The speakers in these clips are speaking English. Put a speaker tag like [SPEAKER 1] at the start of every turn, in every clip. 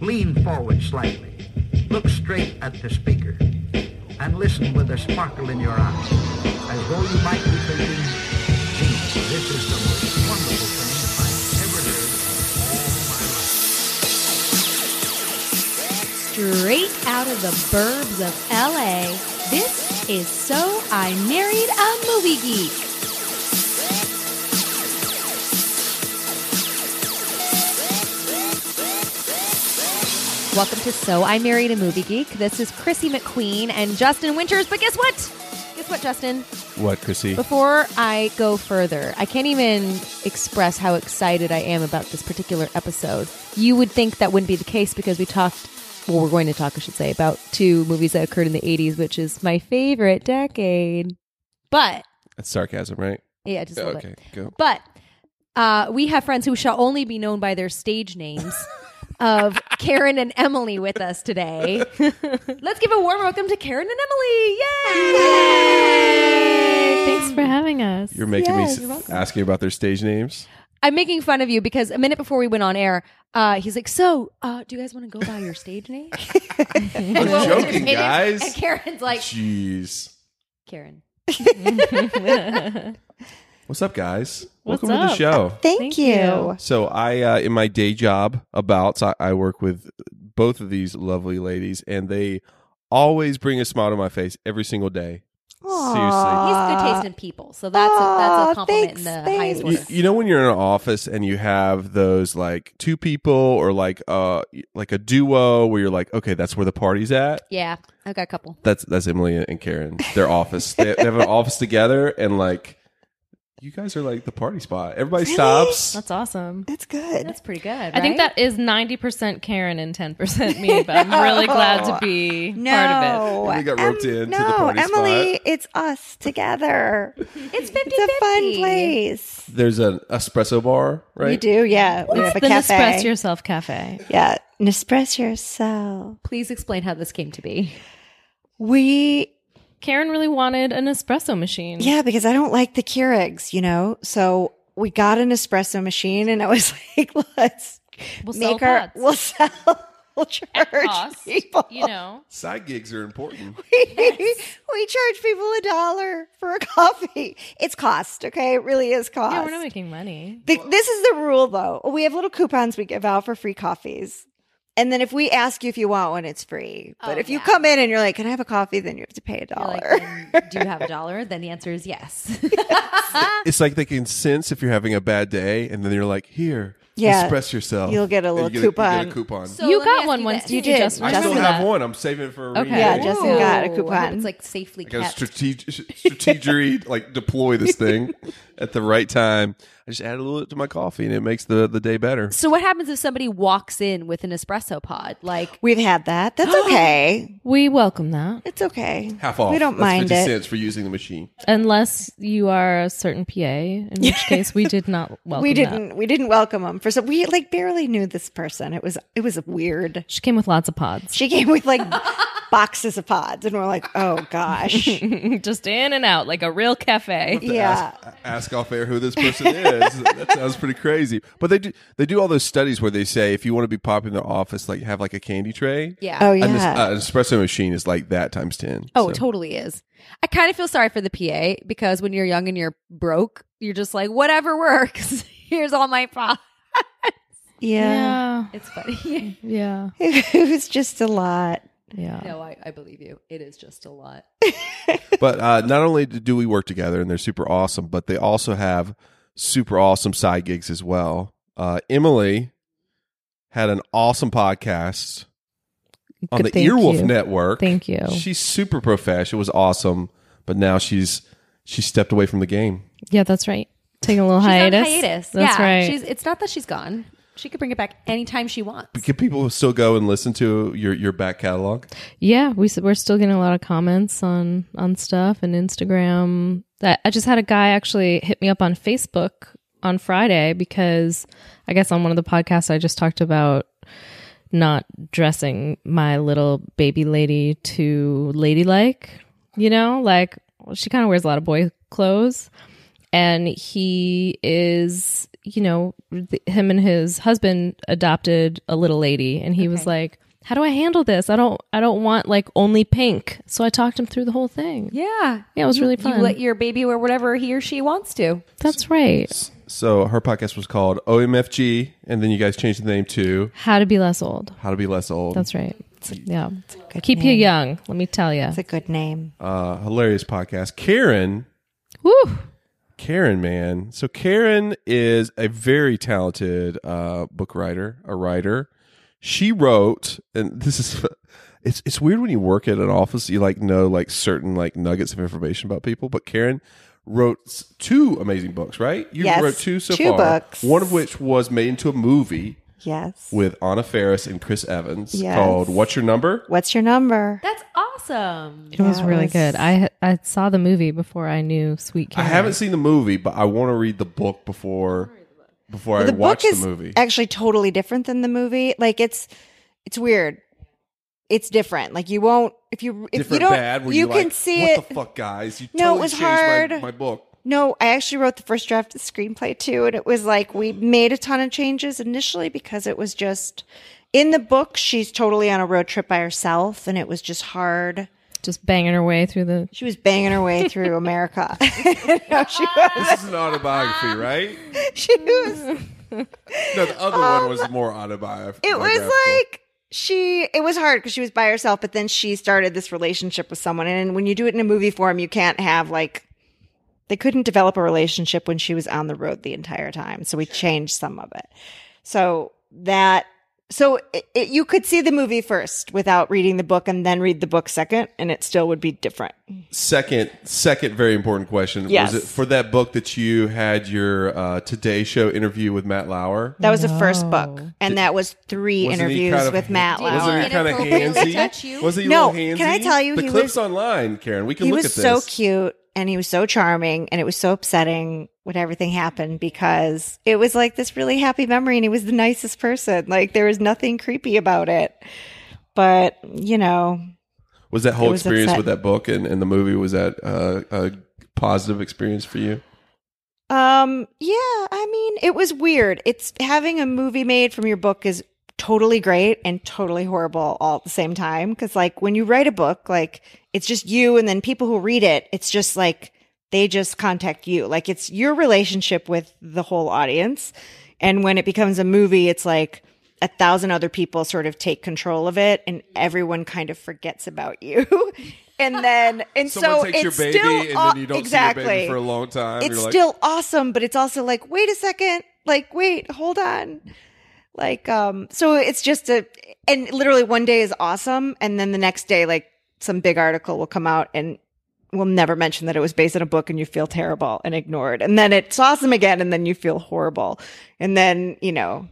[SPEAKER 1] Lean forward slightly. Look straight at the speaker. And listen with a sparkle in your eyes, as though you might be thinking, gee, this is the most wonderful thing
[SPEAKER 2] Straight out of the burbs of LA, this is So I Married a Movie Geek. Welcome to So I Married a Movie Geek. This is Chrissy McQueen and Justin Winters. But guess what? Guess what, Justin?
[SPEAKER 3] What, Chrissy?
[SPEAKER 2] Before I go further, I can't even express how excited I am about this particular episode. You would think that wouldn't be the case because we talked, well, we're going to talk, I should say, about two movies that occurred in the 80s, which is my favorite decade. But,
[SPEAKER 3] That's sarcasm, right?
[SPEAKER 2] yeah, just a little
[SPEAKER 3] okay,
[SPEAKER 2] bit.
[SPEAKER 3] go.
[SPEAKER 2] But uh, we have friends who shall only be known by their stage names. Of Karen and Emily with us today. Let's give a warm welcome to Karen and Emily. Yay!
[SPEAKER 4] Thanks for having us.
[SPEAKER 3] You're making
[SPEAKER 2] Yes,
[SPEAKER 3] me
[SPEAKER 2] you're
[SPEAKER 3] s-
[SPEAKER 2] welcome.
[SPEAKER 3] ask you about their stage names.
[SPEAKER 2] I'm making fun of you because a minute before we went on air, uh, he's like, "So, uh, do you guys want to go by your stage name?"
[SPEAKER 3] I'm
[SPEAKER 2] Well,
[SPEAKER 3] joking,
[SPEAKER 2] and-
[SPEAKER 3] guys.
[SPEAKER 2] And Karen's like,
[SPEAKER 3] Jeez.
[SPEAKER 2] "Karen,
[SPEAKER 3] What's up, guys?
[SPEAKER 4] What's
[SPEAKER 3] Welcome to the
[SPEAKER 4] up?
[SPEAKER 3] show.
[SPEAKER 5] Thank,
[SPEAKER 4] Thank
[SPEAKER 5] you.
[SPEAKER 4] you.
[SPEAKER 3] So, I, uh, in my day job, about, I, I work with both of these lovely ladies, and they always bring a smile to my face every single day.
[SPEAKER 5] Aw.
[SPEAKER 2] he's good taste in people, so that's a, that's a
[SPEAKER 5] Aw,
[SPEAKER 2] compliment
[SPEAKER 5] thanks,
[SPEAKER 2] in the
[SPEAKER 5] thanks.
[SPEAKER 2] highest order."
[SPEAKER 3] You, you know when you're in an office and you have those like two people or like uh like a duo where you're like okay that's where the party's at
[SPEAKER 2] yeah, I got a couple.
[SPEAKER 3] That's that's Emily and Karen. Their office. They, they have an office together, and like you guys are like the party spot. Everybody stops.
[SPEAKER 4] That's awesome.
[SPEAKER 5] That's good.
[SPEAKER 2] That's pretty good.
[SPEAKER 4] I think that is 90% Karen and 10% me, but I'm really glad to be part of it.
[SPEAKER 5] no.
[SPEAKER 3] We got roped in to the
[SPEAKER 5] No,
[SPEAKER 3] party
[SPEAKER 5] Emily,
[SPEAKER 3] spot.
[SPEAKER 5] it's us together.
[SPEAKER 2] it's 50
[SPEAKER 5] It's a fun place.
[SPEAKER 3] There's an espresso bar, right?
[SPEAKER 5] You do, yeah. We have a
[SPEAKER 4] It's the
[SPEAKER 5] cafe.
[SPEAKER 4] Nespresso Yourself Cafe.
[SPEAKER 5] yeah, Nespresso yourself.
[SPEAKER 2] Please explain how this came to be.
[SPEAKER 5] We
[SPEAKER 4] Karen really wanted an espresso machine.
[SPEAKER 5] Yeah, because I don't like the Keurigs, you know? So we got an espresso machine and I was like, let's
[SPEAKER 4] We'll
[SPEAKER 5] make
[SPEAKER 4] sell
[SPEAKER 5] our,
[SPEAKER 4] pods.
[SPEAKER 5] we'll sell, we'll
[SPEAKER 4] At
[SPEAKER 5] charge
[SPEAKER 4] cost,
[SPEAKER 5] people.
[SPEAKER 4] You know,
[SPEAKER 3] Side gigs are important.
[SPEAKER 5] we charge people a dollar for a coffee. It's cost, okay? It really is cost.
[SPEAKER 4] yeah, we're not making money.
[SPEAKER 5] The- this is the rule though. We have little coupons we give out for free coffees. And then if we ask you if you want one, it's free. But
[SPEAKER 2] Oh,
[SPEAKER 5] if you
[SPEAKER 2] yeah.
[SPEAKER 5] come in and you're like, can I have a coffee? Then you have to pay a
[SPEAKER 2] You're like,
[SPEAKER 5] dollar.
[SPEAKER 2] "Um, do you have a dollar? Then the answer is yes.
[SPEAKER 5] Uh,
[SPEAKER 3] It's like they can sense if you're having a bad day, and then you're like, "Here,
[SPEAKER 5] Yeah.
[SPEAKER 3] express yourself."
[SPEAKER 5] You'll get a
[SPEAKER 3] And
[SPEAKER 5] little
[SPEAKER 3] you get A, you
[SPEAKER 5] coupon.
[SPEAKER 3] get a coupon.
[SPEAKER 2] So
[SPEAKER 4] you
[SPEAKER 2] let me
[SPEAKER 4] got
[SPEAKER 2] ask
[SPEAKER 4] one
[SPEAKER 2] you
[SPEAKER 4] once,
[SPEAKER 2] this.
[SPEAKER 4] didn't
[SPEAKER 5] You
[SPEAKER 4] you,
[SPEAKER 5] did.
[SPEAKER 4] Justin?
[SPEAKER 3] I still
[SPEAKER 4] Remember
[SPEAKER 3] have
[SPEAKER 4] that?
[SPEAKER 3] one. I'm saving for a
[SPEAKER 4] Okay.
[SPEAKER 3] rainy
[SPEAKER 5] Yeah,
[SPEAKER 3] day.
[SPEAKER 5] Justin got a
[SPEAKER 2] Ooh,
[SPEAKER 5] coupon.
[SPEAKER 2] I hope It's like safely
[SPEAKER 3] I gotta
[SPEAKER 2] kept.
[SPEAKER 3] strategic, strategery, like deploy this thing at the right time. I just add a little bit to my coffee, and it makes the, the day better.
[SPEAKER 2] so what happens if somebody walks in with an espresso pod? Like
[SPEAKER 5] We've had that. That's okay.
[SPEAKER 4] We welcome that.
[SPEAKER 5] It's okay.
[SPEAKER 3] half off.
[SPEAKER 5] We don't
[SPEAKER 3] That's
[SPEAKER 5] mind
[SPEAKER 3] 50
[SPEAKER 5] it.
[SPEAKER 3] cents for using the machine.
[SPEAKER 4] Unless you are a certain PA, in which case we did not welcome
[SPEAKER 5] We
[SPEAKER 4] that.
[SPEAKER 5] didn't. We didn't welcome him for some. We like barely knew this person. It was. It was weird.
[SPEAKER 4] She came with lots of pods.
[SPEAKER 5] She came with like boxes of pods, and we're like, oh gosh,
[SPEAKER 4] Just in and out, like a real cafe.
[SPEAKER 3] to
[SPEAKER 5] yeah.
[SPEAKER 3] ask, ask off air who this person is. that sounds pretty crazy. But they do they do all those studies where they say if you want to be popular in the office, like have like a candy tray.
[SPEAKER 2] yeah.
[SPEAKER 5] Oh
[SPEAKER 3] And this, uh,
[SPEAKER 5] yeah.
[SPEAKER 3] an espresso machine is like that times ten.
[SPEAKER 2] Oh,
[SPEAKER 3] So-
[SPEAKER 2] it totally is. I kind of feel sorry for the PA because when you're young and you're broke, you're just like, whatever works. Here's all my pot.
[SPEAKER 5] Yeah.
[SPEAKER 2] It's funny.
[SPEAKER 4] Yeah.
[SPEAKER 5] It was just a lot.
[SPEAKER 4] Yeah.
[SPEAKER 2] no, I, I believe you. It is just a lot.
[SPEAKER 3] But uh, not only do we work together and they're super awesome, but they also have super awesome side gigs as well. Uh, Emily had an awesome podcast on
[SPEAKER 4] Good,
[SPEAKER 3] the
[SPEAKER 4] thank
[SPEAKER 3] Earwolf
[SPEAKER 4] you.
[SPEAKER 3] Network.
[SPEAKER 4] Thank you.
[SPEAKER 3] She's super profesh. It was awesome, but now she's she stepped away from the game.
[SPEAKER 4] Yeah, that's right. Taking a little
[SPEAKER 2] She's on
[SPEAKER 4] hiatus.
[SPEAKER 2] hiatus.
[SPEAKER 4] That's
[SPEAKER 2] yeah,
[SPEAKER 4] right.
[SPEAKER 2] She's, it's not that she's gone. She could bring it back anytime she wants.
[SPEAKER 3] Can people still go and listen to your, your back catalog?
[SPEAKER 4] yeah, we s- we're still getting a lot of comments on on stuff and Instagram. That I just had a guy actually hit me up on Facebook on Friday because I guess on one of the podcasts I just talked about not dressing my little baby lady too ladylike. You know, like she kind of wears a lot of boy clothes. and he is you know, th- him and his husband adopted a little lady, and he was like, "How do I handle this? I don't, I don't want like only pink." So I talked him through the whole thing.
[SPEAKER 2] Yeah.
[SPEAKER 4] Yeah, it was really
[SPEAKER 2] You
[SPEAKER 4] fun.
[SPEAKER 2] let your baby wear whatever he or she wants to.
[SPEAKER 4] That's right.
[SPEAKER 3] So her podcast was called OMFG, and then you guys changed the name to
[SPEAKER 4] How to be less old.
[SPEAKER 3] How to Be Less Old.
[SPEAKER 4] That's right. Yeah, keep you young. Let me tell you.
[SPEAKER 5] It's a good name.
[SPEAKER 3] uh, hilarious podcast. Karen,
[SPEAKER 4] Woo.
[SPEAKER 3] Karen, man. So Karen is a very talented uh, book writer, a writer. She wrote, and this is it's it's weird when you work at an office, you like know like certain like nuggets of information about people. But Karen wrote s- two amazing books, right? You
[SPEAKER 5] Yes,
[SPEAKER 3] wrote two so far.
[SPEAKER 5] two books.
[SPEAKER 3] One of which was made into a movie
[SPEAKER 5] Yes.
[SPEAKER 3] with Anna Faris and Chris Evans
[SPEAKER 5] Yes.
[SPEAKER 3] called "What's Your Number."
[SPEAKER 5] What's your number?
[SPEAKER 2] That's awesome.
[SPEAKER 4] It was
[SPEAKER 5] Yeah, it
[SPEAKER 4] really
[SPEAKER 5] was-
[SPEAKER 4] good. I I saw the movie before I knew Sweet
[SPEAKER 3] I
[SPEAKER 4] Karen.
[SPEAKER 3] haven't seen the movie, but I want to read the book before before I
[SPEAKER 5] the
[SPEAKER 3] watch
[SPEAKER 5] book is
[SPEAKER 3] the movie.
[SPEAKER 5] actually totally different than the movie. Like it's it's weird. It's different. Like you won't if you if you
[SPEAKER 3] Different
[SPEAKER 5] don't
[SPEAKER 3] bad. Where
[SPEAKER 5] you
[SPEAKER 3] you
[SPEAKER 5] can
[SPEAKER 3] like,
[SPEAKER 5] see
[SPEAKER 3] what
[SPEAKER 5] it.
[SPEAKER 3] the fuck, guys? You
[SPEAKER 5] No, it
[SPEAKER 3] totally
[SPEAKER 5] was
[SPEAKER 3] changed my- My,
[SPEAKER 5] hard.
[SPEAKER 3] book.
[SPEAKER 5] No, I actually wrote the first draft of the screenplay too, and it was like we made a ton of changes initially because it was just in the book she's totally on a road trip by herself, and it was just hard.
[SPEAKER 4] Just banging her way through the.
[SPEAKER 5] She was banging her way through America. no, she was.
[SPEAKER 3] This is an autobiography, right?
[SPEAKER 5] She was.
[SPEAKER 3] No, the other one was more autobiographical.
[SPEAKER 5] Um, It was like she it was hard because she was by herself but then she started this relationship with someone and when you do it in a movie form you can't have like they couldn't develop a relationship when she was on the road the entire time so we changed some of it so that so it, it, you could see the movie first without reading the book and then read the book second and it still would be different
[SPEAKER 3] second second very important question.
[SPEAKER 5] Yes.
[SPEAKER 3] Was it for that book that you had your uh, Today Show interview with Matt Lauer?
[SPEAKER 5] that was the first book
[SPEAKER 4] No.
[SPEAKER 5] and that was 3
[SPEAKER 3] Wasn't he
[SPEAKER 5] interviews
[SPEAKER 3] kind of-
[SPEAKER 5] with matt
[SPEAKER 2] Did you
[SPEAKER 5] lauer
[SPEAKER 3] Wasn't he
[SPEAKER 2] Lauer.
[SPEAKER 3] kind of
[SPEAKER 2] Inappropriately touch
[SPEAKER 3] handsy?
[SPEAKER 2] you?
[SPEAKER 3] Wasn't he
[SPEAKER 5] No,
[SPEAKER 3] a little handsy?
[SPEAKER 5] can I tell you
[SPEAKER 3] The
[SPEAKER 5] he
[SPEAKER 3] clip's
[SPEAKER 5] was-
[SPEAKER 3] online, Karen. We can
[SPEAKER 5] he
[SPEAKER 3] look
[SPEAKER 5] was
[SPEAKER 3] at this.
[SPEAKER 5] so cute and he was so charming and it was so upsetting when everything happened because it was like this really happy memory and he was the nicest person like there was nothing creepy about it but you know
[SPEAKER 3] Was that whole
[SPEAKER 5] It was
[SPEAKER 3] experience with
[SPEAKER 5] upsetting.
[SPEAKER 3] that book and, and the movie was that uh, a positive experience for you?
[SPEAKER 5] um yeah i mean it was weird it's having a movie made from your book is totally great and totally horrible all at the same time because like when you write a book like it's just you and then people who read it it's just like they just contact you like it's your relationship with the whole audience and when it becomes a movie it's like a thousand other people sort of take control of it and
[SPEAKER 3] Mm-hmm.
[SPEAKER 5] everyone kind of forgets about you and then and
[SPEAKER 3] Someone
[SPEAKER 5] so
[SPEAKER 3] takes
[SPEAKER 5] it's
[SPEAKER 3] your baby
[SPEAKER 5] still
[SPEAKER 3] and
[SPEAKER 5] aw-
[SPEAKER 3] then you don't
[SPEAKER 5] exactly
[SPEAKER 3] see your baby for a long time.
[SPEAKER 5] it's
[SPEAKER 3] You're like,
[SPEAKER 5] still awesome, but it's also like, wait a second, like, wait, hold on. Like, um, so it's just a, and literally one day is awesome. And then the next day, like, some big article will come out and will never mention that it was based on a book and you feel terrible and ignored. And then it's awesome again. And then you feel horrible. And then, you know,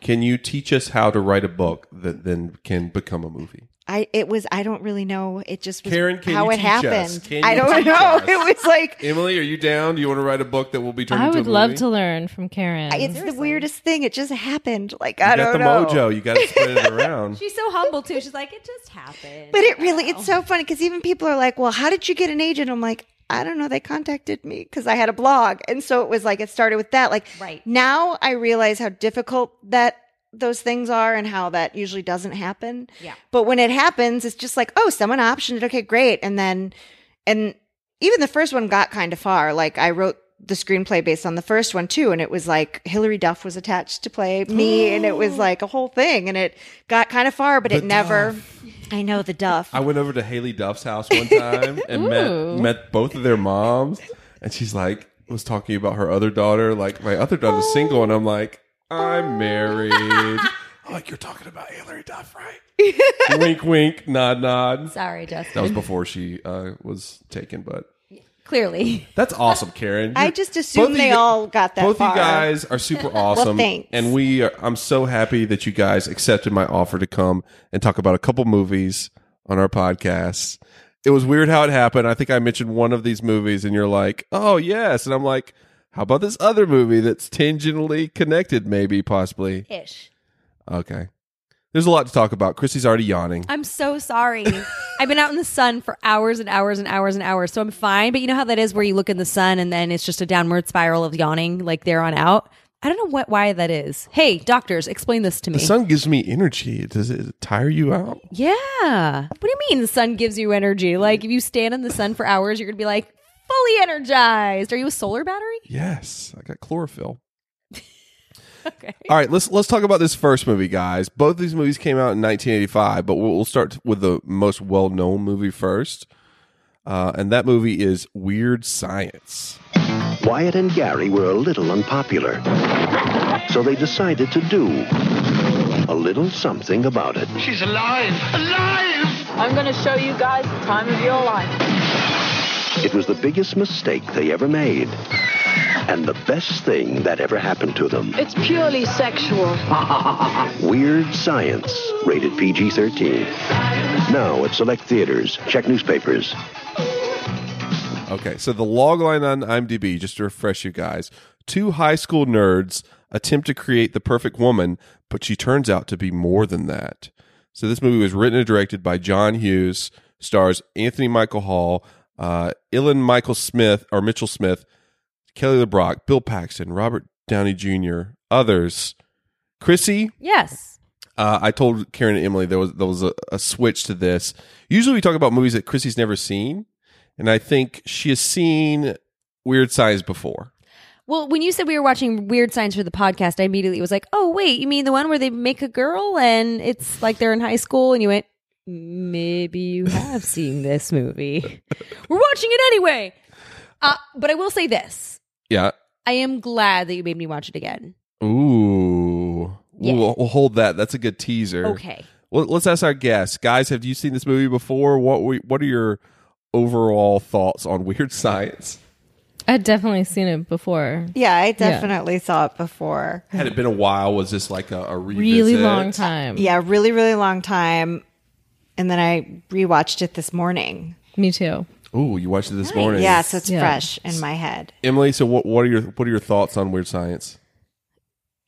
[SPEAKER 3] Can you teach us how to write a book that then can become a movie?
[SPEAKER 5] I, it was, I don't really know. It just was
[SPEAKER 3] Karen, can
[SPEAKER 5] how
[SPEAKER 3] you
[SPEAKER 5] it
[SPEAKER 3] teach
[SPEAKER 5] happened.
[SPEAKER 3] us? Can
[SPEAKER 5] I
[SPEAKER 3] you
[SPEAKER 5] don't
[SPEAKER 3] teach
[SPEAKER 5] know.
[SPEAKER 3] us?
[SPEAKER 5] It was like,
[SPEAKER 3] Emily, are you down? Do you want to write a book that will be turned
[SPEAKER 4] I
[SPEAKER 3] into a
[SPEAKER 4] would
[SPEAKER 3] movie?
[SPEAKER 4] love to learn from Karen.
[SPEAKER 5] it's the weirdest thing. It just happened. Like,
[SPEAKER 3] You
[SPEAKER 5] I
[SPEAKER 3] got
[SPEAKER 5] don't
[SPEAKER 3] the
[SPEAKER 5] know.
[SPEAKER 3] mojo. You got to spread it around.
[SPEAKER 2] She's so humble too. She's like, it just happened.
[SPEAKER 5] But it really, it's
[SPEAKER 2] Oh.
[SPEAKER 5] so funny because even people are like, well, how did you get an agent? I'm like, I don't know. They contacted me because I had a blog. And so it was like, it started with that. Like,
[SPEAKER 2] Right.
[SPEAKER 5] now I realize how difficult that those things are and how that usually doesn't happen.
[SPEAKER 2] Yeah.
[SPEAKER 5] But when it happens, it's just like, oh, someone optioned it. Okay, great. And then, and even the first one got kind of far. Like, I wrote, the screenplay based on the first one too and it was like Hilary Duff was attached to play me and it was like a whole thing and it got kind of far but
[SPEAKER 3] The
[SPEAKER 5] it never I know the Duff
[SPEAKER 3] I went over to Haley Duff's house one time and met
[SPEAKER 4] Ooh.
[SPEAKER 3] met both of their moms, and she's like was talking about her other daughter. Like my other daughter's single, and I'm like, I'm married. I'm like, you're talking about Hillary Duff, right? wink, wink, nod, nod.
[SPEAKER 2] Sorry,
[SPEAKER 3] That
[SPEAKER 2] Justin.
[SPEAKER 3] was before she uh, was taken, but
[SPEAKER 2] Clearly.
[SPEAKER 3] that's awesome, Karen.
[SPEAKER 5] I
[SPEAKER 3] You're-
[SPEAKER 5] just
[SPEAKER 3] both
[SPEAKER 5] assumed
[SPEAKER 3] of
[SPEAKER 5] they
[SPEAKER 3] you-
[SPEAKER 5] all got that
[SPEAKER 3] both
[SPEAKER 5] far.
[SPEAKER 3] you guys are super awesome
[SPEAKER 5] thanks.
[SPEAKER 3] and we are, i'm so happy that you guys accepted my offer to come and talk about a couple movies on our podcast it was weird how it happened i think i mentioned one of these movies and you're like oh yes and i'm like how about this other movie that's tangentially connected maybe possibly
[SPEAKER 2] Ish.
[SPEAKER 3] okay there's a lot to talk about christy's already yawning
[SPEAKER 5] Uh,
[SPEAKER 2] I'm so sorry. I've been out in the sun for hours and hours and hours and hours, so I'm fine. But you know how that is where you look in the sun and then it's just a downward spiral of yawning, like there on out? I don't know what why that is. Hey, doctors, explain this to me.
[SPEAKER 3] The sun gives me energy. Does it tire you out?
[SPEAKER 2] yeah. What do you mean the sun gives you energy? Like if you stand in the sun for hours, you're gonna be like fully energized. Are you a solar battery?
[SPEAKER 3] Yes, I got chlorophyll.
[SPEAKER 2] Okay.
[SPEAKER 3] All right, let's let's talk about this first movie, guys. Both these movies came out in 1985, but we'll, we'll start with the most well-known movie first, uh, and that movie is Weird Science.
[SPEAKER 6] Wyatt and Gary were a little unpopular, so they decided to do a little something about it.
[SPEAKER 7] She's alive! Alive!
[SPEAKER 8] I'm going to show you guys the time of your life.
[SPEAKER 6] It was the biggest mistake they ever made, and the best thing that ever happened to them.
[SPEAKER 8] It's purely sexual.
[SPEAKER 6] Weird Science, rated PG 13. Now at select theaters. Check newspapers.
[SPEAKER 3] Okay, so the log line on IMDb, just to refresh you guys, two high school nerds attempt to create the perfect woman, but she turns out to be more than that. So this movie was written and directed by John Hughes, stars Anthony Michael Hall, uh, Ilan Michael Smith or Mitchell Smith, Kelly LeBrock, Bill Paxton, Robert Downey Jr., others. Chrissy,
[SPEAKER 2] Yes.
[SPEAKER 3] uh, I told Karen and Emily there was there was a, a switch to this. Usually we talk about movies that Chrissy's never seen, and I think she has seen Weird Science before.
[SPEAKER 2] Well, when you said we were watching Weird Science for the podcast, I immediately was like, "Oh, wait, you mean the one where they make a girl and it's like they're in high school?" And you went, "Maybe you have seen this movie. we're watching it anyway." Uh, but I will say this:
[SPEAKER 3] Yeah.
[SPEAKER 2] I am glad that you made me watch it again.
[SPEAKER 3] Ooh.
[SPEAKER 2] Yeah.
[SPEAKER 3] We'll, we'll hold that. That's a good teaser.
[SPEAKER 2] Okay.
[SPEAKER 3] Well, let's ask our guests, guys. Have you seen this movie before? What we, What are your overall thoughts on Weird Science?
[SPEAKER 4] I'd definitely seen it before.
[SPEAKER 5] Yeah, I definitely saw it before.
[SPEAKER 3] Had it been a while? Was this like a, a
[SPEAKER 4] Really
[SPEAKER 3] revisit?
[SPEAKER 4] long time.
[SPEAKER 5] Yeah, really, really long time. And then I rewatched it this morning.
[SPEAKER 4] Me too.
[SPEAKER 3] Ooh, you watched it this morning.
[SPEAKER 5] Yeah, so it's
[SPEAKER 4] Yeah.
[SPEAKER 5] fresh in my head.
[SPEAKER 3] Emily. So what? What are your What are your thoughts on Weird Science?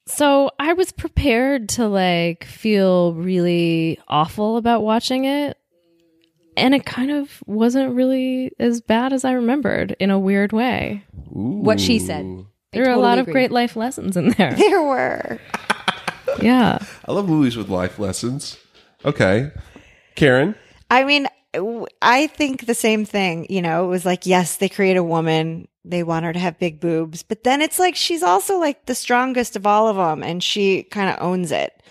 [SPEAKER 4] So I was prepared to like feel really awful about watching it. And it kind of wasn't really as bad as I remembered in a weird way.
[SPEAKER 2] What she said. I
[SPEAKER 4] There are
[SPEAKER 2] totally
[SPEAKER 4] a lot of
[SPEAKER 2] agree.
[SPEAKER 4] great life lessons in there.
[SPEAKER 5] There were.
[SPEAKER 4] yeah.
[SPEAKER 3] I love movies with life lessons. Okay, Karen.
[SPEAKER 5] I mean, w- I think the same thing. You know, it was like, yes, they create a woman. They want her to have big boobs, but then it's like she's also like the strongest of all of them, and she kind of owns it,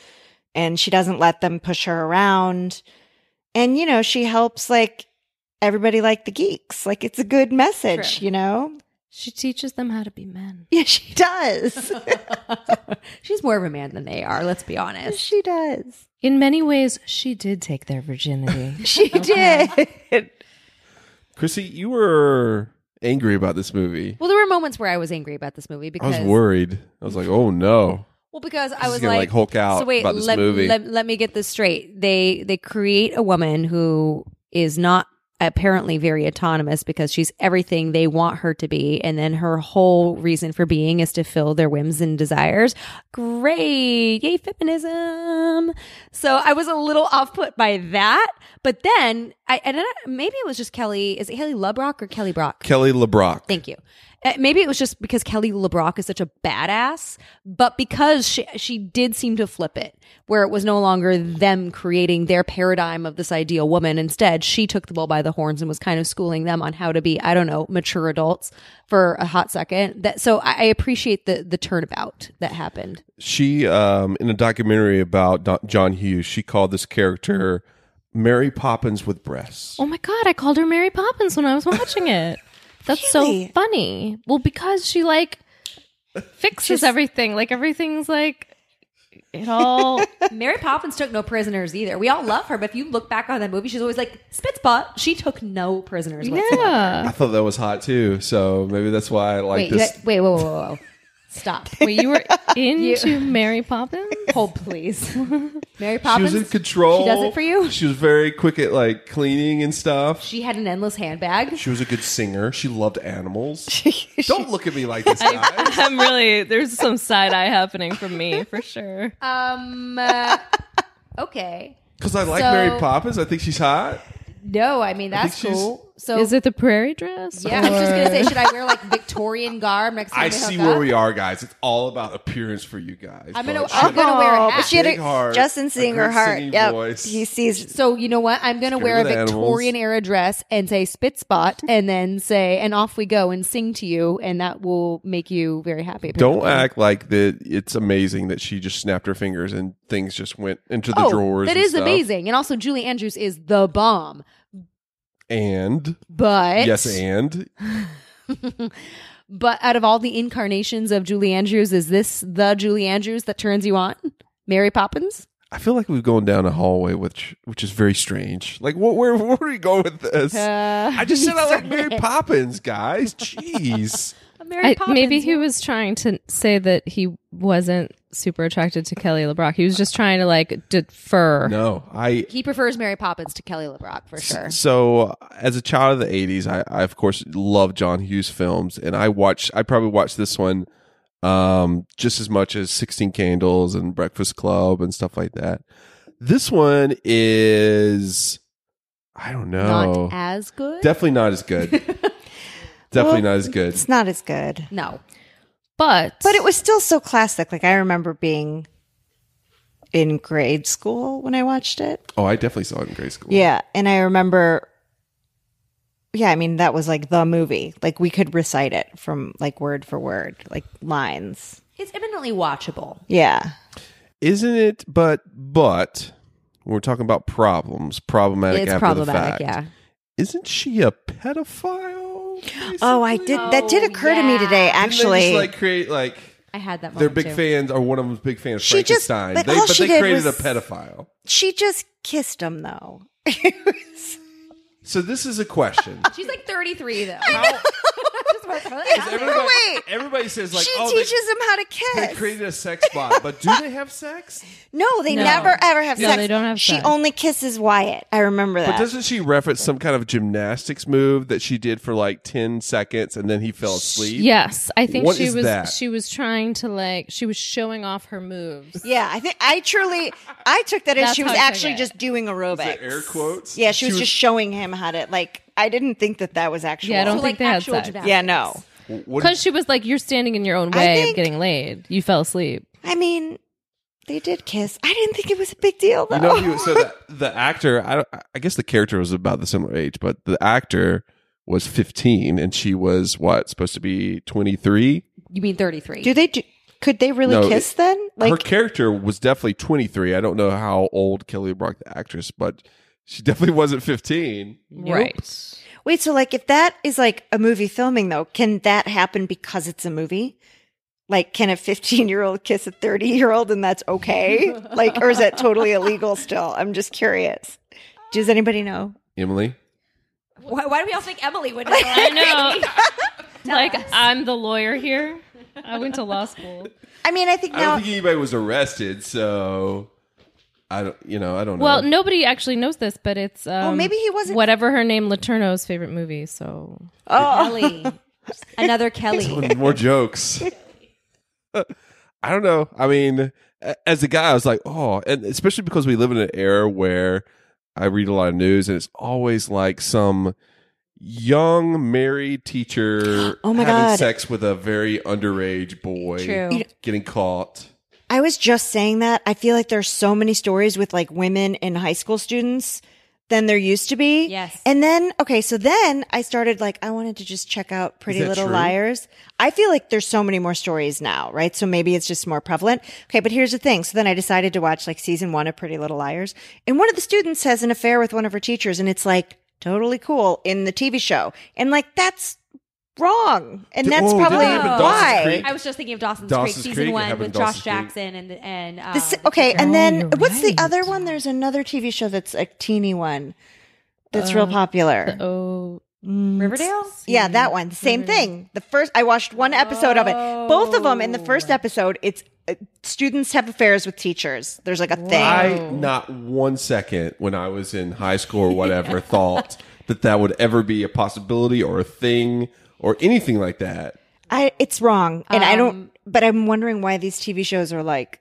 [SPEAKER 5] and she doesn't let them push her around, and you know, she helps like everybody like the geeks. Like it's a good message, you know.
[SPEAKER 4] She teaches them how to be men.
[SPEAKER 5] Yeah, she does.
[SPEAKER 2] She's more of a man than they are. Let's be honest.
[SPEAKER 5] she does.
[SPEAKER 4] In many ways, she did take their virginity.
[SPEAKER 5] She did.
[SPEAKER 3] Chrissy, you were angry about this movie.
[SPEAKER 2] Well, there were moments where I was angry about this movie
[SPEAKER 3] I
[SPEAKER 2] because
[SPEAKER 3] was worried. I was like, oh no.
[SPEAKER 2] Well, because I
[SPEAKER 3] She's
[SPEAKER 2] was
[SPEAKER 3] gonna,
[SPEAKER 2] like,
[SPEAKER 3] like, Hulk out
[SPEAKER 2] So wait,
[SPEAKER 3] about this
[SPEAKER 2] let,
[SPEAKER 3] movie."
[SPEAKER 2] Let, let me get this straight. They they create a woman who is not apparently very autonomous because she's everything they want her to be, and then her whole reason for being is to fill their whims and desires. Great, yay feminism! So I was a little off put by that, but then I and I, maybe it was just Kelly. Is it Haley Lubrock or Kelly Brock?
[SPEAKER 3] Kelly LeBrock.
[SPEAKER 2] Thank you. Uh, Maybe it was just because Kelly LeBrock is such a badass, but because she she did seem to flip it, where it was no longer them creating their paradigm of this ideal woman. Instead, she took the bull by the horns and was kind of schooling them on how to be, I don't know, mature adults for a hot second. That so I, I appreciate the the turnabout that happened.
[SPEAKER 3] She, um, in a documentary about Do- John Hughes, she called this character Mary Poppins with breasts.
[SPEAKER 4] oh my God, I called her Mary Poppins when I was watching it. That's so funny. Well, because she like fixes everything. Like everything's like, it all.
[SPEAKER 2] Mary Poppins took no prisoners either. We all love her, but if you look back on that movie, she's always like spitspot. She took no prisoners. whatsoever.
[SPEAKER 4] yeah.
[SPEAKER 3] I thought that was hot too, so maybe that's why I like
[SPEAKER 2] Wait, you
[SPEAKER 3] this.
[SPEAKER 2] had- wait, whoa, whoa, whoa, whoa. stop.
[SPEAKER 4] Wait, you were into Mary Poppins?
[SPEAKER 9] Oh,
[SPEAKER 2] Hold, please. Mary
[SPEAKER 3] She
[SPEAKER 2] Poppins.
[SPEAKER 3] was in control.
[SPEAKER 2] She does it for you.
[SPEAKER 3] She was very quick at like cleaning and stuff.
[SPEAKER 2] She had an endless handbag.
[SPEAKER 3] She was a good singer. She loved animals. Don't look at me like this, guys.
[SPEAKER 4] I'm really there's some side eye happening from me for sure.
[SPEAKER 2] Um. uh, okay.
[SPEAKER 3] Because I like
[SPEAKER 2] So-
[SPEAKER 3] Mary Poppins. I think she's hot.
[SPEAKER 2] No, I mean
[SPEAKER 3] I think
[SPEAKER 2] that's
[SPEAKER 3] she's-
[SPEAKER 2] cool.
[SPEAKER 9] So
[SPEAKER 4] Is it the prairie dress?
[SPEAKER 9] Yeah, I was just gonna say,
[SPEAKER 4] or-
[SPEAKER 9] should I wear like Victorian garb next time
[SPEAKER 3] I
[SPEAKER 9] we hook
[SPEAKER 3] see where
[SPEAKER 9] up?
[SPEAKER 3] we are, guys. It's all about appearance for you guys.
[SPEAKER 9] I'm gonna-
[SPEAKER 3] But
[SPEAKER 9] I'm
[SPEAKER 3] shit,
[SPEAKER 9] gonna wear a
[SPEAKER 5] Oh, but
[SPEAKER 9] hat.
[SPEAKER 5] she had
[SPEAKER 3] Big heart,
[SPEAKER 5] Justin
[SPEAKER 3] a
[SPEAKER 5] seeing
[SPEAKER 3] great
[SPEAKER 5] her heart.
[SPEAKER 3] singing
[SPEAKER 5] Yep.
[SPEAKER 3] voice.
[SPEAKER 5] He sees.
[SPEAKER 9] So you know what? I'm gonna
[SPEAKER 3] Scared
[SPEAKER 9] wear a
[SPEAKER 3] of the animals.
[SPEAKER 9] Victorian era dress and say spit spot, and then say and off we go and sing to you, and that will make you very happy.
[SPEAKER 3] Don't
[SPEAKER 9] apparently.
[SPEAKER 3] act like that. It's amazing that she just snapped her fingers and things just went into the
[SPEAKER 9] oh,
[SPEAKER 3] drawers.
[SPEAKER 9] That
[SPEAKER 3] and
[SPEAKER 9] is
[SPEAKER 3] stuff.
[SPEAKER 9] amazing, and also Julie Andrews is the bomb.
[SPEAKER 3] And
[SPEAKER 9] But
[SPEAKER 3] yes, and
[SPEAKER 9] but out of all the incarnations of Julie Andrews, is this the Julie Andrews that turns you on? Mary Poppins?
[SPEAKER 3] I feel like we've gone down a hallway, which which is very strange. Like, what, where where are we going with this?
[SPEAKER 9] Uh,
[SPEAKER 3] I just said I like Mary Poppins, guys. Jeez.
[SPEAKER 9] Uh, Mary
[SPEAKER 4] I,
[SPEAKER 9] Poppins.
[SPEAKER 4] maybe he was trying to say that he wasn't super attracted to Kelly LeBrock. He was just trying to like defer.
[SPEAKER 3] no, I
[SPEAKER 9] He prefers Mary Poppins to Kelly LeBrock for sure.
[SPEAKER 3] So, uh, as a child of the '80s, I, I of course love John Hughes films, and I watched. I probably watched this one um, just as much as Sixteen Candles and Breakfast Club and stuff like that. This one is, I don't know,
[SPEAKER 9] Not as good.
[SPEAKER 3] definitely not as good. definitely not as good.
[SPEAKER 5] It's not as good,
[SPEAKER 9] no.
[SPEAKER 4] But
[SPEAKER 5] but it was still so classic. Like I remember being in grade school when I watched it.
[SPEAKER 3] Oh, I definitely saw it in grade school.
[SPEAKER 5] Yeah, and I remember. Yeah, I mean that was like the movie. Like we could recite it from like word for word, like lines.
[SPEAKER 9] It's eminently watchable.
[SPEAKER 5] Yeah.
[SPEAKER 3] isn't it? But but when we're talking about problems, problematic.
[SPEAKER 9] It's
[SPEAKER 3] after
[SPEAKER 9] problematic,
[SPEAKER 3] the
[SPEAKER 9] yeah.
[SPEAKER 3] fact, Isn't she a pedophile?
[SPEAKER 5] Oh, I did. That did occur to me today.
[SPEAKER 3] Didn't they
[SPEAKER 5] Actually,
[SPEAKER 3] just, like create like
[SPEAKER 9] I had that
[SPEAKER 3] they're
[SPEAKER 9] moment
[SPEAKER 3] big
[SPEAKER 9] too.
[SPEAKER 3] fans, or one of them's big fans.
[SPEAKER 5] She just-
[SPEAKER 3] Frankenstein.
[SPEAKER 5] but
[SPEAKER 3] they,
[SPEAKER 5] all
[SPEAKER 3] but
[SPEAKER 5] she
[SPEAKER 3] they
[SPEAKER 5] did
[SPEAKER 3] created
[SPEAKER 5] was-
[SPEAKER 3] a pedophile.
[SPEAKER 5] she just kissed him though.
[SPEAKER 3] So this is a question.
[SPEAKER 9] She's like 33 though.
[SPEAKER 3] everybody,
[SPEAKER 5] Wait.
[SPEAKER 3] everybody says like,
[SPEAKER 5] she
[SPEAKER 3] oh,
[SPEAKER 5] teaches
[SPEAKER 3] they,
[SPEAKER 5] him how to
[SPEAKER 3] they
[SPEAKER 5] kiss.
[SPEAKER 3] created a sex bot, but do they have sex?
[SPEAKER 5] no, they
[SPEAKER 4] No.
[SPEAKER 5] never ever have
[SPEAKER 4] No,
[SPEAKER 5] sex.
[SPEAKER 4] they don't have
[SPEAKER 5] she
[SPEAKER 4] sex.
[SPEAKER 5] only kisses Wyatt. I remember
[SPEAKER 3] But
[SPEAKER 5] that.
[SPEAKER 3] doesn't she reference some kind of gymnastics move that she did for like ten seconds and then he fell asleep?
[SPEAKER 4] yes, I think
[SPEAKER 3] What
[SPEAKER 4] she
[SPEAKER 3] is
[SPEAKER 4] was
[SPEAKER 3] that?
[SPEAKER 4] she was trying to like she was showing off her moves.
[SPEAKER 5] yeah, I think I truly I took that as
[SPEAKER 4] That's
[SPEAKER 5] she was
[SPEAKER 4] how I took
[SPEAKER 5] actually
[SPEAKER 4] it.
[SPEAKER 5] just doing aerobics.
[SPEAKER 3] Air quotes.
[SPEAKER 5] Yeah, she was just showing him how to like. I didn't think that that was actual.
[SPEAKER 4] Yeah, I don't think they had
[SPEAKER 9] actual
[SPEAKER 4] sex.
[SPEAKER 9] gymnastics.
[SPEAKER 5] Yeah, no.
[SPEAKER 3] What
[SPEAKER 4] Because she was like, "You're standing in your own way
[SPEAKER 5] think-
[SPEAKER 4] of getting laid. You fell asleep."
[SPEAKER 5] I mean, they did kiss. I didn't think it was a big deal though.
[SPEAKER 3] You know, you, so the, the actor, I, don't- I guess the character was about the similar age, but the actor was 15 and she was what, supposed to be 23?
[SPEAKER 9] You mean 33?
[SPEAKER 5] do they? Do, could they really
[SPEAKER 3] No,
[SPEAKER 5] kiss
[SPEAKER 3] it-
[SPEAKER 5] then?
[SPEAKER 3] Her
[SPEAKER 5] Like,
[SPEAKER 3] character was definitely 23. I don't know how old Kelly Brock, the actress, but she definitely wasn't 15.
[SPEAKER 4] Right.
[SPEAKER 5] wait. So, like, if that is like a movie filming though, can that happen because it's a movie? Like, can a fifteen-year-old kiss a thirty-year-old and that's okay? like, or is that totally illegal still? I'm just curious. Does anybody know?
[SPEAKER 3] Emily?
[SPEAKER 2] Why, why do we all think Emily would know?
[SPEAKER 4] I know. like I'm the lawyer here. I went to law school.
[SPEAKER 5] I mean, I think
[SPEAKER 3] I don't
[SPEAKER 5] now.
[SPEAKER 3] think anybody was arrested, so I don't, you know, I don't know.
[SPEAKER 4] Well, nobody actually knows this, but it's um,
[SPEAKER 5] Oh, maybe he wasn't-
[SPEAKER 4] whatever her name Letourneau's favorite movie. So
[SPEAKER 5] Oh,
[SPEAKER 9] Kelly. Another Kelly.
[SPEAKER 3] more jokes. I don't know. I mean, a- as a guy, I was like, oh, and especially because we live in an era where I read a lot of news, and it's always like some young married teacher
[SPEAKER 5] Oh my
[SPEAKER 3] having
[SPEAKER 5] God.
[SPEAKER 3] sex with a very underage boy,
[SPEAKER 9] True.
[SPEAKER 3] getting caught.
[SPEAKER 5] I was just saying that. I feel like there's so many stories with like women and high school students than there used to be.
[SPEAKER 9] Yes.
[SPEAKER 5] And then okay, so then I started like I wanted to just check out Pretty
[SPEAKER 3] that
[SPEAKER 5] Little
[SPEAKER 3] true?
[SPEAKER 5] Liars. I feel like there's so many more stories now, right? So maybe it's just more prevalent. Okay, but here's the thing. So then I decided to watch like season 1 of Pretty Little Liars, and one of the students has an affair with one of her teachers and it's like totally cool in the TV show. And like that's wrong. And
[SPEAKER 3] Did-
[SPEAKER 5] that's
[SPEAKER 3] whoa, did
[SPEAKER 5] probably
[SPEAKER 3] that happen in Dawson's
[SPEAKER 5] why.
[SPEAKER 3] Creek?
[SPEAKER 2] I was just thinking of Dawson's,
[SPEAKER 3] Dawson's
[SPEAKER 2] Creek season
[SPEAKER 3] Creek, it
[SPEAKER 2] one
[SPEAKER 3] happened
[SPEAKER 2] with
[SPEAKER 3] in
[SPEAKER 2] Josh
[SPEAKER 3] Dawson's Creek.
[SPEAKER 2] Jackson and and um,
[SPEAKER 5] The si- okay, and
[SPEAKER 4] Oh,
[SPEAKER 5] then
[SPEAKER 4] you're
[SPEAKER 5] what's
[SPEAKER 4] right.
[SPEAKER 5] the other one? There's another TV show that's a teeny one that's real
[SPEAKER 4] Uh,
[SPEAKER 5] popular.
[SPEAKER 4] oh
[SPEAKER 5] Mm,
[SPEAKER 2] Riverdale.
[SPEAKER 5] yeah, that one. Same thing. The first I watched one episode of it. Both of them in the first episode, it's uh, students have affairs with teachers. There's like a thing.
[SPEAKER 3] I not one second when I was in high school or whatever thought that that would ever be a possibility or a thing or anything like that.
[SPEAKER 5] I it's wrong, and I don't. But I'm wondering why these TV shows are like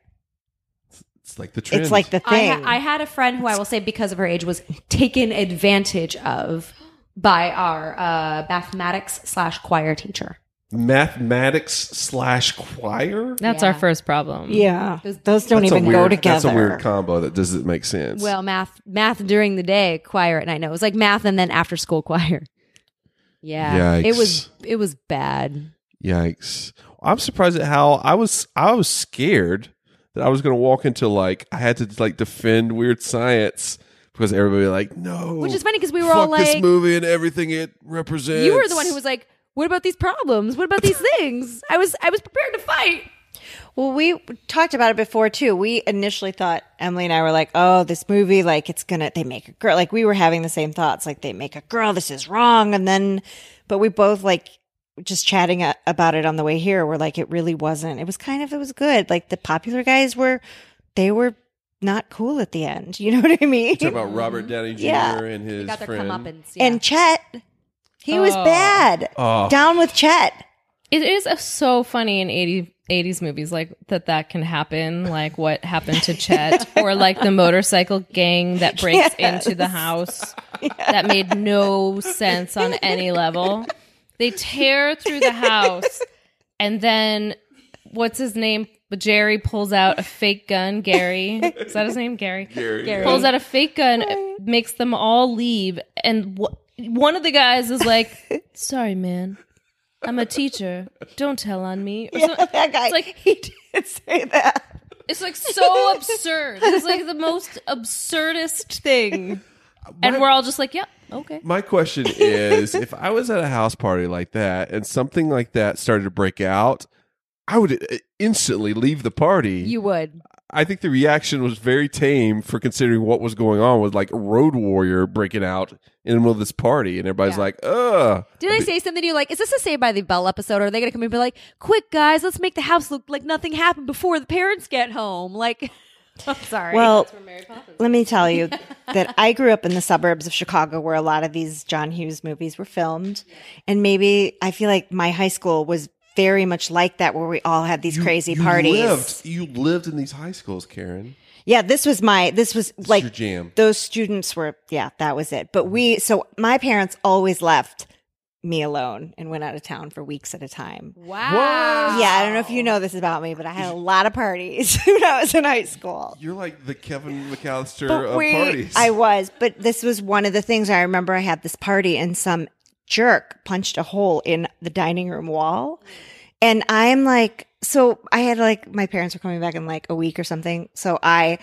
[SPEAKER 3] It's like the trend.
[SPEAKER 5] it's like the
[SPEAKER 2] I,
[SPEAKER 5] thing.
[SPEAKER 2] ha- I had a friend who I will say because of her age was taken advantage of by our uh, mathematics slash choir teacher.
[SPEAKER 3] Mathematics slash choir.
[SPEAKER 4] That's our first problem.
[SPEAKER 5] Yeah. Those don't
[SPEAKER 3] That's a
[SPEAKER 5] even
[SPEAKER 3] weird,
[SPEAKER 5] go together.
[SPEAKER 3] That's a weird combo that doesn't make sense.
[SPEAKER 2] Well, math math during the day, choir at night. No, it was like math and then after school choir. Yeah, it was it was bad.
[SPEAKER 3] Yikes! I'm surprised at how I was. I was scared that I was going to walk into like I had to like defend weird science because everybody was like no,
[SPEAKER 2] Which is funny because we were
[SPEAKER 3] fuck
[SPEAKER 2] all
[SPEAKER 3] this
[SPEAKER 2] like,
[SPEAKER 3] movie and everything it represents.
[SPEAKER 2] you were the one who was like, what about these problems? What about these things? I was I was prepared to fight.
[SPEAKER 5] Well, we talked about it before too. We initially thought Emily and I were like, "Oh, this movie, like it's gonna, they make a girl." Like we were having the same thoughts, like they make a girl. This is wrong. And then, but we both like just chatting a- about it on the way here. We're like, it really wasn't. It was kind of, it was good. Like the popular guys were, they were not cool at the end. You know what I mean?
[SPEAKER 3] talking about Robert Downey Jr.
[SPEAKER 5] Yeah.
[SPEAKER 3] and his
[SPEAKER 2] Got their
[SPEAKER 3] friend.
[SPEAKER 2] comeuppance. Yeah.
[SPEAKER 5] And Chet, he was
[SPEAKER 4] Oh.
[SPEAKER 5] bad.
[SPEAKER 3] Oh.
[SPEAKER 5] Down with Chet.
[SPEAKER 4] It is uh, so funny in 80, 80s movies like that that can happen, like what happened to Chet or like the motorcycle gang that breaks into the house that made no sense on any level. They tear through the house and then what's his name? Jerry pulls out a fake gun. Gary. Is that his name? Gary.
[SPEAKER 3] Gary.
[SPEAKER 4] pulls out a fake gun, makes them all leave, and wh- one of the guys is like, "Sorry, man, I'm a teacher. Don't tell on me." Or some-
[SPEAKER 5] That guy.
[SPEAKER 4] It's like-
[SPEAKER 5] he did say that.
[SPEAKER 4] it's like so absurd. It's like the most absurdest thing, and we're all just like, "Yep, okay."
[SPEAKER 3] My question is if I was at a house party like that and something like that started to break out, I would uh, instantly leave the party.
[SPEAKER 2] you would.
[SPEAKER 3] I think the reaction was very tame for considering what was going on with like Road Warrior breaking out in the middle of this party. And everybody's like, ugh.
[SPEAKER 2] Did I say something to you like, is this a Saved by the Bell episode? Or are they going to come in and be like, quick, guys, let's make the house look like nothing happened before the parents get home? Like, I'm sorry.
[SPEAKER 5] Well, let me tell you that I grew up in the suburbs of Chicago where a lot of these John Hughes movies were filmed. And maybe I feel like my high school was very much like that where we all had these crazy
[SPEAKER 3] you
[SPEAKER 5] parties.
[SPEAKER 3] Lived, you lived in these high schools, Karen.
[SPEAKER 5] Yeah, this was my this was like
[SPEAKER 3] your jam.
[SPEAKER 5] those students were yeah, that was it. But we so my parents always left me alone and went out of town for weeks at a time.
[SPEAKER 2] wow.
[SPEAKER 5] Yeah, I don't know if you know this about me, but I had a lot of parties when I was in high school.
[SPEAKER 3] You're like the Kevin McAllister
[SPEAKER 5] But
[SPEAKER 3] of
[SPEAKER 5] we-
[SPEAKER 3] parties.
[SPEAKER 5] I was, but this was one of the things I remember. I had this party, and some jerk punched a hole in the dining room wall, and I'm like, so I had like my parents were coming back in like a week or something, so I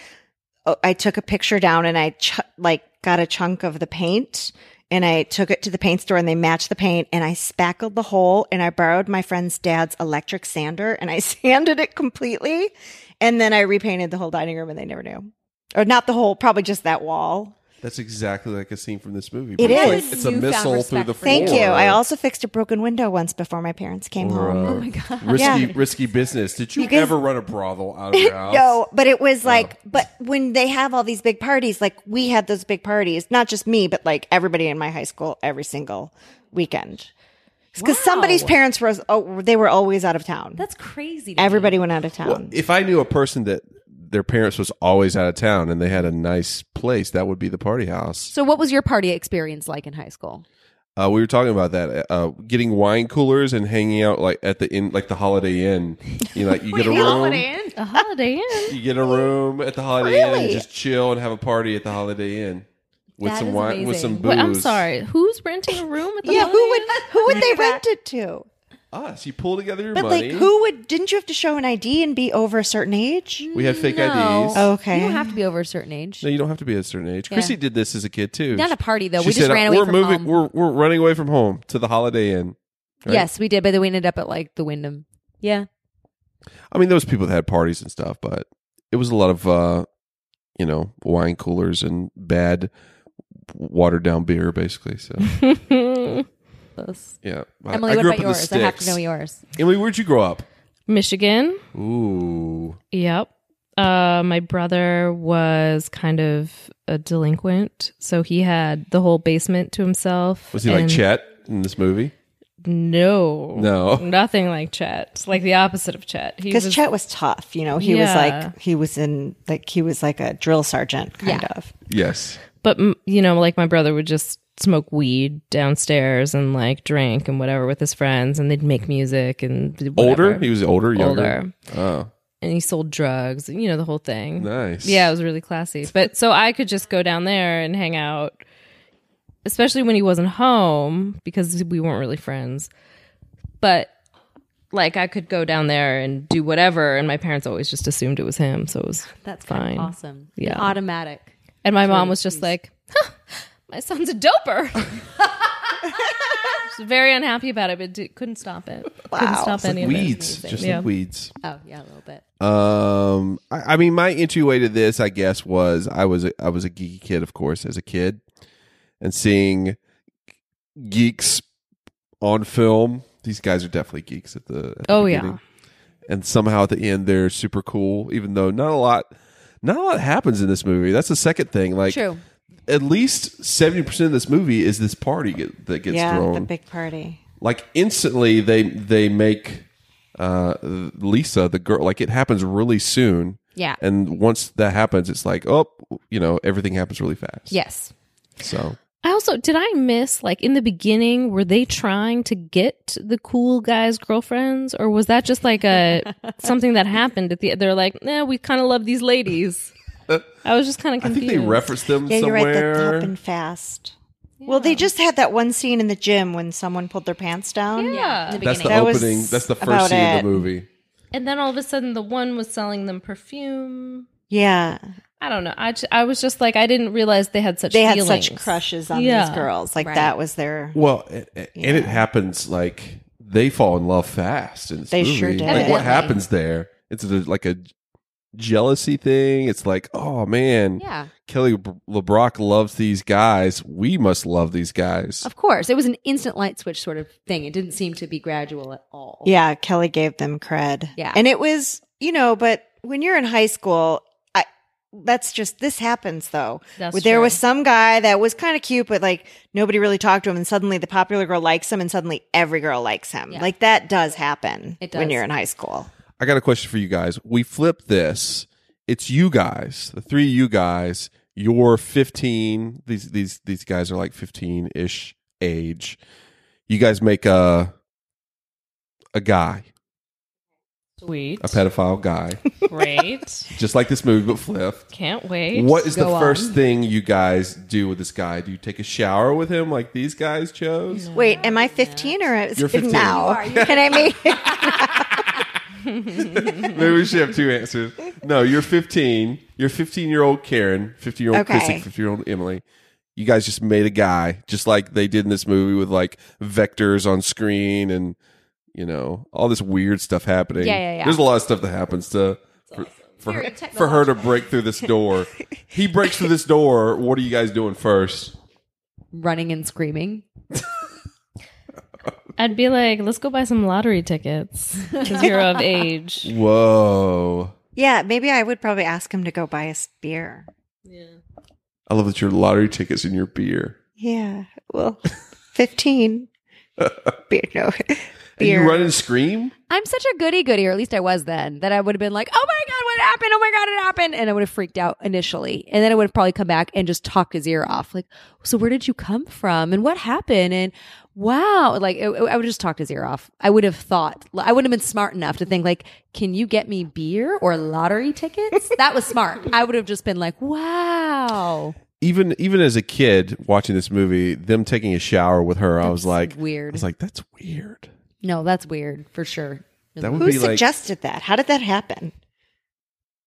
[SPEAKER 5] I took a picture down and I ch- like got a chunk of the paint. And I took it to the paint store and they matched the paint and I spackled the hole and I borrowed my friend's dad's electric sander and I sanded it completely. And then I repainted the whole dining room and they never knew or not the whole, probably just that wall.
[SPEAKER 3] That's exactly like a scene from this movie.
[SPEAKER 5] It
[SPEAKER 3] but it's like-
[SPEAKER 5] is.
[SPEAKER 3] it's a
[SPEAKER 2] Newfound
[SPEAKER 3] missile
[SPEAKER 2] respect
[SPEAKER 3] through the
[SPEAKER 2] for
[SPEAKER 3] floor.
[SPEAKER 5] Thank you. I also fixed a broken window once before my parents came
[SPEAKER 3] Or,
[SPEAKER 5] home.
[SPEAKER 3] uh, Risky,
[SPEAKER 5] Yeah.
[SPEAKER 3] risky business. Did you,
[SPEAKER 5] guys- um,
[SPEAKER 3] ever run a brothel out of your house?
[SPEAKER 5] No, but it was like, but when they have all these big parties, like we had those big parties, not just me, but like everybody in my high school every single weekend. Because somebody's parents were, oh, they were always out of town.
[SPEAKER 2] That's crazy. to me.
[SPEAKER 5] everybody went out of town.
[SPEAKER 3] If I knew a person that their parents was always out of town and they had a nice place, that would be the party house.
[SPEAKER 2] So, what was your party experience like in high school?
[SPEAKER 3] Uh, we were talking about that, uh, getting wine coolers and hanging out like at the inn, like the Holiday Inn. You know, like you get a room,
[SPEAKER 4] A Holiday Inn.
[SPEAKER 3] you get a room at the Holiday Inn and
[SPEAKER 5] Really?
[SPEAKER 3] just chill and have a party at the Holiday Inn with
[SPEAKER 2] That
[SPEAKER 3] some
[SPEAKER 2] is
[SPEAKER 3] wine, with some
[SPEAKER 2] amazing.
[SPEAKER 3] booze.
[SPEAKER 4] Wait, I'm sorry. Who's renting a room at the
[SPEAKER 5] yeah,
[SPEAKER 4] Holiday
[SPEAKER 5] who would
[SPEAKER 4] Inn?
[SPEAKER 5] who would they rent it to?
[SPEAKER 3] Us, Ah, you pull together your
[SPEAKER 5] But
[SPEAKER 3] money.
[SPEAKER 5] like, who would? Didn't you have to show an ID and be over a certain age?
[SPEAKER 3] We had fake IDs.
[SPEAKER 5] Okay.
[SPEAKER 2] You don't have to be over a certain age.
[SPEAKER 3] No, you don't have to be a certain age. Chrissy did this as a kid too.
[SPEAKER 2] Not a party, though.
[SPEAKER 3] She
[SPEAKER 2] We just
[SPEAKER 3] said, uh,
[SPEAKER 2] ran away
[SPEAKER 3] we're
[SPEAKER 2] from
[SPEAKER 3] moving,
[SPEAKER 2] home.
[SPEAKER 3] We're, we're running away from home to the Holiday Inn. right?
[SPEAKER 2] Yes, we did, but then we ended up at like the Wyndham. Yeah.
[SPEAKER 3] I mean, there was people that had parties and stuff, but it was a lot of, uh, you know, wine coolers and bad, watered down beer, basically. So yeah, I,
[SPEAKER 2] Emily,
[SPEAKER 3] I
[SPEAKER 2] what
[SPEAKER 3] grew
[SPEAKER 2] about
[SPEAKER 3] up in the
[SPEAKER 2] yours? I have to
[SPEAKER 3] sticks.
[SPEAKER 2] know yours.
[SPEAKER 3] Emily, where'd you grow up?
[SPEAKER 4] Michigan.
[SPEAKER 3] Ooh,
[SPEAKER 4] Yep. Uh, my brother was kind of a delinquent, so he had the whole basement to himself.
[SPEAKER 3] was he like
[SPEAKER 4] and-
[SPEAKER 3] Chet in this movie?
[SPEAKER 4] No,
[SPEAKER 2] Mm.
[SPEAKER 3] No,
[SPEAKER 4] nothing like Chet. Like the opposite of Chet. He
[SPEAKER 5] Because
[SPEAKER 4] was
[SPEAKER 5] Chet was tough, you know. He was
[SPEAKER 4] Yeah.
[SPEAKER 5] like he was in like he was like a drill sergeant kind
[SPEAKER 2] Yeah.
[SPEAKER 5] of.
[SPEAKER 3] yes,
[SPEAKER 4] but m- you know like my brother would just smoke weed downstairs and like drink and whatever with his friends, and they'd make music and whatever.
[SPEAKER 3] Older? He was older, younger.
[SPEAKER 4] older,
[SPEAKER 3] Oh,
[SPEAKER 4] and he sold drugs. You know the whole thing.
[SPEAKER 3] nice.
[SPEAKER 4] Yeah, it was really classy. But so I could just go down there and hang out, especially when he wasn't home because we weren't really friends. But like I could go down there and do whatever, and my parents always just assumed it was him, so it was
[SPEAKER 2] That's kind
[SPEAKER 4] fine.
[SPEAKER 2] of awesome.
[SPEAKER 4] Yeah.
[SPEAKER 2] Automatic.
[SPEAKER 4] And my mom was just like, huh, "My son's a doper." She was very unhappy about it, but d- couldn't stop it. Couldn't
[SPEAKER 5] Wow.
[SPEAKER 4] stop any of
[SPEAKER 3] Weeds,
[SPEAKER 4] it.
[SPEAKER 3] just
[SPEAKER 4] yeah.
[SPEAKER 3] like weeds.
[SPEAKER 2] Oh, yeah, a little bit.
[SPEAKER 3] Um, I, I mean, my entryway to this, I guess, was I was a, I was a geeky kid, of course, as a kid, and seeing geeks on film. These guys are definitely geeks at the. At the
[SPEAKER 4] Oh, yeah.
[SPEAKER 3] beginning. and somehow at the end they're super cool, even though not a lot, not a lot happens in this movie. That's the second thing. Like,
[SPEAKER 2] True.
[SPEAKER 3] at least seventy percent of this movie is this party get, that gets
[SPEAKER 5] yeah,
[SPEAKER 3] thrown
[SPEAKER 5] the big party.
[SPEAKER 3] like instantly they they make uh Lisa the girl like it happens really soon.
[SPEAKER 2] Yeah.
[SPEAKER 3] And once that happens it's like, oh, you know, everything happens really fast.
[SPEAKER 2] Yes.
[SPEAKER 3] So
[SPEAKER 4] I also did I miss like in the beginning were they trying to get the cool guys girlfriends or was that just like a something that happened at the they're like nah we kind of love these ladies I was just kind
[SPEAKER 3] Uh,
[SPEAKER 4] of
[SPEAKER 3] I
[SPEAKER 4] confused
[SPEAKER 3] think they reference them
[SPEAKER 5] Yeah,
[SPEAKER 3] somewhere.
[SPEAKER 5] you're right. That's happened fast. Well, they just had that one scene in the gym when someone pulled their pants down.
[SPEAKER 4] yeah
[SPEAKER 3] that's the
[SPEAKER 5] That was
[SPEAKER 3] opening. That's the first
[SPEAKER 5] about
[SPEAKER 3] scene of
[SPEAKER 5] it.
[SPEAKER 3] the movie.
[SPEAKER 4] and then all of a sudden the one was selling them perfume
[SPEAKER 5] Yeah.
[SPEAKER 4] I don't know I, ju- I was just like I didn't realize they had such
[SPEAKER 5] They had
[SPEAKER 4] feelings.
[SPEAKER 5] such crushes on
[SPEAKER 4] Yeah.
[SPEAKER 5] these girls. Like that was their
[SPEAKER 3] Well, it, it- and it happens like they fall in love fast in this
[SPEAKER 5] They
[SPEAKER 3] movie.
[SPEAKER 5] sure did.
[SPEAKER 3] Like what
[SPEAKER 2] Evidently.
[SPEAKER 3] happens there? It's a, like a jealousy thing. It's like, oh man,
[SPEAKER 2] Yeah.
[SPEAKER 3] Kelly Br- LeBrock loves these guys. We must love these guys.
[SPEAKER 2] Of course. It was an instant light switch sort of thing. It didn't seem to be gradual at all.
[SPEAKER 5] Yeah, Kelly gave them cred.
[SPEAKER 2] Yeah.
[SPEAKER 5] And it was, you know, but when you're in high school, I that's just this happens though.
[SPEAKER 4] That's
[SPEAKER 5] there
[SPEAKER 4] true.
[SPEAKER 5] was some guy that was kind of cute, but like nobody really talked to him, and suddenly the popular girl likes him, and suddenly every girl likes him.
[SPEAKER 2] Yeah.
[SPEAKER 5] Like that does happen
[SPEAKER 2] It
[SPEAKER 5] when
[SPEAKER 2] does.
[SPEAKER 5] you're in high school.
[SPEAKER 3] I got a question for you guys. We flip this. It's you guys, the three of you guys. You're 15. These these these guys are like 15 ish age. You guys make a a guy,
[SPEAKER 4] sweet
[SPEAKER 3] a pedophile guy,
[SPEAKER 4] great
[SPEAKER 3] just like this movie, but flipped.
[SPEAKER 4] can't wait
[SPEAKER 3] What is the
[SPEAKER 2] Go
[SPEAKER 3] first
[SPEAKER 2] on.
[SPEAKER 3] thing you guys do with this guy? Do you take a shower with him like these guys chose?
[SPEAKER 5] Wait, am I 15 or is
[SPEAKER 3] You're
[SPEAKER 5] it
[SPEAKER 3] 15.
[SPEAKER 5] now?
[SPEAKER 3] You
[SPEAKER 5] Can I mean?
[SPEAKER 3] Maybe we should have two answers. No, you're 15. You're 15 year old Karen, 15 year old
[SPEAKER 5] Okay.
[SPEAKER 3] Chrissy, 15 year old Emily. You guys just made a guy, just like they did in this movie with like vectors on screen and you know all this weird stuff happening.
[SPEAKER 2] Yeah, yeah, yeah.
[SPEAKER 3] There's a lot of stuff that happens to for, for her, for her to break through this door. he breaks through this door. What are you guys doing first?
[SPEAKER 2] Running and screaming.
[SPEAKER 4] I'd be like let's go buy some lottery tickets because you're of age
[SPEAKER 3] Whoa!
[SPEAKER 5] yeah, maybe I would probably ask him to go buy us beer.
[SPEAKER 3] I love that your lottery tickets in your beer.
[SPEAKER 5] Yeah, well, 15 beer. No,
[SPEAKER 3] And
[SPEAKER 5] beer.
[SPEAKER 3] you run and scream.
[SPEAKER 2] I'm such a goody goody, or at least I was then, that I would have been like, oh my God, what happened? Oh my God, it happened. And I would have freaked out initially. And then I would have probably come back and just talked his ear off. Like, so where did you come from? And what happened? And wow, like, I I would have just talked his ear off. I would have thought, I wouldn't have been smart enough to think, like, can you get me beer or lottery tickets? That was smart. I would have just been like, wow.
[SPEAKER 3] even even as a kid watching this movie, them taking a shower with her, I was like
[SPEAKER 2] weird.
[SPEAKER 3] I was like, that's weird.
[SPEAKER 2] No, that's weird for sure.
[SPEAKER 3] That would
[SPEAKER 5] Who
[SPEAKER 3] be like
[SPEAKER 5] suggested that? How did that happen?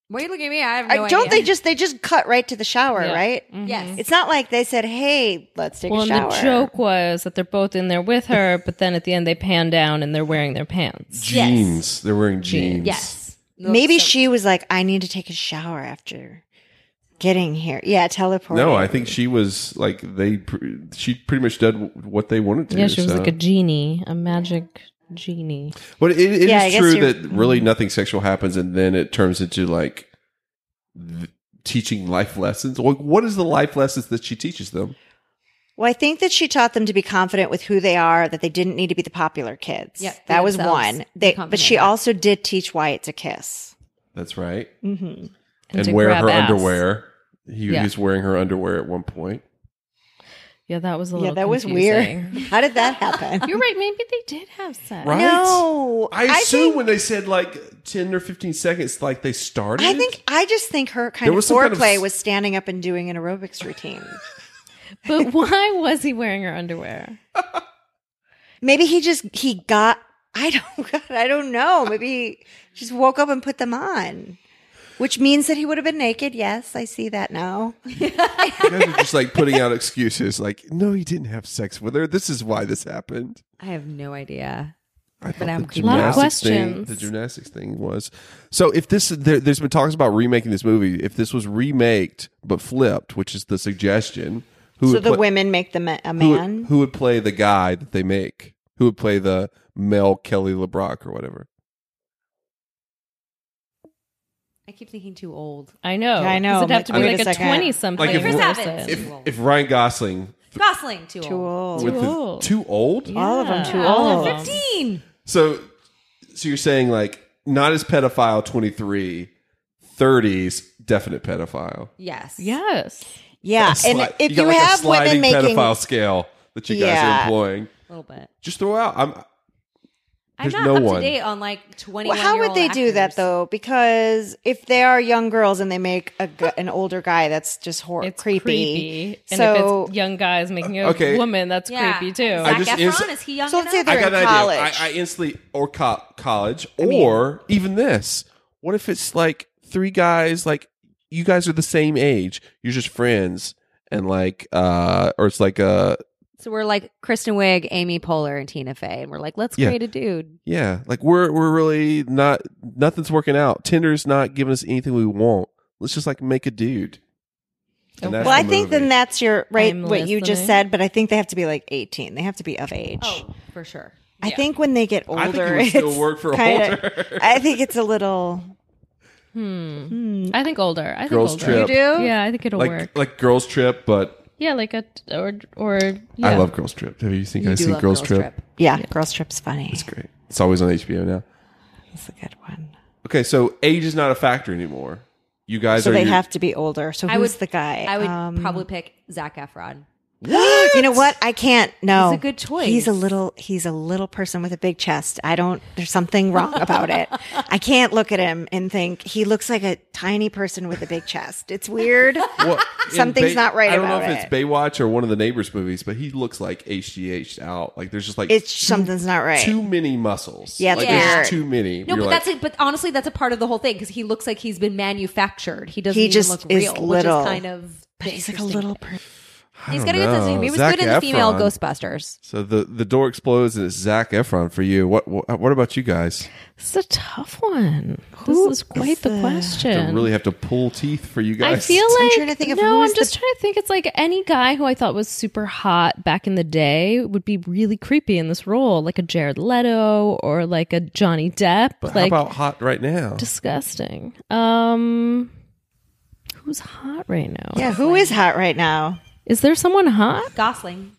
[SPEAKER 2] Why are you looking at me? I have no
[SPEAKER 5] I- don't
[SPEAKER 2] idea. Mm-hmm.
[SPEAKER 5] they just they just cut right to the shower,
[SPEAKER 4] Yeah.
[SPEAKER 5] right?
[SPEAKER 2] Yes.
[SPEAKER 5] It's not like they said, "Hey, let's take
[SPEAKER 4] Well,
[SPEAKER 5] a
[SPEAKER 4] and
[SPEAKER 5] shower."
[SPEAKER 4] the joke was that they're both in there with her, but then at the end they pan down and they're wearing their pants.
[SPEAKER 3] jeans. They're wearing jeans.
[SPEAKER 2] Yes.
[SPEAKER 5] Maybe she was like, "I need to take a shower after getting here." Yeah, teleport.
[SPEAKER 3] No, I think she was like they. pr- She pretty much did what they wanted to.
[SPEAKER 4] Yeah, she was
[SPEAKER 3] so.
[SPEAKER 4] like a genie, a magic genie.
[SPEAKER 3] But it, it is
[SPEAKER 5] Yeah, I guess
[SPEAKER 3] true
[SPEAKER 5] you're-
[SPEAKER 3] that really nothing sexual happens, and then it turns into like th- teaching life lessons. Like, what is the life lessons that she teaches them?
[SPEAKER 5] Well, I think that she taught them to be confident with who they are, that they didn't need to be the popular kids.
[SPEAKER 2] Yeah,
[SPEAKER 5] that was
[SPEAKER 2] themselves.
[SPEAKER 5] one.
[SPEAKER 2] Be
[SPEAKER 5] They, but
[SPEAKER 2] confident,
[SPEAKER 5] she
[SPEAKER 2] yeah.
[SPEAKER 5] also did teach Wyatt to kiss.
[SPEAKER 3] That's right.
[SPEAKER 5] hmm
[SPEAKER 3] And,
[SPEAKER 4] to
[SPEAKER 3] wear
[SPEAKER 4] grab
[SPEAKER 3] her
[SPEAKER 4] ass.
[SPEAKER 3] underwear. He,
[SPEAKER 4] Yeah.
[SPEAKER 3] he was wearing her underwear at one point.
[SPEAKER 4] Yeah, that was a
[SPEAKER 5] Yeah,
[SPEAKER 4] little.
[SPEAKER 5] that was
[SPEAKER 4] confusing.
[SPEAKER 5] weird. How did that happen?
[SPEAKER 4] You're right. Maybe they did have sex.
[SPEAKER 3] Right?
[SPEAKER 5] No,
[SPEAKER 3] I assume
[SPEAKER 5] I think-
[SPEAKER 3] when they said like 10 or 15 seconds, like they started.
[SPEAKER 5] I think I just think her kind
[SPEAKER 3] There
[SPEAKER 5] of
[SPEAKER 3] was some kind
[SPEAKER 5] foreplay
[SPEAKER 3] of s-
[SPEAKER 5] was standing up and doing an aerobics routine.
[SPEAKER 4] But why was he wearing her underwear?
[SPEAKER 5] Maybe he just he got I don't God, I don't know. Maybe he just woke up and put them on. Which means that he would have been naked. Yes, I see that now.
[SPEAKER 3] you guys are just like putting out excuses like, no, he didn't have sex with her. This is why this happened.
[SPEAKER 2] I have no idea.
[SPEAKER 3] I thought
[SPEAKER 2] I'm
[SPEAKER 3] the
[SPEAKER 2] creeped out.
[SPEAKER 4] Lot of
[SPEAKER 3] gymnastics thing,
[SPEAKER 4] questions.
[SPEAKER 3] the gymnastics thing was. So if this, there, there's been talks about remaking this movie. If this was remaked but flipped, which is the suggestion, who
[SPEAKER 5] So
[SPEAKER 3] would
[SPEAKER 5] the
[SPEAKER 3] play-
[SPEAKER 5] women make the ma- a
[SPEAKER 3] who would-
[SPEAKER 5] man.
[SPEAKER 3] who would play the guy that they make? Who would play the Mel Kelly LeBrock or whatever?
[SPEAKER 2] I keep thinking too old.
[SPEAKER 4] I know.
[SPEAKER 5] Yeah, I know.
[SPEAKER 4] Does
[SPEAKER 5] I'm
[SPEAKER 4] it have
[SPEAKER 5] like,
[SPEAKER 4] to be
[SPEAKER 5] wait a
[SPEAKER 4] like a
[SPEAKER 5] second.
[SPEAKER 4] twenty-something
[SPEAKER 3] Like, if- Chris
[SPEAKER 2] Evans.
[SPEAKER 4] person?
[SPEAKER 2] If-
[SPEAKER 3] If Ryan Gosling
[SPEAKER 2] Gosling, too,
[SPEAKER 5] Too
[SPEAKER 2] old.
[SPEAKER 5] old.
[SPEAKER 3] with his-
[SPEAKER 4] old.
[SPEAKER 3] too old,
[SPEAKER 5] All of them too
[SPEAKER 4] Yeah. All
[SPEAKER 5] old.
[SPEAKER 4] of them.
[SPEAKER 2] Dean.
[SPEAKER 3] So, so you're saying like not as pedophile 23, 30s definite pedophile.
[SPEAKER 2] Yes.
[SPEAKER 4] Yes.
[SPEAKER 5] Yeah, and
[SPEAKER 3] Sli-
[SPEAKER 5] if
[SPEAKER 3] got,
[SPEAKER 5] you,
[SPEAKER 3] like, a
[SPEAKER 5] have women
[SPEAKER 3] sliding
[SPEAKER 5] making
[SPEAKER 3] pedophile scale that you guys
[SPEAKER 5] Yeah.
[SPEAKER 3] are employing,
[SPEAKER 2] A little bit.
[SPEAKER 3] just throw out. I'm
[SPEAKER 2] I'm not
[SPEAKER 3] There's no
[SPEAKER 2] up
[SPEAKER 3] one.
[SPEAKER 2] to date on like 20.
[SPEAKER 5] Well, how would they do that though? Because if they are young girls and they make a gu- an older guy, that's just horrible,
[SPEAKER 4] It's creepy. And
[SPEAKER 5] so
[SPEAKER 4] if it's young guys making a
[SPEAKER 3] Okay.
[SPEAKER 4] woman, that's
[SPEAKER 2] Yeah.
[SPEAKER 4] creepy too.
[SPEAKER 2] Zac
[SPEAKER 3] just
[SPEAKER 2] Efron
[SPEAKER 3] inst-
[SPEAKER 2] is he young
[SPEAKER 5] So let's
[SPEAKER 2] enough?
[SPEAKER 5] say
[SPEAKER 3] I
[SPEAKER 5] They're
[SPEAKER 3] got an
[SPEAKER 5] in
[SPEAKER 3] idea.
[SPEAKER 5] college.
[SPEAKER 3] I, I instantly or co- college or even this. What if it's like three guys? Like you guys are the same age. You're just friends, and like, uh or it's like a
[SPEAKER 2] So we're like Kristen Wiig, Amy Poehler, and Tina Fey, and we're like, let's
[SPEAKER 3] Yeah.
[SPEAKER 2] create a dude.
[SPEAKER 3] Yeah, like we're we're really not nothing's working out. Tinder's not giving us anything we want. Let's just like make a dude. And that's
[SPEAKER 5] well, I
[SPEAKER 3] the
[SPEAKER 5] think then
[SPEAKER 3] movie.
[SPEAKER 5] that's your right
[SPEAKER 4] I'm
[SPEAKER 5] what you just
[SPEAKER 4] listening.
[SPEAKER 5] said, but I think they have to be like eighteen. They have to be of age.
[SPEAKER 2] Oh, for sure.
[SPEAKER 5] I think when they get older,
[SPEAKER 3] I think it would still
[SPEAKER 5] it's
[SPEAKER 3] work for
[SPEAKER 5] kinda-
[SPEAKER 3] older.
[SPEAKER 5] I think it's a little.
[SPEAKER 4] I think older. I think
[SPEAKER 3] Girls
[SPEAKER 4] older.
[SPEAKER 3] Trip. You
[SPEAKER 5] do?
[SPEAKER 4] Yeah, I think it'll
[SPEAKER 3] like
[SPEAKER 4] work.
[SPEAKER 3] like Girls Trip, but
[SPEAKER 4] Yeah, like a or or yeah.
[SPEAKER 3] I love Girls Trip. Have you seen
[SPEAKER 2] You
[SPEAKER 3] guys
[SPEAKER 2] do
[SPEAKER 3] seen
[SPEAKER 2] love
[SPEAKER 3] Girls, Trip?
[SPEAKER 5] Yeah, girls trip's funny.
[SPEAKER 3] It's great. It's always on HBO now.
[SPEAKER 5] That's a good one.
[SPEAKER 3] Okay, so age is not a factor anymore. You guys
[SPEAKER 5] So
[SPEAKER 3] are
[SPEAKER 5] they
[SPEAKER 3] your-
[SPEAKER 5] have to be older. So who's
[SPEAKER 2] I would
[SPEAKER 5] the guy?
[SPEAKER 2] I would
[SPEAKER 5] Um,
[SPEAKER 2] probably pick Zach Efron.
[SPEAKER 5] You know what? I can't. No,
[SPEAKER 2] He's a good choice.
[SPEAKER 5] He's a little. He's a little person with a big chest. I don't. There's something wrong about it. I can't look at him and think he looks like a tiny person with a big chest. It's weird.
[SPEAKER 3] Well, in
[SPEAKER 5] Something's not right
[SPEAKER 3] I don't
[SPEAKER 5] about
[SPEAKER 3] know if it's
[SPEAKER 5] it.
[SPEAKER 3] Baywatch or one of the neighbors movies, but he looks like HGH out. Like there's just like
[SPEAKER 5] It's something's not right.
[SPEAKER 3] too many muscles.
[SPEAKER 5] Yeah,
[SPEAKER 3] like
[SPEAKER 5] it's
[SPEAKER 3] there's
[SPEAKER 5] weird.
[SPEAKER 3] too many.
[SPEAKER 2] No,
[SPEAKER 3] You're
[SPEAKER 2] but
[SPEAKER 3] like,
[SPEAKER 2] that's it. But honestly, that's a part of the whole thing because he looks like he's been manufactured. He doesn't
[SPEAKER 5] He
[SPEAKER 2] even
[SPEAKER 5] just
[SPEAKER 2] look
[SPEAKER 5] is
[SPEAKER 2] real,
[SPEAKER 5] little.
[SPEAKER 2] which is kind of.
[SPEAKER 5] but he's like a little person.
[SPEAKER 3] I
[SPEAKER 2] He's
[SPEAKER 3] don't
[SPEAKER 2] gonna get this.
[SPEAKER 3] know.
[SPEAKER 2] He was
[SPEAKER 3] Zac
[SPEAKER 2] good in the female
[SPEAKER 3] Efron.
[SPEAKER 2] Ghostbusters.
[SPEAKER 3] So the the door explodes and it's Zach Efron for you. What what, what about you guys?
[SPEAKER 4] It's a tough one.
[SPEAKER 5] Who
[SPEAKER 4] this is quite
[SPEAKER 5] is
[SPEAKER 4] the,
[SPEAKER 5] the-
[SPEAKER 3] To
[SPEAKER 4] question.
[SPEAKER 3] really have to pull teeth for you guys.
[SPEAKER 4] I feel like
[SPEAKER 5] I'm trying to think of who
[SPEAKER 4] no.
[SPEAKER 5] is
[SPEAKER 4] I'm just trying to think. It's like any guy who I thought was super hot back in the day would be really creepy in this role, like a Jared Leto or like a Johnny Depp.
[SPEAKER 3] But
[SPEAKER 4] like
[SPEAKER 3] how about hot right now?
[SPEAKER 4] disgusting. Um, who's hot right now?
[SPEAKER 5] Yeah, who is hot right now?
[SPEAKER 4] Is there someone hot?
[SPEAKER 2] Gosling.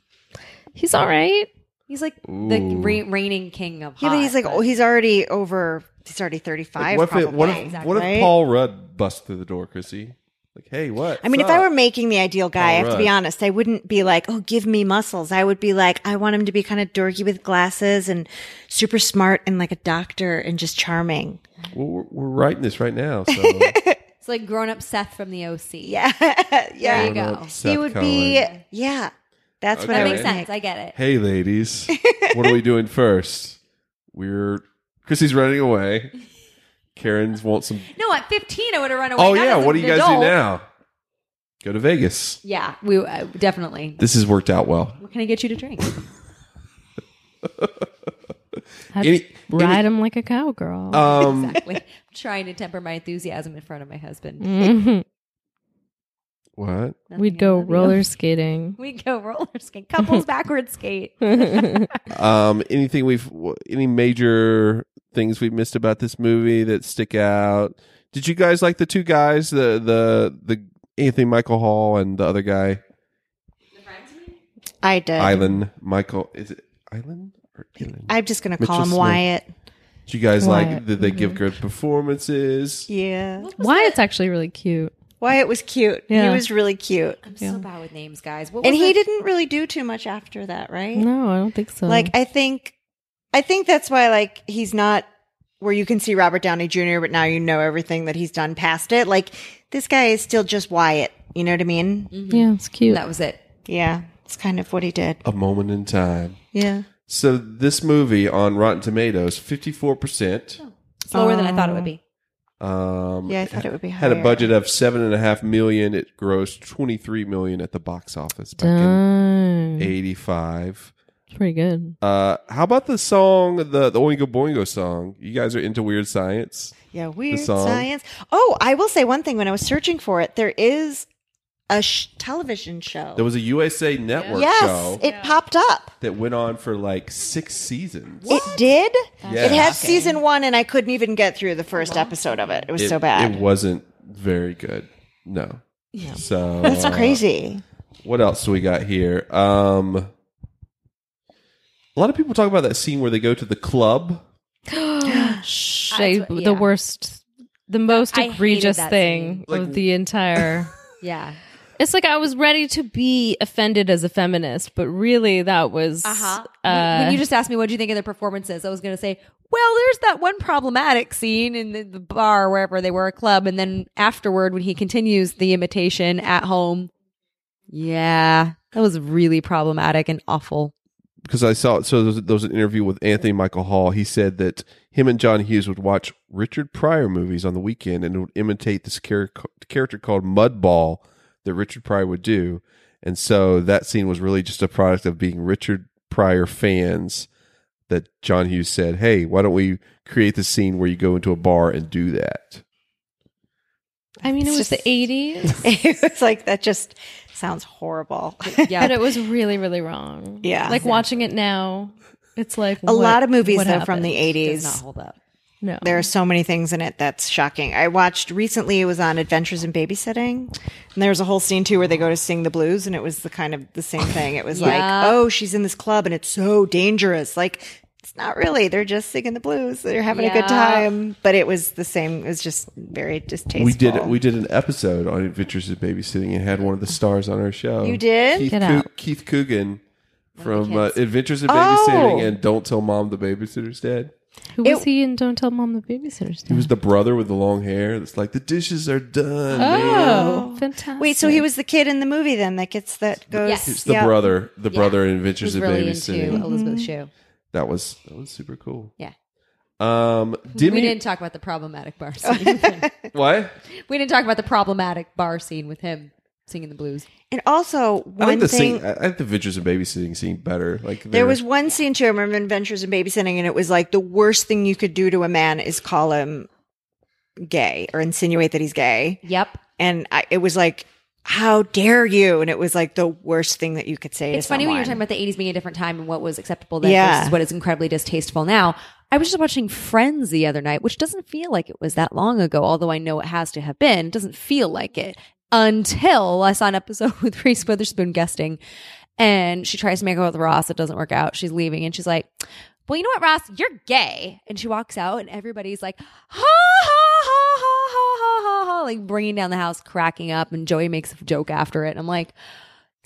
[SPEAKER 4] He's all right.
[SPEAKER 2] He's like the re- reigning king of.
[SPEAKER 5] Yeah, but
[SPEAKER 2] hot,
[SPEAKER 5] he's like oh, he's already over. He's already thirty five.
[SPEAKER 3] what if it, what if
[SPEAKER 2] Exactly.
[SPEAKER 3] what if
[SPEAKER 5] Right?
[SPEAKER 3] Paul Rudd busts through the door, Chrissy? Like, hey, what?
[SPEAKER 5] I mean,
[SPEAKER 3] What's
[SPEAKER 5] if I
[SPEAKER 3] up?
[SPEAKER 5] were making the ideal guy, I have to be
[SPEAKER 3] Alright.
[SPEAKER 5] honest, I wouldn't be like, oh, give me muscles. I would be like, I want him to be kind of dorky with glasses and super smart and like a doctor and just charming.
[SPEAKER 3] Well, we're, we're writing this right now. So there
[SPEAKER 2] It's like grown up Seth from the OC. Yeah,
[SPEAKER 5] Yeah. yeah.
[SPEAKER 2] you go.
[SPEAKER 5] He would be, yeah. That's what
[SPEAKER 3] Okay.
[SPEAKER 2] that
[SPEAKER 5] I would
[SPEAKER 2] makes
[SPEAKER 5] think.
[SPEAKER 2] sense. I get it.
[SPEAKER 3] Hey, ladies, what are we doing first? We're Chrissy's running away. Karen's wants some.
[SPEAKER 2] No, at 15, I would have run away.
[SPEAKER 3] Oh
[SPEAKER 2] Not
[SPEAKER 3] yeah,
[SPEAKER 2] as
[SPEAKER 3] what do
[SPEAKER 2] an
[SPEAKER 3] you guys
[SPEAKER 2] adult.
[SPEAKER 3] do now? Go to Vegas.
[SPEAKER 2] Yeah, we uh, definitely.
[SPEAKER 3] This has worked out well.
[SPEAKER 2] What can I get you to drink?
[SPEAKER 4] Have,
[SPEAKER 3] Any-
[SPEAKER 4] ride him like a cowgirl.
[SPEAKER 3] Um,
[SPEAKER 2] exactly. I'm trying to temper my enthusiasm in front of my husband.
[SPEAKER 3] Mm.
[SPEAKER 4] Mhm.
[SPEAKER 3] what?
[SPEAKER 4] We'd go roller skating.
[SPEAKER 2] We go roller skate, couples backwards skate.
[SPEAKER 3] Um, anything we've w- any major things we've missed about this movie that stick out? Did you guys like the two guys, the the the Anthony Michael Hall and the other guy,
[SPEAKER 5] I did.
[SPEAKER 3] Island Michael? Is it Island or Island?
[SPEAKER 5] I'm just going to call
[SPEAKER 3] Mitchell Smith.
[SPEAKER 5] him Wyatt.
[SPEAKER 3] Did you guys
[SPEAKER 4] Wyatt,
[SPEAKER 3] like? Did they give good performances?
[SPEAKER 5] Yeah.
[SPEAKER 4] Wyatt's actually really cute.
[SPEAKER 5] Wyatt was cute. He
[SPEAKER 4] Yeah.
[SPEAKER 5] was really cute.
[SPEAKER 2] I'm so bad with names, guys. What
[SPEAKER 5] And
[SPEAKER 2] was
[SPEAKER 5] he
[SPEAKER 2] the-
[SPEAKER 5] didn't really do too much after that, right?
[SPEAKER 4] No, I don't think so.
[SPEAKER 5] Like I think I think that's why like he's not where you can see Robert Downey Jr., but now you know everything that he's done past it. Like this guy is still just Wyatt. You know what I mean?
[SPEAKER 4] yeah, it's cute.
[SPEAKER 2] That was it.
[SPEAKER 5] Yeah. It's kind of what he did.
[SPEAKER 3] A moment in time.
[SPEAKER 5] Yeah.
[SPEAKER 3] So this movie on Rotten Tomatoes, fifty four percent.
[SPEAKER 2] It's lower than I thought it would be.
[SPEAKER 3] Um,
[SPEAKER 5] Yeah, I thought it would be
[SPEAKER 3] had a
[SPEAKER 5] higher.
[SPEAKER 3] budget of seven and a half million. It grossed twenty three million at the box office back in
[SPEAKER 4] Dang.
[SPEAKER 3] eighty five.
[SPEAKER 4] It's pretty good.
[SPEAKER 3] Uh, how about the song, the the Oingo Boingo song? You guys are into weird science.
[SPEAKER 5] Yeah, weird
[SPEAKER 3] song.
[SPEAKER 5] science. Oh, I will say one thing when I was searching for it, there is a sh- television show.
[SPEAKER 3] There was a USA Network
[SPEAKER 5] yes,
[SPEAKER 3] show
[SPEAKER 5] it popped up.
[SPEAKER 3] that went on for like six seasons.
[SPEAKER 5] It did.
[SPEAKER 3] Yeah.
[SPEAKER 5] It had season one, and I couldn't even get through the first episode of it. It was
[SPEAKER 3] It-
[SPEAKER 5] so bad.
[SPEAKER 3] It wasn't very good. No. So
[SPEAKER 5] That's
[SPEAKER 3] uh,
[SPEAKER 5] crazy.
[SPEAKER 3] What else do we got here? Um, a lot of people talk about that scene where they go to the club.
[SPEAKER 4] They-
[SPEAKER 2] what- yeah.
[SPEAKER 4] The worst, the most
[SPEAKER 2] I hated
[SPEAKER 4] egregious
[SPEAKER 2] that
[SPEAKER 4] thing
[SPEAKER 2] scene.
[SPEAKER 4] of the entire.
[SPEAKER 2] Yeah.
[SPEAKER 4] it's like I was ready to be offended as a feminist, but really that was.
[SPEAKER 2] Uh-huh.
[SPEAKER 4] uh,
[SPEAKER 2] When- when you just asked me what do you think of their performances, I was going to say, well, there's that one problematic scene in the, the bar wherever they were a club, and then afterward when he continues the imitation at home. Yeah, that was really problematic and awful.
[SPEAKER 3] because I saw so there was, there was an interview with Anthony Michael Hall. He said that him and John Hughes would watch Richard Pryor movies on the weekend and would imitate this char- character called Mudball that Richard Pryor would do, and so that scene was really just a product of being Richard Pryor fans. That John Hughes said, "Hey, why don't we create the scene where you go into a bar and do that?"
[SPEAKER 4] I mean, it was the 80s,
[SPEAKER 5] it was like that. Just sounds horrible.
[SPEAKER 2] Yeah,
[SPEAKER 4] but it was really, really wrong.
[SPEAKER 5] Yeah.
[SPEAKER 4] Like watching it now, it's like
[SPEAKER 5] a lot of movies though from the
[SPEAKER 2] does not
[SPEAKER 5] eighties.
[SPEAKER 2] hold up.
[SPEAKER 4] No.
[SPEAKER 5] There are so many things in it that's shocking. I watched recently. It was on Adventures in Babysitting, and there was a whole scene too where they go to sing the blues, and it was the kind of the same thing. It was
[SPEAKER 2] Yeah.
[SPEAKER 5] like, oh, she's in this club, and it's so dangerous. Like. It's not really. They're just singing the blues. They're having a good
[SPEAKER 2] Yeah.
[SPEAKER 5] time. But it was the same. It was just very distasteful.
[SPEAKER 3] We did we did an episode on Adventures in Babysitting and had one of the stars on our show.
[SPEAKER 5] You did?
[SPEAKER 3] Keith,
[SPEAKER 4] Get
[SPEAKER 3] Coo-
[SPEAKER 4] out.
[SPEAKER 3] Keith Coogan from uh,
[SPEAKER 2] kids.
[SPEAKER 3] Adventures in
[SPEAKER 5] Oh.
[SPEAKER 3] Babysitting and Don't Tell Mom the Babysitter's Dead.
[SPEAKER 4] Who
[SPEAKER 5] It-
[SPEAKER 4] was he in Don't Tell Mom the Babysitter's
[SPEAKER 3] He
[SPEAKER 4] Dead?
[SPEAKER 3] was the brother with the long hair. That's like the dishes are done. man."
[SPEAKER 4] Oh, fantastic.
[SPEAKER 5] Wait, so he was the kid in the movie then that gets that goes.
[SPEAKER 2] Yes.
[SPEAKER 3] It's the
[SPEAKER 5] yeah.
[SPEAKER 3] brother, the
[SPEAKER 2] Yeah.
[SPEAKER 3] brother in
[SPEAKER 2] He
[SPEAKER 3] Adventures
[SPEAKER 2] was
[SPEAKER 3] in
[SPEAKER 2] really
[SPEAKER 3] Babysitting.
[SPEAKER 2] into Elizabeth Shue.
[SPEAKER 3] That was that was super cool.
[SPEAKER 2] Yeah.
[SPEAKER 3] Um,
[SPEAKER 2] we
[SPEAKER 3] Demi,
[SPEAKER 2] didn't talk about the problematic bar scene.
[SPEAKER 3] what?
[SPEAKER 2] we didn't talk about the problematic bar scene with him singing the blues.
[SPEAKER 5] And also
[SPEAKER 3] I
[SPEAKER 5] one
[SPEAKER 3] think the
[SPEAKER 5] thing
[SPEAKER 3] scene, I, I think the Adventures in Babysitting scene better. Like
[SPEAKER 5] there was one scene to remember Adventures in Babysitting, and it was like the worst thing you could do to a man is call him gay or insinuate that he's gay.
[SPEAKER 2] Yep.
[SPEAKER 5] And I, it was like, how dare you? And it was like the worst thing that you could say.
[SPEAKER 2] It's
[SPEAKER 5] to
[SPEAKER 2] funny when you're talking
[SPEAKER 5] someone.
[SPEAKER 2] about the 80s being a different time and what was acceptable then
[SPEAKER 5] Yeah.
[SPEAKER 2] versus what is incredibly distasteful now. I was just watching Friends the other night, which doesn't feel like it was that long ago, although I know it has to have been. It doesn't feel like it until I saw an episode with Reese Witherspoon guesting and she tries to make out with Ross. It doesn't work out. She's leaving and she's like, well, you know what, Ross, you're gay. And she walks out and everybody's like, ha, ha, ha, ha, ha, ha, ha, like bringing down the house, cracking up. And Joey makes a joke after it. And I'm like,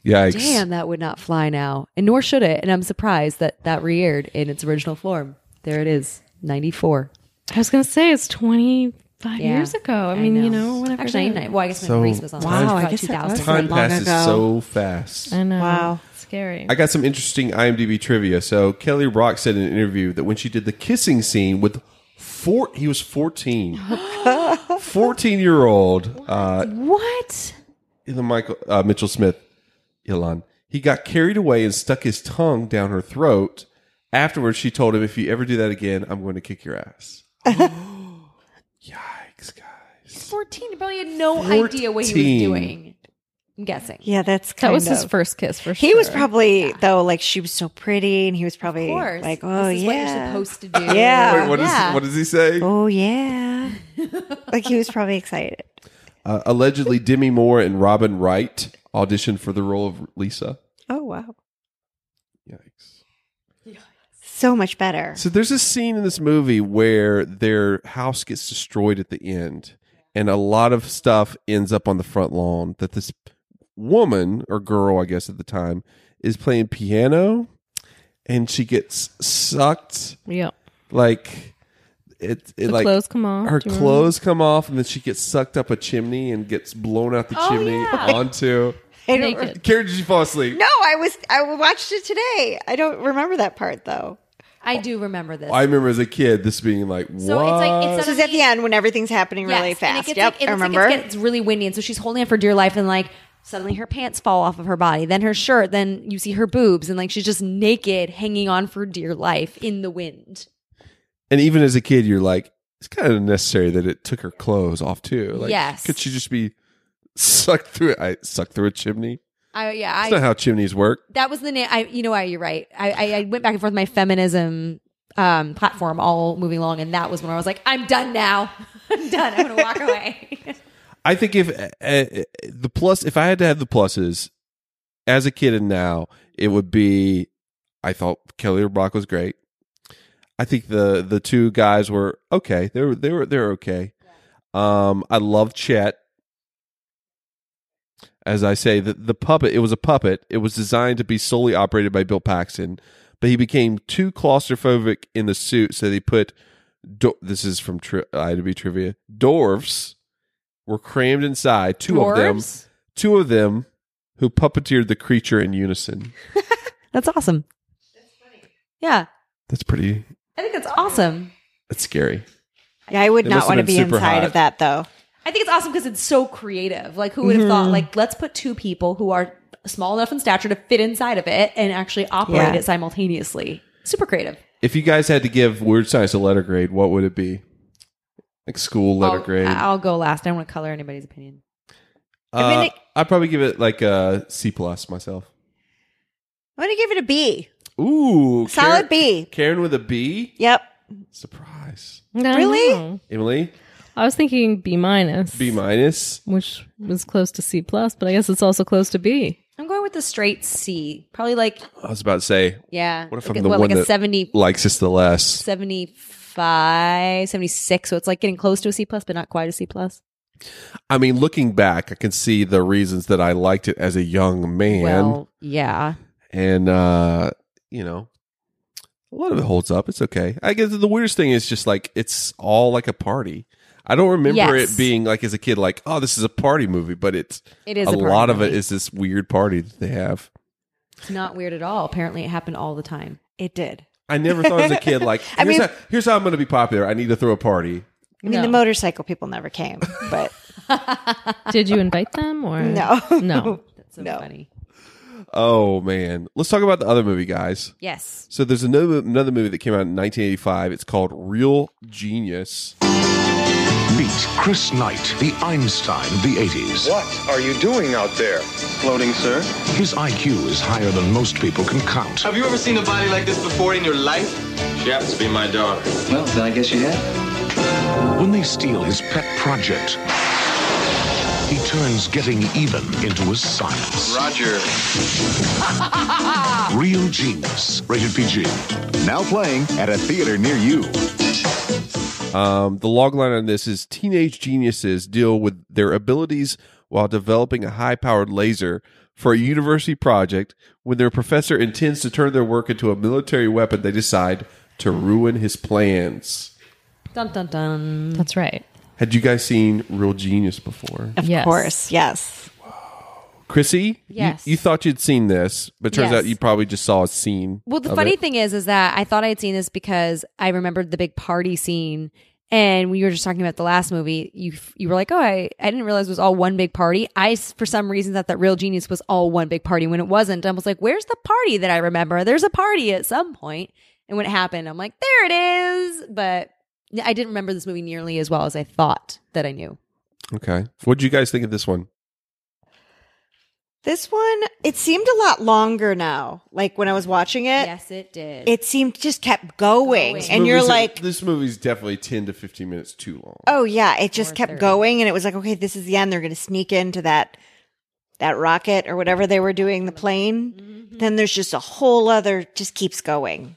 [SPEAKER 3] yikes.
[SPEAKER 2] Damn, that would not fly now, and nor should it. And I'm surprised that that re-aired in its original form. There it is, ninety four.
[SPEAKER 4] I was going to say it's 25
[SPEAKER 2] Yeah.
[SPEAKER 4] years ago. I, mean, you know, whatever.
[SPEAKER 2] Actually, not
[SPEAKER 4] it is.
[SPEAKER 2] even nine- well, I guess when
[SPEAKER 3] So-
[SPEAKER 2] Grease was on,
[SPEAKER 3] Wow,
[SPEAKER 2] it was
[SPEAKER 5] I
[SPEAKER 2] about
[SPEAKER 5] guess it
[SPEAKER 2] 2000.
[SPEAKER 5] was.
[SPEAKER 3] Time
[SPEAKER 5] Long
[SPEAKER 3] passes
[SPEAKER 5] ago.
[SPEAKER 3] so fast.
[SPEAKER 4] I know.
[SPEAKER 5] Wow.
[SPEAKER 4] Scary.
[SPEAKER 3] I got some interesting IMDb trivia. So Kelly Brock said in an interview that when she did the kissing scene with four, he was fourteen. Fourteen year old uh,
[SPEAKER 2] What?
[SPEAKER 3] Elon Michael uh, Mitchell Smith, Elon. He got carried away and stuck his tongue down her throat. Afterwards, she told him, "If you ever do that again, I'm going to kick your ass." Yikes, guys!
[SPEAKER 2] Fourteen? He Probably had no idea what he was
[SPEAKER 3] 14.
[SPEAKER 2] doing. I'm guessing.
[SPEAKER 5] yeah, that's
[SPEAKER 4] that
[SPEAKER 5] kind
[SPEAKER 4] was his
[SPEAKER 5] of-
[SPEAKER 4] first kiss for sure.
[SPEAKER 5] He was probably though, like she was so pretty, and he was probably
[SPEAKER 2] Of course.
[SPEAKER 5] like, oh
[SPEAKER 2] this is
[SPEAKER 5] yeah,
[SPEAKER 2] what you're supposed to do.
[SPEAKER 5] Yeah.
[SPEAKER 3] Wait, what is-
[SPEAKER 2] Yeah.
[SPEAKER 3] what does he say?
[SPEAKER 5] oh yeah, like he was probably excited.
[SPEAKER 3] Uh, allegedly, Demi Moore and Robin Wright auditioned for the role of Lisa.
[SPEAKER 5] Oh wow,
[SPEAKER 3] Yikes.
[SPEAKER 5] so much better.
[SPEAKER 3] So there's a scene in this movie where their house gets destroyed at the end, and a lot of stuff ends up on the front lawn that this woman or girl, I guess at the time, is playing piano, and she gets sucked
[SPEAKER 4] Yeah.
[SPEAKER 3] like it. it
[SPEAKER 4] The
[SPEAKER 3] like
[SPEAKER 4] clothes come off.
[SPEAKER 3] her
[SPEAKER 4] do you remember?
[SPEAKER 3] clothes come off, and then she gets sucked up a chimney and gets blown out the chimney onto.
[SPEAKER 5] I don't
[SPEAKER 4] Naked.
[SPEAKER 3] Karen, did you fall asleep?
[SPEAKER 5] No, I was I watched it today. I don't remember that part though.
[SPEAKER 2] I do remember this.
[SPEAKER 3] I remember as a kid this being like, what?
[SPEAKER 2] so it's like it's
[SPEAKER 5] This is at the end when everything's happening really
[SPEAKER 2] Yes,
[SPEAKER 5] fast.
[SPEAKER 2] And it gets,
[SPEAKER 5] yep,
[SPEAKER 2] like, and
[SPEAKER 5] I
[SPEAKER 2] it's, like,
[SPEAKER 5] remember.
[SPEAKER 2] it's, it's really windy, and so she's holding on for dear life, and like suddenly her pants fall off of her body, then her shirt, then you see her boobs, and like she's just naked, hanging on for dear life in the wind.
[SPEAKER 3] and even as a kid, you're like, it's kind of necessary that it took her clothes off too. Like,
[SPEAKER 2] Yes.
[SPEAKER 3] could she just be sucked through? It? I sucked through a chimney.
[SPEAKER 2] I yeah,
[SPEAKER 3] That's
[SPEAKER 2] I,
[SPEAKER 3] not how chimneys work.
[SPEAKER 2] that was the name. I you know why you're right. I, I I went back and forth my feminism um platform all moving along, and that was when I was like, I'm done now. I'm done. I'm gonna walk away.
[SPEAKER 3] I think if uh, uh, the plus, if I had to have the pluses as a kid and now, it would be. I thought Kelly Brock was great. I think the the two guys were okay. They were they were they were okay. Um, I love Chet. As I say, the, the puppet it was a puppet. It was designed to be solely operated by Bill Paxton, but he became too claustrophobic in the suit, so they put. Do- this is from tri- IDB trivia. Dwarfs were crammed inside. Two of them, two of them, who puppeteered the creature in unison.
[SPEAKER 2] That's awesome. Yeah,
[SPEAKER 3] That's pretty.
[SPEAKER 2] I think that's awesome.
[SPEAKER 3] That's scary.
[SPEAKER 5] yeah, I would
[SPEAKER 3] They
[SPEAKER 5] not
[SPEAKER 3] must have
[SPEAKER 5] want to
[SPEAKER 3] been
[SPEAKER 5] be
[SPEAKER 3] super
[SPEAKER 5] inside
[SPEAKER 3] hot.
[SPEAKER 5] of that though.
[SPEAKER 2] I think it's awesome because it's so creative. Like, who would have thought? Like, let's put two people who are small enough in stature to fit inside of it and actually operate
[SPEAKER 5] Yeah.
[SPEAKER 2] it simultaneously. Super creative.
[SPEAKER 3] If you guys had to give Weird Science a letter grade, what would it be? Like school
[SPEAKER 5] Oh,
[SPEAKER 3] letter
[SPEAKER 2] I'll,
[SPEAKER 3] grade. i
[SPEAKER 2] I'll go last. I don't want to color anybody's opinion.
[SPEAKER 5] I mean, it-
[SPEAKER 3] Uh, I'd probably give it like a C plus myself.
[SPEAKER 5] I'm gonna give it a B.
[SPEAKER 3] Ooh,
[SPEAKER 5] Solid
[SPEAKER 3] Karen-
[SPEAKER 5] B.
[SPEAKER 3] Karen with a B.
[SPEAKER 5] Yep.
[SPEAKER 3] Surprise,
[SPEAKER 4] No,
[SPEAKER 5] Really?
[SPEAKER 4] no.
[SPEAKER 3] Emily.
[SPEAKER 4] I was thinking B minus.
[SPEAKER 3] B minus.
[SPEAKER 4] Which was close to C plus, but I guess it's also close to B.
[SPEAKER 2] I'm going with a straight C. Probably like,
[SPEAKER 3] I was about to say,
[SPEAKER 2] yeah.
[SPEAKER 3] What if
[SPEAKER 2] like
[SPEAKER 3] I'm
[SPEAKER 2] a-
[SPEAKER 3] the
[SPEAKER 2] what,
[SPEAKER 3] one
[SPEAKER 2] like a
[SPEAKER 3] that-
[SPEAKER 2] 70,
[SPEAKER 3] likes us the less.
[SPEAKER 2] 75, 76. So it's like getting close to a C plus, but not quite a C plus.
[SPEAKER 3] I mean, looking back, I can see the reasons that I liked it as a young man.
[SPEAKER 2] Well, yeah.
[SPEAKER 3] and uh you know a lot of it holds up it's okay i guess the weirdest thing is just like it's all like a party i don't remember
[SPEAKER 2] Yes.
[SPEAKER 3] it being like as a kid like oh this is a party movie but it's
[SPEAKER 2] It is
[SPEAKER 3] a,
[SPEAKER 2] a party
[SPEAKER 3] lot of it
[SPEAKER 2] movie.
[SPEAKER 3] is this weird party that they have
[SPEAKER 2] It's not weird at all. Apparently, it happened all the time.
[SPEAKER 5] It did.
[SPEAKER 3] i never thought as a kid like here's,
[SPEAKER 5] I mean-
[SPEAKER 3] how, here's how i'm gonna be popular i need to throw a party
[SPEAKER 5] I mean,
[SPEAKER 4] No.
[SPEAKER 5] the motorcycle people never came, but
[SPEAKER 4] Did you invite them or
[SPEAKER 5] no,
[SPEAKER 4] No.
[SPEAKER 2] That's so
[SPEAKER 5] No.
[SPEAKER 2] funny.
[SPEAKER 3] oh man let's talk about the other movie guys
[SPEAKER 2] Yes.
[SPEAKER 3] so there's another another movie that came out in 1985 it's called real genius
[SPEAKER 10] Meet Chris Knight, the Einstein of the 80s.
[SPEAKER 11] What are you doing out there? Floating, sir.
[SPEAKER 10] His IQ is higher than most people can count.
[SPEAKER 11] Have you ever seen a body like this before in your life? She happens to be my daughter. Well, then I guess you have.
[SPEAKER 10] When they steal his pet project, he turns getting even into a science.
[SPEAKER 11] Roger.
[SPEAKER 10] Real genius. Rated PG.
[SPEAKER 12] Now playing at a theater near you.
[SPEAKER 3] Um, the log line on this is teenage geniuses deal with their abilities while developing a high powered laser for a university project. When their professor intends to turn their work into a military weapon, they decide to ruin his plans.
[SPEAKER 2] Dun dun dun.
[SPEAKER 4] That's right.
[SPEAKER 3] Had you guys seen Real Genius before?
[SPEAKER 5] of
[SPEAKER 4] Yes.
[SPEAKER 5] course, yes.
[SPEAKER 3] Chrissy? you-
[SPEAKER 2] Yes.
[SPEAKER 3] You, thought you'd seen this, but turns
[SPEAKER 2] Yes.
[SPEAKER 3] out you probably just saw a scene.
[SPEAKER 2] Well, the
[SPEAKER 3] of
[SPEAKER 2] funny
[SPEAKER 3] it.
[SPEAKER 2] thing is, is that I thought I had seen this because I remembered the big party scene, and we were just talking about the last movie. You you were like, oh, I, I didn't realize it was all one big party. I s- for some reason thought that Real Genius was all one big party when it wasn't. I was like, where's the party that I remember? There's a party at some point, and when it happened, I'm like, there it is. But I didn't remember this movie nearly as well as I thought that I knew.
[SPEAKER 3] Okay. What did you guys think of this one?
[SPEAKER 5] This one, it seemed a lot longer now. Like when I was watching it,
[SPEAKER 2] yes, it did.
[SPEAKER 5] it seemed just kept going,
[SPEAKER 2] Going.
[SPEAKER 5] and you're
[SPEAKER 3] Movies are-
[SPEAKER 5] like,
[SPEAKER 3] this movie's definitely 10 to 15 minutes too long.
[SPEAKER 5] oh yeah, it just
[SPEAKER 2] Or
[SPEAKER 5] kept
[SPEAKER 2] 30.
[SPEAKER 5] going, and it was like, okay, this is the end. They're going to sneak into that that rocket or whatever they were doing the plane. Then there's just a whole other, just keeps going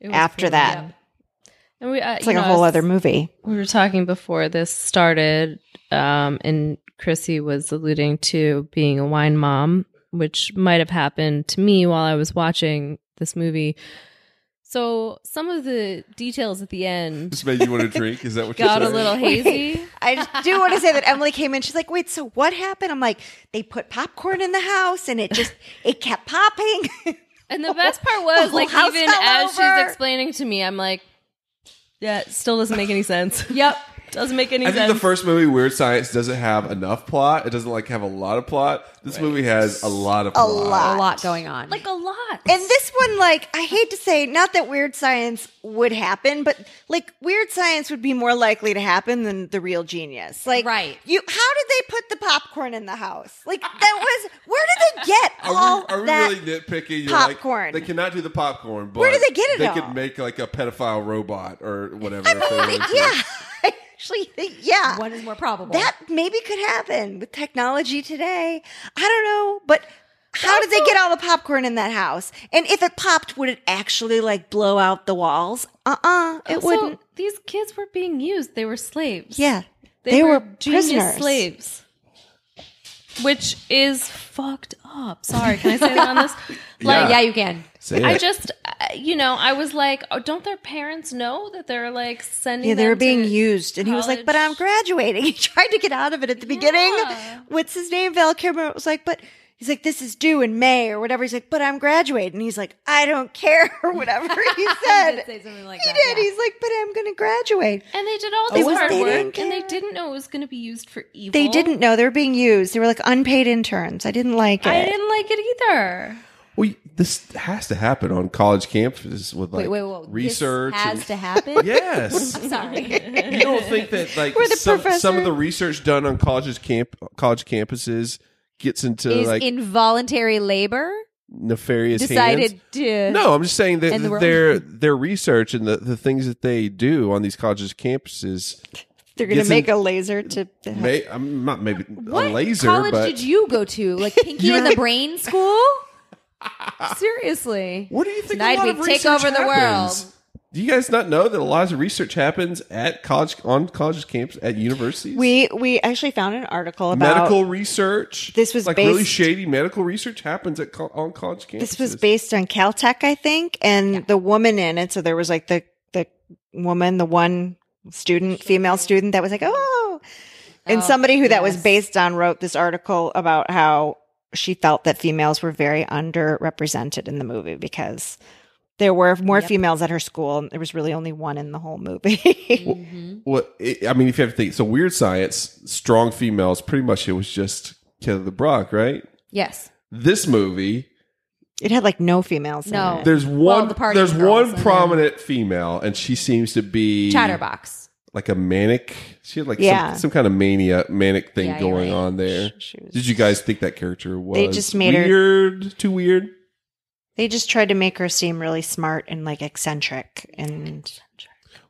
[SPEAKER 4] It was
[SPEAKER 5] after
[SPEAKER 4] pretty-
[SPEAKER 5] that.
[SPEAKER 4] And we, uh,
[SPEAKER 5] It's
[SPEAKER 4] you
[SPEAKER 5] like a
[SPEAKER 4] know,
[SPEAKER 5] whole
[SPEAKER 4] I was-
[SPEAKER 5] other movie.
[SPEAKER 4] We were talking before this started, um, and Chrissy was alluding to being a wine mom, which might have happened to me while I was watching this movie. So some of the details at the end
[SPEAKER 3] This made you want to drink? Is that what
[SPEAKER 4] got a
[SPEAKER 3] you're saying?
[SPEAKER 4] little hazy.
[SPEAKER 5] I just do want to say that Emily came in. She's like, "Wait, so what happened?" I'm like, "They put popcorn in the house, and it just it kept popping."
[SPEAKER 4] And the best part was,
[SPEAKER 5] whole
[SPEAKER 4] like,
[SPEAKER 5] house
[SPEAKER 4] even
[SPEAKER 5] fell
[SPEAKER 4] as
[SPEAKER 5] over.
[SPEAKER 4] she's explaining to me, I'm like, yeah, it still doesn't make any sense.
[SPEAKER 2] Yep.
[SPEAKER 4] doesn't make any
[SPEAKER 3] I think
[SPEAKER 4] sense.
[SPEAKER 3] the first movie, Weird Science, doesn't have enough plot. It doesn't like have a lot of plot. This movie has a lot of
[SPEAKER 5] A
[SPEAKER 3] plot.
[SPEAKER 5] lot.
[SPEAKER 2] A lot going on. Like
[SPEAKER 4] a lot.
[SPEAKER 5] and this one, like, I hate to say, not that weird science would happen, but like weird science would be more likely to happen than the real genius. Like,
[SPEAKER 2] Right.
[SPEAKER 5] You, how did they put the popcorn in the house? Like, that was where did they get
[SPEAKER 3] Are
[SPEAKER 5] all
[SPEAKER 3] we, are we
[SPEAKER 5] that?
[SPEAKER 3] really nitpicking? Like,
[SPEAKER 5] popcorn.
[SPEAKER 3] they cannot do the popcorn, but
[SPEAKER 5] Where do they get it
[SPEAKER 3] They
[SPEAKER 5] all?
[SPEAKER 3] could make like a pedophile robot or whatever. if they wanted to.
[SPEAKER 5] yeah, I actually, think, yeah.
[SPEAKER 2] One is more probable.
[SPEAKER 5] That maybe could happen with technology today. I don't know, but how did they get all the popcorn in that house? And if it popped, would it actually like blow out the walls? Uh uh it
[SPEAKER 4] Also,
[SPEAKER 5] wouldn't.
[SPEAKER 4] These kids were being used. They were slaves.
[SPEAKER 5] Yeah.
[SPEAKER 4] They,
[SPEAKER 5] They
[SPEAKER 4] were,
[SPEAKER 5] were
[SPEAKER 4] genius
[SPEAKER 5] prisoners.
[SPEAKER 4] slaves. Which is fucked up. Sorry, can I say that on this?
[SPEAKER 2] Like, yeah, you can.
[SPEAKER 3] Say
[SPEAKER 4] I
[SPEAKER 3] it.
[SPEAKER 4] just, I- you know, I was like, oh, don't their parents know that they're like sending?
[SPEAKER 5] Yeah, they
[SPEAKER 4] them
[SPEAKER 5] were being
[SPEAKER 4] to
[SPEAKER 5] used. And he was like, But I'm
[SPEAKER 4] college?"
[SPEAKER 5] graduating. He tried to get out of it at the beginning.
[SPEAKER 4] Yeah.
[SPEAKER 5] What's his name? Val Kilmer was like, But he's like, This is due in May or whatever. He's like, But I'm graduating. He's like, I don't care or whatever he said.
[SPEAKER 2] did say something like
[SPEAKER 5] he
[SPEAKER 2] that,
[SPEAKER 5] did.
[SPEAKER 2] yeah.
[SPEAKER 5] He's like, But I'm going to graduate.
[SPEAKER 4] And they did all
[SPEAKER 5] They
[SPEAKER 4] this
[SPEAKER 5] was-
[SPEAKER 4] hard
[SPEAKER 5] they
[SPEAKER 4] work,
[SPEAKER 5] didn't
[SPEAKER 4] and they
[SPEAKER 5] care.
[SPEAKER 4] didn't know it was going to be used for evil.
[SPEAKER 5] They didn't know they were being used. They were like unpaid interns. I didn't like it.
[SPEAKER 4] I didn't like it either.
[SPEAKER 3] Well, this has to happen on college campuses with like
[SPEAKER 2] wait, wait, wait.
[SPEAKER 3] research.
[SPEAKER 2] This has
[SPEAKER 3] and-
[SPEAKER 2] to happen.
[SPEAKER 3] yes.
[SPEAKER 2] I'm sorry.
[SPEAKER 3] you don't think that like
[SPEAKER 5] We're the
[SPEAKER 3] some, some
[SPEAKER 5] professor.
[SPEAKER 3] of the research done on colleges camp college campuses gets into
[SPEAKER 2] is
[SPEAKER 3] like
[SPEAKER 2] involuntary labor
[SPEAKER 3] nefarious
[SPEAKER 2] decided
[SPEAKER 3] hands?
[SPEAKER 2] to?
[SPEAKER 3] No, I'm just saying that
[SPEAKER 2] End the world.
[SPEAKER 3] their their research and the, the things that they do on these colleges campuses
[SPEAKER 5] They're going to
[SPEAKER 3] Yes,
[SPEAKER 5] make
[SPEAKER 3] and-
[SPEAKER 5] a laser to.
[SPEAKER 3] may I'm not maybe
[SPEAKER 2] What
[SPEAKER 3] a laser,
[SPEAKER 2] college
[SPEAKER 3] but
[SPEAKER 2] did you go to? Like Pinky and the Brain School? Seriously.
[SPEAKER 3] what do you think?
[SPEAKER 2] Tonight
[SPEAKER 3] a lot
[SPEAKER 2] we
[SPEAKER 3] of
[SPEAKER 2] take
[SPEAKER 3] research
[SPEAKER 2] over the
[SPEAKER 3] happens?
[SPEAKER 2] world.
[SPEAKER 3] Do you guys not know that a lot of research happens at college on college camps at universities?
[SPEAKER 5] We we actually found an article about
[SPEAKER 3] medical research.
[SPEAKER 5] This was
[SPEAKER 3] like
[SPEAKER 5] based-
[SPEAKER 3] really shady medical research happens at co- on college campuses.
[SPEAKER 5] This was based on Caltech, I think, and the woman in it. So there was like the the woman, the one student, female student that was like, oh, and
[SPEAKER 2] Oh,
[SPEAKER 5] somebody who that was
[SPEAKER 2] yes.
[SPEAKER 5] based on wrote this article about how she felt that females were very underrepresented in the movie because there were more
[SPEAKER 2] Yep.
[SPEAKER 5] females at her school, and there was really only one in the whole movie.
[SPEAKER 2] Mhm.
[SPEAKER 3] Well, it, I mean, if you have to think, so weird science, strong females. Pretty much, it was just Kenneth the Brock, right?
[SPEAKER 2] Yes.
[SPEAKER 3] This movie,
[SPEAKER 5] it had like no females. in
[SPEAKER 2] No.
[SPEAKER 5] it.
[SPEAKER 3] there's
[SPEAKER 2] Well,
[SPEAKER 3] one.
[SPEAKER 2] the party
[SPEAKER 3] there's
[SPEAKER 2] girls
[SPEAKER 3] one
[SPEAKER 2] and then-
[SPEAKER 3] prominent female, and she seems to be
[SPEAKER 2] Chatterbox.
[SPEAKER 3] like a manic. She had like
[SPEAKER 5] Yeah.
[SPEAKER 3] some, some kind of mania, manic thing
[SPEAKER 2] Yeah, you're
[SPEAKER 3] going
[SPEAKER 2] right.
[SPEAKER 3] on there.
[SPEAKER 5] She was-
[SPEAKER 3] Did you guys think that character was?
[SPEAKER 5] just made her-
[SPEAKER 3] weird, too weird.
[SPEAKER 5] They just tried to make her seem really smart and like eccentric, and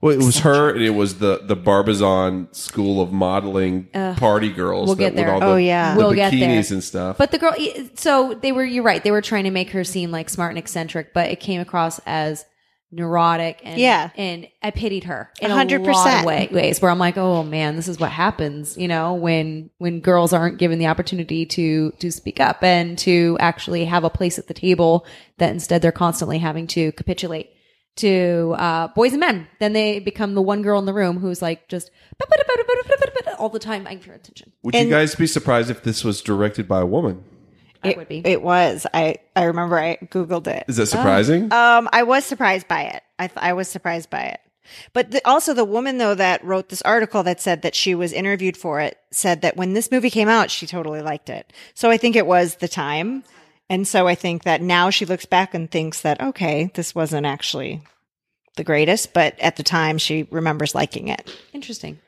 [SPEAKER 3] Well, it was her, and it was the the Barbizon School of Modeling party girls.
[SPEAKER 2] we'll get
[SPEAKER 3] with
[SPEAKER 2] there.
[SPEAKER 3] all the-
[SPEAKER 5] Oh, yeah.
[SPEAKER 3] the
[SPEAKER 2] We'll
[SPEAKER 3] bikinis
[SPEAKER 2] get there.
[SPEAKER 3] and stuff.
[SPEAKER 2] But the girl, so they were, you're right. They were trying to make her seem like smart and eccentric, but it came across as neurotic and,
[SPEAKER 5] Yeah.
[SPEAKER 2] and I pitied her in 100%. a lot
[SPEAKER 5] 100%.
[SPEAKER 2] of way- ways where I'm like, oh man, this is what happens, you know, when, when girls aren't given the opportunity to, to speak up and to actually have a place at the table that instead they're constantly having to capitulate to uh, boys and men. Then they become the one girl in the room who's like just all the time eyeing for attention.
[SPEAKER 3] Would you guys be surprised if this was directed by a woman?
[SPEAKER 2] I would be.
[SPEAKER 5] It was. I I remember I googled it.
[SPEAKER 2] Uh,
[SPEAKER 3] Is that surprising?
[SPEAKER 5] Um, I was surprised by it. I th- I was surprised by it. But the, also the woman though that wrote this article that said that she was interviewed for it said that when this movie came out, she totally liked it. So I think it was the time, and so I think that now she looks back and thinks that okay, this wasn't actually the greatest, but at the time she remembers liking it.
[SPEAKER 2] Interesting.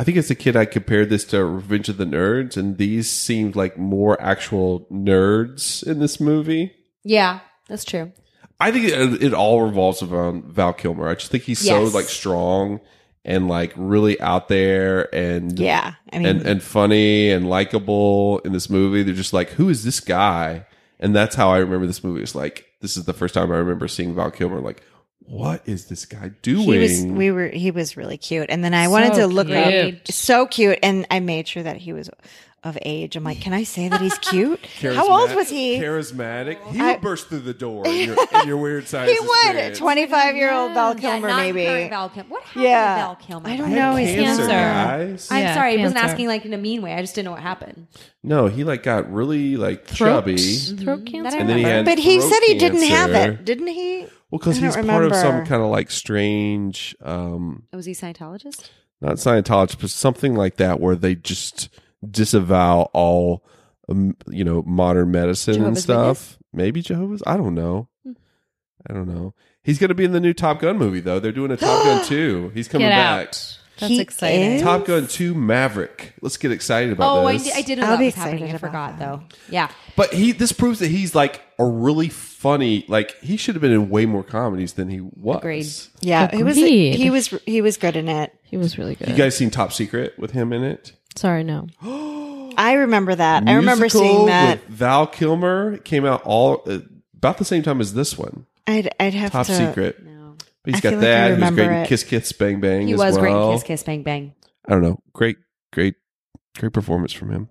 [SPEAKER 3] I think as a kid, I compared this to Revenge of the Nerds, and these seemed like more actual nerds in this movie.
[SPEAKER 2] Yeah, that's true.
[SPEAKER 3] I think it, it all revolves around Val Kilmer. I just think he's
[SPEAKER 2] Yes.
[SPEAKER 3] so like strong and like really out there and
[SPEAKER 5] Yeah, I mean,
[SPEAKER 3] and and funny and likable in this movie. They're just like, who is this guy? And that's how I remember this movie. It's like this is the first time I remember seeing Val Kilmer. Like, what is this guy doing?
[SPEAKER 5] He was, we were, he was really cute. And then I wanted
[SPEAKER 3] So
[SPEAKER 5] to look up,
[SPEAKER 3] cute.
[SPEAKER 5] so cute. And I made sure that he was of age. I'm like, can I say that he's cute? How old
[SPEAKER 3] Charismatic-
[SPEAKER 5] was he?
[SPEAKER 3] Charismatic. He
[SPEAKER 5] I-
[SPEAKER 3] would burst through the door in your, in your weird size.
[SPEAKER 5] He would. 25 year old Val Kilmer, maybe.
[SPEAKER 2] Val Kilmer. What happened
[SPEAKER 5] Yeah.
[SPEAKER 2] to Val Kilmer?
[SPEAKER 5] I don't know his
[SPEAKER 3] cancer,
[SPEAKER 5] name.
[SPEAKER 3] guys.
[SPEAKER 2] I'm
[SPEAKER 3] Yeah,
[SPEAKER 2] sorry. I wasn't
[SPEAKER 3] cancer.
[SPEAKER 2] asking like in a mean way. I just didn't know what happened.
[SPEAKER 3] No, he like got really like chubby.
[SPEAKER 2] Throat
[SPEAKER 5] Mm,
[SPEAKER 2] cancer.
[SPEAKER 3] And then he had
[SPEAKER 5] But he
[SPEAKER 3] throat
[SPEAKER 5] said he didn't have
[SPEAKER 3] cancer.
[SPEAKER 5] it, didn't he?
[SPEAKER 3] Well, because
[SPEAKER 5] I don't
[SPEAKER 3] he's part of some
[SPEAKER 5] remember.
[SPEAKER 3] kind of like strange, um,
[SPEAKER 5] Oh,
[SPEAKER 2] Was he Scientologist?
[SPEAKER 3] not Scientologist, but something like that, where they just disavow all, um, you know, modern medicine and
[SPEAKER 8] Jehovah's
[SPEAKER 3] stuff. Maybe Jehovah's. I don't know.
[SPEAKER 2] Hmm.
[SPEAKER 3] I don't know. He's going to be in the new Top Gun movie though. They're doing a Top Gun two. He's coming
[SPEAKER 2] Get
[SPEAKER 3] back.
[SPEAKER 2] out. That's He exciting. is?
[SPEAKER 3] Top Gun two Maverick. Let's get excited about
[SPEAKER 2] Oh, I,
[SPEAKER 3] this.
[SPEAKER 2] did- I did know
[SPEAKER 5] I'll
[SPEAKER 2] that
[SPEAKER 5] be
[SPEAKER 2] was happening. I forgot though. Yeah.
[SPEAKER 3] But he this proves that he's like a really funny like he should have been in way more comedies than he was.
[SPEAKER 5] Yeah, he was.
[SPEAKER 4] Agreed.
[SPEAKER 5] He was. He was good in it.
[SPEAKER 4] He was really good.
[SPEAKER 3] You guys seen Top Secret with him in it?
[SPEAKER 4] Sorry, no.
[SPEAKER 5] I remember that. I remember
[SPEAKER 3] Musical
[SPEAKER 5] seeing that.
[SPEAKER 3] With Val Kilmer It came out all uh, about the same time as this one.
[SPEAKER 5] I'd. I'd have
[SPEAKER 3] Top
[SPEAKER 5] to.
[SPEAKER 3] Secret. But
[SPEAKER 5] I
[SPEAKER 3] he's
[SPEAKER 5] feel
[SPEAKER 3] got
[SPEAKER 5] like I
[SPEAKER 3] that. He was great
[SPEAKER 5] remember
[SPEAKER 3] in
[SPEAKER 5] it.
[SPEAKER 3] Kiss Kiss Bang Bang.
[SPEAKER 2] He
[SPEAKER 3] as
[SPEAKER 2] was great
[SPEAKER 3] well.
[SPEAKER 2] in Kiss Kiss Bang Bang.
[SPEAKER 3] I don't know. Great, great, great performance from him.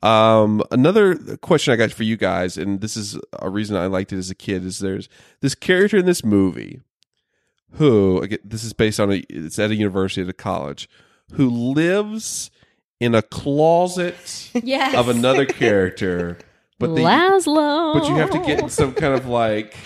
[SPEAKER 3] Um, another question I got for you guys, and this is a reason I liked it as a kid, is there's this character in this movie who again, this is based on a it's at a university at a college who lives in a closet
[SPEAKER 4] Yes.
[SPEAKER 5] Oh.
[SPEAKER 3] of another character, but they
[SPEAKER 4] Laszlo.
[SPEAKER 3] but you have to get in some kind of like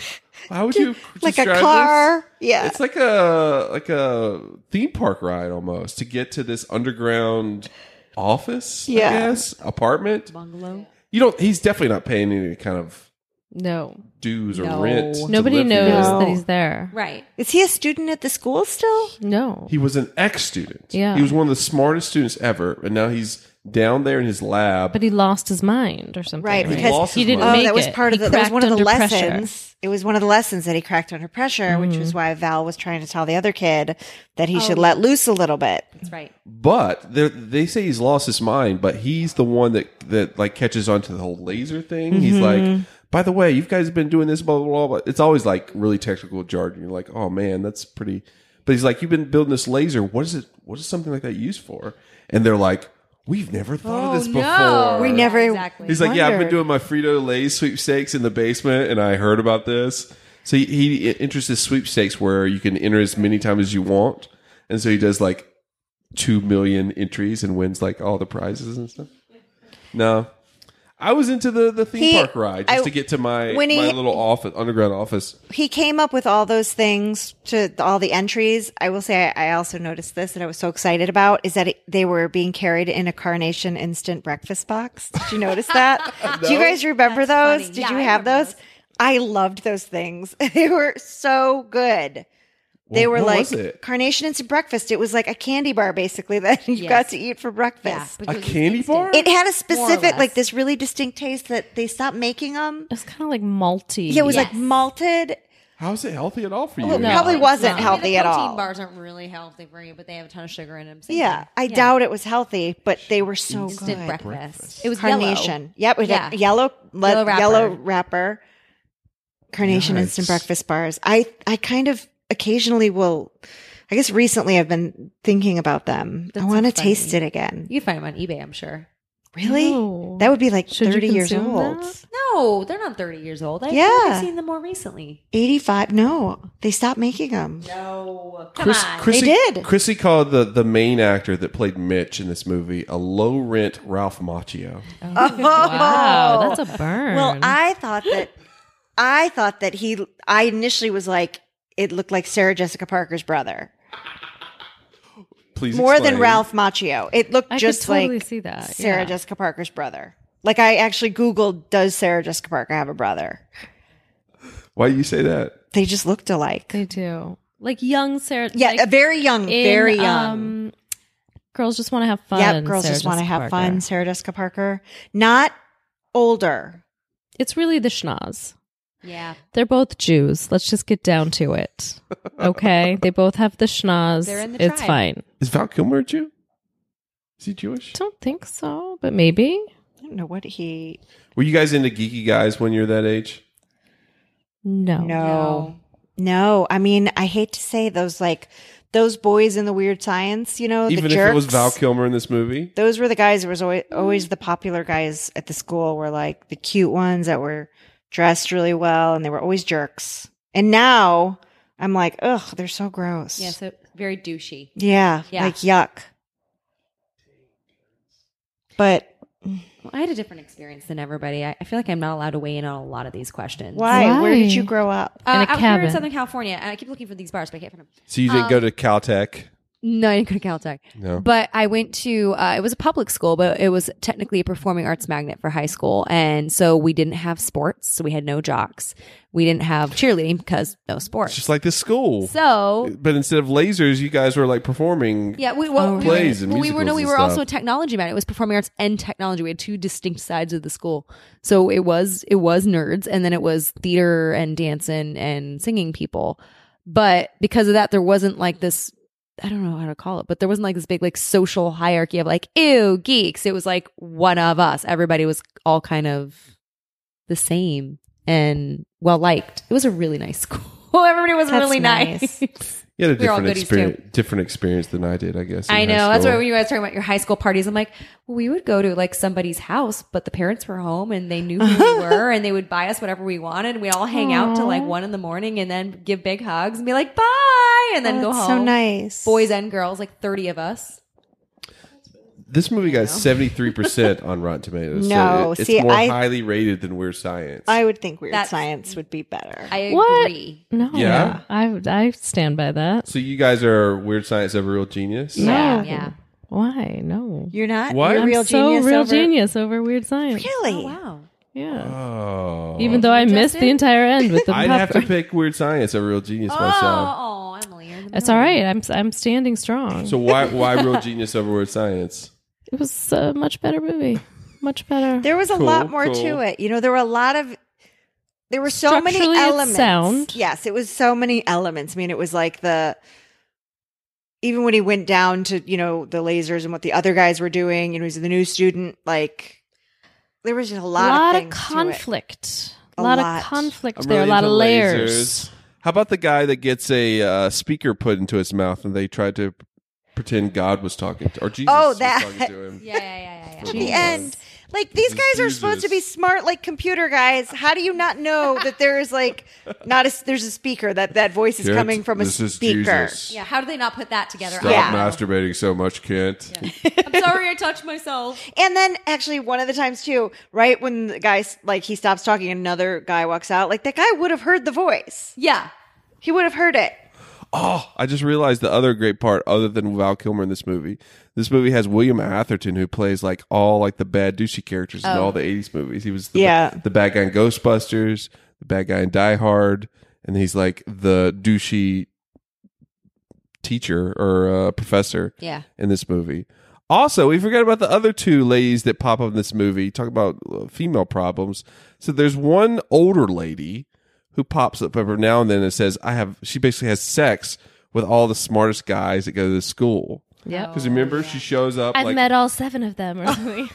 [SPEAKER 3] how would you
[SPEAKER 5] Like
[SPEAKER 3] describe
[SPEAKER 5] a
[SPEAKER 3] this?
[SPEAKER 5] car. Yeah.
[SPEAKER 3] It's like a like a theme park ride almost to get to this underground office.
[SPEAKER 4] Yeah.
[SPEAKER 3] I guess apartment.
[SPEAKER 2] Bungalow.
[SPEAKER 3] You don't. He's definitely not paying any kind of
[SPEAKER 4] No.
[SPEAKER 3] dues or rent. to
[SPEAKER 4] Nobody
[SPEAKER 3] live
[SPEAKER 4] knows
[SPEAKER 3] there.
[SPEAKER 4] that he's there.
[SPEAKER 2] Right.
[SPEAKER 5] Is he a student at the school still?
[SPEAKER 4] No.
[SPEAKER 3] He was an ex student.
[SPEAKER 4] Yeah.
[SPEAKER 3] He was one of the smartest students ever, and now he's down there in his lab.
[SPEAKER 4] But he lost his mind or something.
[SPEAKER 5] Right,
[SPEAKER 4] Right.
[SPEAKER 5] because
[SPEAKER 3] lost
[SPEAKER 4] he
[SPEAKER 3] his
[SPEAKER 4] didn't
[SPEAKER 3] mind.
[SPEAKER 5] Oh,
[SPEAKER 4] make
[SPEAKER 5] that was
[SPEAKER 4] it.
[SPEAKER 5] part of
[SPEAKER 4] He
[SPEAKER 5] the. That was
[SPEAKER 4] cracked
[SPEAKER 5] one of the
[SPEAKER 4] under pressure. Mm.
[SPEAKER 5] lessons. It was one of the lessons that he cracked under pressure, which was why Val was trying to tell the other kid that he should
[SPEAKER 2] Oh.
[SPEAKER 5] let loose a little bit.
[SPEAKER 2] That's right.
[SPEAKER 3] But they're- they say he's lost his mind, but he's the one that that like catches onto the whole laser thing. He's
[SPEAKER 8] Mhm.
[SPEAKER 5] Mm-hmm.
[SPEAKER 3] like, by the way, you guys have been doing this, blah blah blah. blah. It's always like really technical jargon. You're like, oh man, that's pretty. But he's like, you've been building this laser. What is it? What is something like that used for? And they're like, we've never thought of this
[SPEAKER 2] Oh,
[SPEAKER 3] before.
[SPEAKER 5] Oh, We never.
[SPEAKER 3] He's like, yeah, I've been
[SPEAKER 5] wondered.
[SPEAKER 3] doing my Frito Lay sweepstakes in the basement, and I heard about this. So he, he enters this sweepstakes where you can enter as many times as you want, and so he does like two million entries and wins like all the prizes and stuff. No, I was into the the theme
[SPEAKER 5] He-
[SPEAKER 3] park ride just
[SPEAKER 5] I-
[SPEAKER 3] to get to my
[SPEAKER 5] when he-
[SPEAKER 3] my little office underground office.
[SPEAKER 5] he came up with all those things to th- all the entries. I will say I, I also noticed this that I was so excited about is that it, they were being carried in a Carnation instant breakfast box. Did you notice that? Do you
[SPEAKER 2] No.
[SPEAKER 5] guys remember
[SPEAKER 2] That's
[SPEAKER 5] those?
[SPEAKER 2] funny.
[SPEAKER 5] Did
[SPEAKER 2] Yeah,
[SPEAKER 5] you
[SPEAKER 2] I
[SPEAKER 5] have those? I loved those things. they were so good. They
[SPEAKER 2] Well,
[SPEAKER 5] were
[SPEAKER 2] what
[SPEAKER 5] like
[SPEAKER 2] was it?
[SPEAKER 5] Carnation instant breakfast. It was like a candy bar basically that you
[SPEAKER 2] Yes.
[SPEAKER 5] got to eat for breakfast.
[SPEAKER 3] A candy bar?
[SPEAKER 5] It had a
[SPEAKER 2] More or
[SPEAKER 5] specific, like
[SPEAKER 2] less.
[SPEAKER 5] this really distinct taste that they stopped making them.
[SPEAKER 4] It's kind of like malty.
[SPEAKER 5] Yeah, it was like malted.
[SPEAKER 3] How is it healthy at all for you?
[SPEAKER 5] Well, it Oh, probably wasn't
[SPEAKER 2] Maybe
[SPEAKER 5] healthy
[SPEAKER 2] the
[SPEAKER 5] at
[SPEAKER 2] protein
[SPEAKER 5] all.
[SPEAKER 2] bars aren't really healthy for you, but they have a ton of sugar in them. Same
[SPEAKER 5] Yeah,
[SPEAKER 2] thing.
[SPEAKER 5] I doubt it was healthy, but they were so
[SPEAKER 2] Instant
[SPEAKER 5] good.
[SPEAKER 2] breakfast. It was
[SPEAKER 5] carnation.
[SPEAKER 2] Yellow.
[SPEAKER 5] Yep, it
[SPEAKER 2] yeah.
[SPEAKER 5] had yellow, le-
[SPEAKER 2] Yellow
[SPEAKER 5] yellow,
[SPEAKER 2] wrapper.
[SPEAKER 5] wrapper. Carnation instant breakfast bars. I I kind of occasionally will. I guess recently I've been thinking about them. I
[SPEAKER 2] That's
[SPEAKER 5] want to
[SPEAKER 2] funny.
[SPEAKER 5] taste it again.
[SPEAKER 2] You can find them on eBay, I'm sure.
[SPEAKER 5] Really? That would be like
[SPEAKER 4] you
[SPEAKER 5] thirty years
[SPEAKER 4] consume
[SPEAKER 5] old.
[SPEAKER 2] No, they're not 30 years old. I feel like
[SPEAKER 5] Yeah.
[SPEAKER 2] I've seen them more recently.
[SPEAKER 5] Eighty-five? No, they stopped making them.
[SPEAKER 2] No. Come
[SPEAKER 3] Chris,
[SPEAKER 2] on.
[SPEAKER 3] Chrissy,
[SPEAKER 5] did.
[SPEAKER 3] Chrissy called the, the main actor that played Mitch in this movie a low rent Ralph Macchio.
[SPEAKER 5] Oh,
[SPEAKER 4] Wow, that's a burn.
[SPEAKER 5] Well, I thought that I thought that he. I initially was like, it looked like Sarah Jessica Parker's brother.
[SPEAKER 3] Please
[SPEAKER 5] more
[SPEAKER 3] explain.
[SPEAKER 5] than Ralph Macchio. It looked
[SPEAKER 4] I could
[SPEAKER 5] just
[SPEAKER 4] totally
[SPEAKER 5] like
[SPEAKER 4] see that,
[SPEAKER 5] Sarah
[SPEAKER 4] yeah.
[SPEAKER 5] Jessica Parker's brother. Like I actually Googled, does Sarah Jessica Parker have a brother?
[SPEAKER 3] Why do you say that?
[SPEAKER 5] They just looked alike.
[SPEAKER 4] They do. Like young Sarah.
[SPEAKER 5] Yeah,
[SPEAKER 4] like
[SPEAKER 5] a very young,
[SPEAKER 4] in,
[SPEAKER 5] very young.
[SPEAKER 4] um, girls just want to have fun.
[SPEAKER 5] yep, girls
[SPEAKER 4] Sarah
[SPEAKER 5] just want to
[SPEAKER 4] Jessica
[SPEAKER 5] have
[SPEAKER 4] Parker.
[SPEAKER 5] fun. Sarah Jessica Parker, not older.
[SPEAKER 4] It's really the schnoz.
[SPEAKER 2] Yeah.
[SPEAKER 4] They're both Jews. Let's just get down to it. Okay, they both have the schnoz.
[SPEAKER 2] They're in the
[SPEAKER 4] it's
[SPEAKER 2] tribe.
[SPEAKER 4] fine.
[SPEAKER 3] Is Val Kilmer a Jew? Is he Jewish?
[SPEAKER 4] Don't think so, but maybe.
[SPEAKER 5] I don't know what he.
[SPEAKER 3] Were you guys into geeky guys when you were that age?
[SPEAKER 4] No.
[SPEAKER 5] No. No, I mean, I hate to say those like those boys in the weird science, you know,
[SPEAKER 3] Even
[SPEAKER 5] Oh, the
[SPEAKER 3] if
[SPEAKER 5] jerks.
[SPEAKER 3] it was Val Kilmer in this movie,
[SPEAKER 5] those were the guys that was always, always the popular guys at the school were like the cute ones that were dressed really well and they were always jerks. And now I'm like, ugh, they're so gross.
[SPEAKER 2] Yeah, so very douchey.
[SPEAKER 5] Yeah,
[SPEAKER 2] Yeah.
[SPEAKER 5] like yuck. But
[SPEAKER 2] Well, I had a different experience than everybody. I, I feel like I'm not allowed to weigh in on a lot of these questions.
[SPEAKER 5] why? Where did
[SPEAKER 4] Why?
[SPEAKER 5] you grow up?
[SPEAKER 2] Uh,
[SPEAKER 4] In a
[SPEAKER 2] out here
[SPEAKER 4] cabin.
[SPEAKER 2] in Southern California, and I keep looking for these bars, but I can't find them.
[SPEAKER 3] so you didn't
[SPEAKER 2] Um,
[SPEAKER 3] go to Caltech.
[SPEAKER 2] No, I didn't go to Caltech.
[SPEAKER 3] No.
[SPEAKER 2] But I went to, uh, it was a public school, but it was technically a performing arts magnet for high school. And so we didn't have sports. So we had no jocks. We didn't have cheerleading because no
[SPEAKER 3] It's
[SPEAKER 2] sports.
[SPEAKER 3] just like this school.
[SPEAKER 2] so
[SPEAKER 3] but instead of lasers, you guys were like performing.
[SPEAKER 2] Yeah, we well,
[SPEAKER 3] Oh,
[SPEAKER 2] we,
[SPEAKER 3] plays and
[SPEAKER 2] well, we were no,
[SPEAKER 3] musicals
[SPEAKER 2] we
[SPEAKER 3] and
[SPEAKER 2] were
[SPEAKER 3] stuff.
[SPEAKER 2] also a technology man. It was performing arts and technology. We had two distinct sides of the school, so it was it was nerds, and then it was theater and dancing and singing people. But because of that, there wasn't like this. I don't know how to call it, but there wasn't like this big like social hierarchy of like ew geeks. It was like one of us. Everybody was all kind of the same and well liked. It was a really nice school. Everybody was
[SPEAKER 5] That's
[SPEAKER 2] really
[SPEAKER 5] nice.
[SPEAKER 2] nice.
[SPEAKER 3] You had a
[SPEAKER 2] we were all
[SPEAKER 3] different
[SPEAKER 2] goodies,
[SPEAKER 3] experience, different experience than I did, I guess. in
[SPEAKER 2] I
[SPEAKER 3] high
[SPEAKER 2] know. That's why
[SPEAKER 3] school.
[SPEAKER 2] when you guys were talking about your high school parties, I'm like, we would go to like somebody's house, but the parents were home and they knew who we were and they would buy us whatever we wanted. We'd all hang out till like one in the morning and then give big hugs and be like, bye. And then
[SPEAKER 5] Oh,
[SPEAKER 2] go
[SPEAKER 5] that's
[SPEAKER 2] home.
[SPEAKER 5] so nice.
[SPEAKER 2] Boys and girls, like 30 of us.
[SPEAKER 3] This movie got seventy three percent on Rotten Tomatoes.
[SPEAKER 5] No,
[SPEAKER 3] so it- it's
[SPEAKER 5] see,
[SPEAKER 3] more
[SPEAKER 5] I-
[SPEAKER 3] highly rated than Weird Science.
[SPEAKER 5] I would think weird
[SPEAKER 2] That's-
[SPEAKER 5] science would be better.
[SPEAKER 2] I
[SPEAKER 4] What?
[SPEAKER 2] agree.
[SPEAKER 4] No.
[SPEAKER 3] Yeah.
[SPEAKER 4] I I stand by that.
[SPEAKER 3] so you guys are Weird Science of a real genius.
[SPEAKER 4] No.
[SPEAKER 2] Yeah.
[SPEAKER 4] Why? No.
[SPEAKER 5] You're not.
[SPEAKER 3] What?
[SPEAKER 5] You're a
[SPEAKER 4] I'm
[SPEAKER 5] real
[SPEAKER 4] so
[SPEAKER 5] genius.
[SPEAKER 4] real
[SPEAKER 5] over-
[SPEAKER 4] genius Oh, over weird science.
[SPEAKER 5] Really?
[SPEAKER 2] Wow.
[SPEAKER 4] Yeah.
[SPEAKER 3] Oh,
[SPEAKER 4] Even though I missed the
[SPEAKER 2] Justin?
[SPEAKER 4] entire end with the
[SPEAKER 3] I'd have to
[SPEAKER 4] popcorn.
[SPEAKER 3] pick Weird Science of a real genius myself.
[SPEAKER 2] Oh, oh, Emily. You're in the
[SPEAKER 4] That's all
[SPEAKER 2] middle.
[SPEAKER 4] right. I'm I'm standing strong.
[SPEAKER 3] So why why real genius over Weird Science?
[SPEAKER 4] it was a much better movie. Much better.
[SPEAKER 5] There was a
[SPEAKER 3] Cool,
[SPEAKER 5] lot more
[SPEAKER 3] cool.
[SPEAKER 5] to it. You know, there were a lot of there were so many
[SPEAKER 4] Structurally, it's
[SPEAKER 5] elements.
[SPEAKER 4] sound.
[SPEAKER 5] Yes, it was so many elements. I mean, it was like the even when he went down to, you know, the lasers and what the other guys were doing, and he was the new student, like there was just a lot, of, things to it.
[SPEAKER 4] conflict.
[SPEAKER 5] A
[SPEAKER 4] A lot,
[SPEAKER 5] lot.
[SPEAKER 4] of conflict
[SPEAKER 3] I'm
[SPEAKER 4] there.
[SPEAKER 3] really
[SPEAKER 4] a lot of
[SPEAKER 3] into
[SPEAKER 4] layers.
[SPEAKER 3] lasers. How about the guy that gets a uh, speaker put into his mouth and they tried to pretend God was talking to or Jesus
[SPEAKER 5] Oh,
[SPEAKER 3] was
[SPEAKER 5] that-
[SPEAKER 3] talking to him?
[SPEAKER 2] Yeah, yeah, yeah, yeah. yeah.
[SPEAKER 5] At the end, like these guys are supposed to be
[SPEAKER 3] Jesus.
[SPEAKER 5] smart, like computer guys. How do you not know that there is like not a there's a speaker that that voice is
[SPEAKER 3] Kent,
[SPEAKER 5] coming from a
[SPEAKER 3] this is
[SPEAKER 5] speaker?
[SPEAKER 3] Jesus.
[SPEAKER 2] Yeah, how do they not put that together? I
[SPEAKER 3] Stop
[SPEAKER 2] don't know.
[SPEAKER 3] masturbating so much, Kent.
[SPEAKER 2] I'm sorry I touched myself.
[SPEAKER 5] And then actually one of the times too, right when the guy like he stops talking, another guy walks out. Like that guy would have heard the voice.
[SPEAKER 2] Yeah.
[SPEAKER 5] He would have heard it.
[SPEAKER 3] Oh, I just realized the other great part, other than Val Kilmer in this movie, this movie has William Atherton who plays like all like the bad douchey characters in all the '80s movies. He was the,
[SPEAKER 5] Yeah.
[SPEAKER 3] the bad guy in Ghostbusters, the bad guy in Die Hard, and he's like the douchey teacher or uh, professor
[SPEAKER 2] Yeah.
[SPEAKER 3] in this movie. Also, we forgot about the other two ladies that pop up in this movie. Talk about uh, female problems. So there's one older lady who pops up every now and then and says, "I have." She basically has sex with all the smartest guys that go to the school.
[SPEAKER 4] Yep.
[SPEAKER 3] Because remember, she shows up.
[SPEAKER 4] I've
[SPEAKER 3] like,
[SPEAKER 4] met all seven of them. Or something.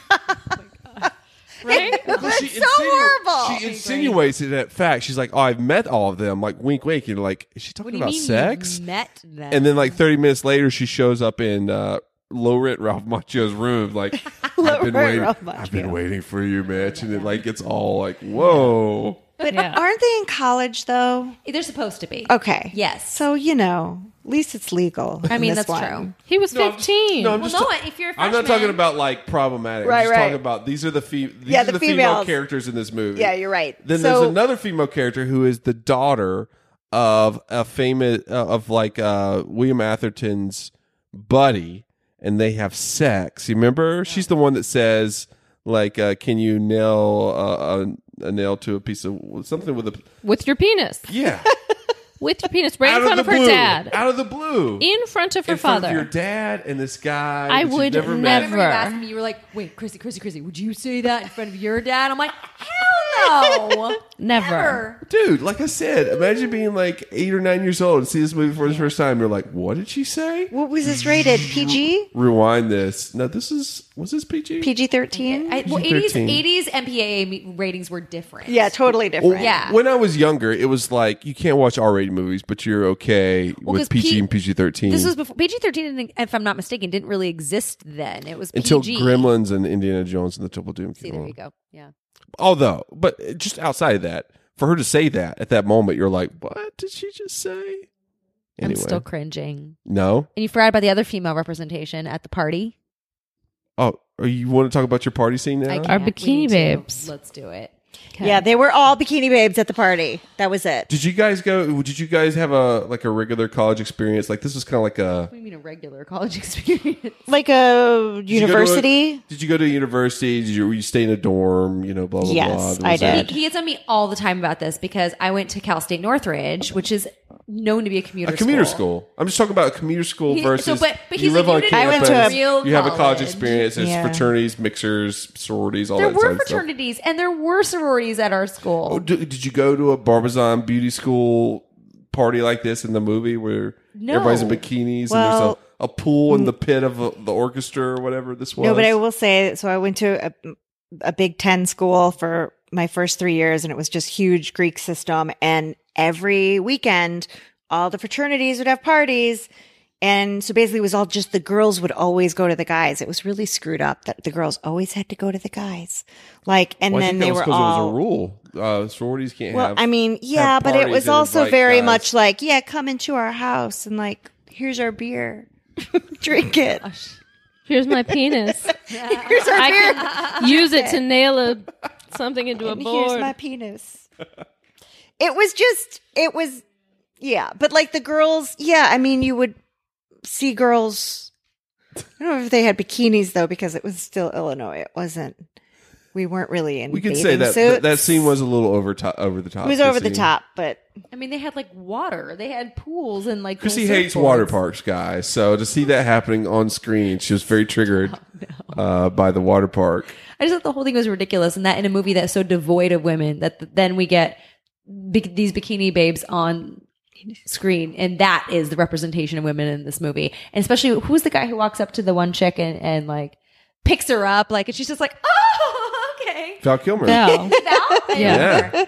[SPEAKER 4] right?
[SPEAKER 3] Well, she
[SPEAKER 5] so horrible.
[SPEAKER 3] She insinuates it at fact. She's like, "Oh, I've met all of them." Like, wink, wink. You're like, "Is she talking about sex?"
[SPEAKER 2] met them.
[SPEAKER 3] And then like 30 minutes later, she shows up in uh, low rent Ralph Macchio's room. Like, I've been
[SPEAKER 5] Rent
[SPEAKER 3] waiting.
[SPEAKER 5] Ralph
[SPEAKER 3] I've been
[SPEAKER 5] Macchio.
[SPEAKER 3] waiting for you, Mitch. And it like it's all like, whoa.
[SPEAKER 5] But
[SPEAKER 4] Yeah.
[SPEAKER 5] aren't they in college though?
[SPEAKER 2] They're supposed to be.
[SPEAKER 5] Okay.
[SPEAKER 2] Yes.
[SPEAKER 5] So you know, at least it's legal.
[SPEAKER 2] I
[SPEAKER 5] in
[SPEAKER 2] mean,
[SPEAKER 5] this
[SPEAKER 2] that's
[SPEAKER 5] one.
[SPEAKER 2] true.
[SPEAKER 4] He was
[SPEAKER 3] No, I'm just-
[SPEAKER 4] 15.
[SPEAKER 3] no, I'm
[SPEAKER 2] Well,
[SPEAKER 3] just.
[SPEAKER 2] no, if you're a
[SPEAKER 3] I'm
[SPEAKER 2] freshman-
[SPEAKER 3] not talking about like problematic.
[SPEAKER 5] Right,
[SPEAKER 3] I'm just
[SPEAKER 5] right.
[SPEAKER 3] talking about these are the fe- these
[SPEAKER 5] Yeah,
[SPEAKER 3] are
[SPEAKER 5] the
[SPEAKER 3] the female
[SPEAKER 5] females.
[SPEAKER 3] characters in this movie.
[SPEAKER 5] Yeah, you're right.
[SPEAKER 3] Then
[SPEAKER 5] So-
[SPEAKER 3] there's another female character who is the daughter of a famous uh, of like uh, William Atherton's buddy, and they have sex. You remember? She's the one that says like, uh, "Can you nail uh, a, a nail to a piece of something with a
[SPEAKER 4] With your penis.
[SPEAKER 3] yeah
[SPEAKER 4] With your penis. Right in
[SPEAKER 3] out
[SPEAKER 4] front
[SPEAKER 3] of the
[SPEAKER 4] of, her
[SPEAKER 3] blue
[SPEAKER 4] dad.
[SPEAKER 3] out of the blue
[SPEAKER 4] in front of her
[SPEAKER 3] in front
[SPEAKER 4] father.
[SPEAKER 3] of your dad and this guy
[SPEAKER 4] I
[SPEAKER 3] that you've
[SPEAKER 4] would
[SPEAKER 3] never
[SPEAKER 2] I
[SPEAKER 3] met.
[SPEAKER 2] remember you asking me, you were like, wait, Chrissy, Chrissy, Chrissy, would you say that in front of your dad? I'm like, hell No.
[SPEAKER 4] Never.
[SPEAKER 3] Dude, like I said, imagine being like eight or nine years old and see this movie for the first time. You're like, what did she say?
[SPEAKER 5] What was this rated? PG?
[SPEAKER 3] Rewind this. No, this is was this PG?
[SPEAKER 5] PG thirteen?
[SPEAKER 2] I, well, 80s,
[SPEAKER 3] 13.
[SPEAKER 2] 80s MPAA me- ratings were different.
[SPEAKER 5] Yeah, totally different.
[SPEAKER 3] Well,
[SPEAKER 2] Yeah.
[SPEAKER 3] When I was younger, it was like you can't watch R-rated movies, but you're okay
[SPEAKER 2] 'cause
[SPEAKER 3] with PG
[SPEAKER 2] P-
[SPEAKER 3] and PG-13
[SPEAKER 2] This was before PG thirteen, if I'm not mistaken, didn't really exist then. It was
[SPEAKER 3] until
[SPEAKER 2] PG.
[SPEAKER 3] Gremlins and Indiana Jones and the Triple Doom.
[SPEAKER 2] See,
[SPEAKER 3] came
[SPEAKER 2] there
[SPEAKER 3] along.
[SPEAKER 2] you go. Yeah.
[SPEAKER 3] Although, but just outside of that, for her to say that at that moment, you're like, what did she just say?
[SPEAKER 2] I'm
[SPEAKER 3] Anyway,
[SPEAKER 2] still cringing.
[SPEAKER 3] no.
[SPEAKER 2] And you forgot about the other female representation at the party.
[SPEAKER 3] Oh, are you want to talk about your party scene now?
[SPEAKER 2] I
[SPEAKER 4] Our
[SPEAKER 2] can't. We
[SPEAKER 4] bikini
[SPEAKER 2] need to.
[SPEAKER 4] babes.
[SPEAKER 2] Let's do it.
[SPEAKER 5] Yeah, they were all bikini babes at the party. That was it.
[SPEAKER 3] Did you guys go? Did you guys have a like a regular college experience? Like this was kind of like a
[SPEAKER 2] What do you mean a regular college experience?
[SPEAKER 5] Like a
[SPEAKER 3] did you go to a-
[SPEAKER 5] university.
[SPEAKER 3] Did you go to a university? Did you, were you stay in a dorm? You know, blah blah
[SPEAKER 5] Yes,
[SPEAKER 3] blah. There
[SPEAKER 5] I
[SPEAKER 3] was
[SPEAKER 5] did.
[SPEAKER 3] that.
[SPEAKER 2] He gets on me all the time about this because I went to Cal State Northridge, which is known to be a commuter
[SPEAKER 3] A commuter school. I'm just talking about a commuter school
[SPEAKER 2] He- so,
[SPEAKER 3] versus.
[SPEAKER 2] but- but
[SPEAKER 3] you
[SPEAKER 2] he's
[SPEAKER 3] live
[SPEAKER 2] like,
[SPEAKER 3] on
[SPEAKER 2] you
[SPEAKER 3] campus.
[SPEAKER 2] didn't
[SPEAKER 5] go to a
[SPEAKER 2] real
[SPEAKER 3] you have a college
[SPEAKER 2] college.
[SPEAKER 3] experience. There's
[SPEAKER 5] Yeah.
[SPEAKER 3] fraternities, mixers, sororities, all
[SPEAKER 2] There
[SPEAKER 3] that.
[SPEAKER 2] were
[SPEAKER 3] side stuff.
[SPEAKER 2] fraternities and there were sororities at our school.
[SPEAKER 3] Oh, did, did you go to a Barbizon beauty school party like this in the movie where
[SPEAKER 2] No.
[SPEAKER 3] everybody's in bikinis and there's
[SPEAKER 5] Well-
[SPEAKER 3] a, a pool in the pit of uh the orchestra or whatever this was?
[SPEAKER 5] No, but I will say. So I went to a, a Big Ten school for my first three years, and it was just huge Greek system. And every weekend, all the fraternities would have parties. And so basically, it was all just the girls would always go to the guys. It was really screwed up that the girls always had to go to the guys. Like, and
[SPEAKER 3] Well, I
[SPEAKER 5] then
[SPEAKER 3] think
[SPEAKER 5] they
[SPEAKER 3] that was
[SPEAKER 5] were
[SPEAKER 3] 'cause
[SPEAKER 5] all
[SPEAKER 3] it was a rule. Uh, sororities can't
[SPEAKER 5] Well,
[SPEAKER 3] have.
[SPEAKER 5] I mean, yeah, but it
[SPEAKER 3] parties
[SPEAKER 5] was
[SPEAKER 3] and
[SPEAKER 5] also
[SPEAKER 3] invite
[SPEAKER 5] very
[SPEAKER 3] guys.
[SPEAKER 5] much like, yeah, come into our house and like, here's our beer, drink it.
[SPEAKER 4] Here's my penis.
[SPEAKER 5] Here's our
[SPEAKER 4] I
[SPEAKER 5] beer.
[SPEAKER 4] can use it to nail a something into a
[SPEAKER 5] And
[SPEAKER 4] board.
[SPEAKER 5] Here's my penis. it was just, it was, yeah, but like the girls, yeah, I mean, you would see girls. I don't know if they had bikinis though, because it was still Illinois. It wasn't. We weren't really in.
[SPEAKER 3] we could
[SPEAKER 5] bathing
[SPEAKER 3] say that
[SPEAKER 5] suits.
[SPEAKER 3] that, that scene was a little over top. Over the top.
[SPEAKER 5] It was
[SPEAKER 3] that
[SPEAKER 5] over the
[SPEAKER 3] scene.
[SPEAKER 5] top, but
[SPEAKER 2] I mean, they had like water. They had pools and like.
[SPEAKER 3] Chrissy
[SPEAKER 2] little
[SPEAKER 3] hates
[SPEAKER 2] surfboards.
[SPEAKER 3] water parks, guys. So to see that happening on screen, she was very triggered
[SPEAKER 5] Oh,
[SPEAKER 3] uh, by the water park.
[SPEAKER 2] I just thought the whole thing was ridiculous, and that in a movie that's so devoid of women that th- then we get bi- these bikini babes on screen, and that is the representation of women in this movie. And especially, who's the guy who walks up to the one chick and, and like picks her up, like, and she's just like, "Oh, okay."
[SPEAKER 3] Val Kilmer.
[SPEAKER 4] Val.
[SPEAKER 2] Val?
[SPEAKER 4] Yeah.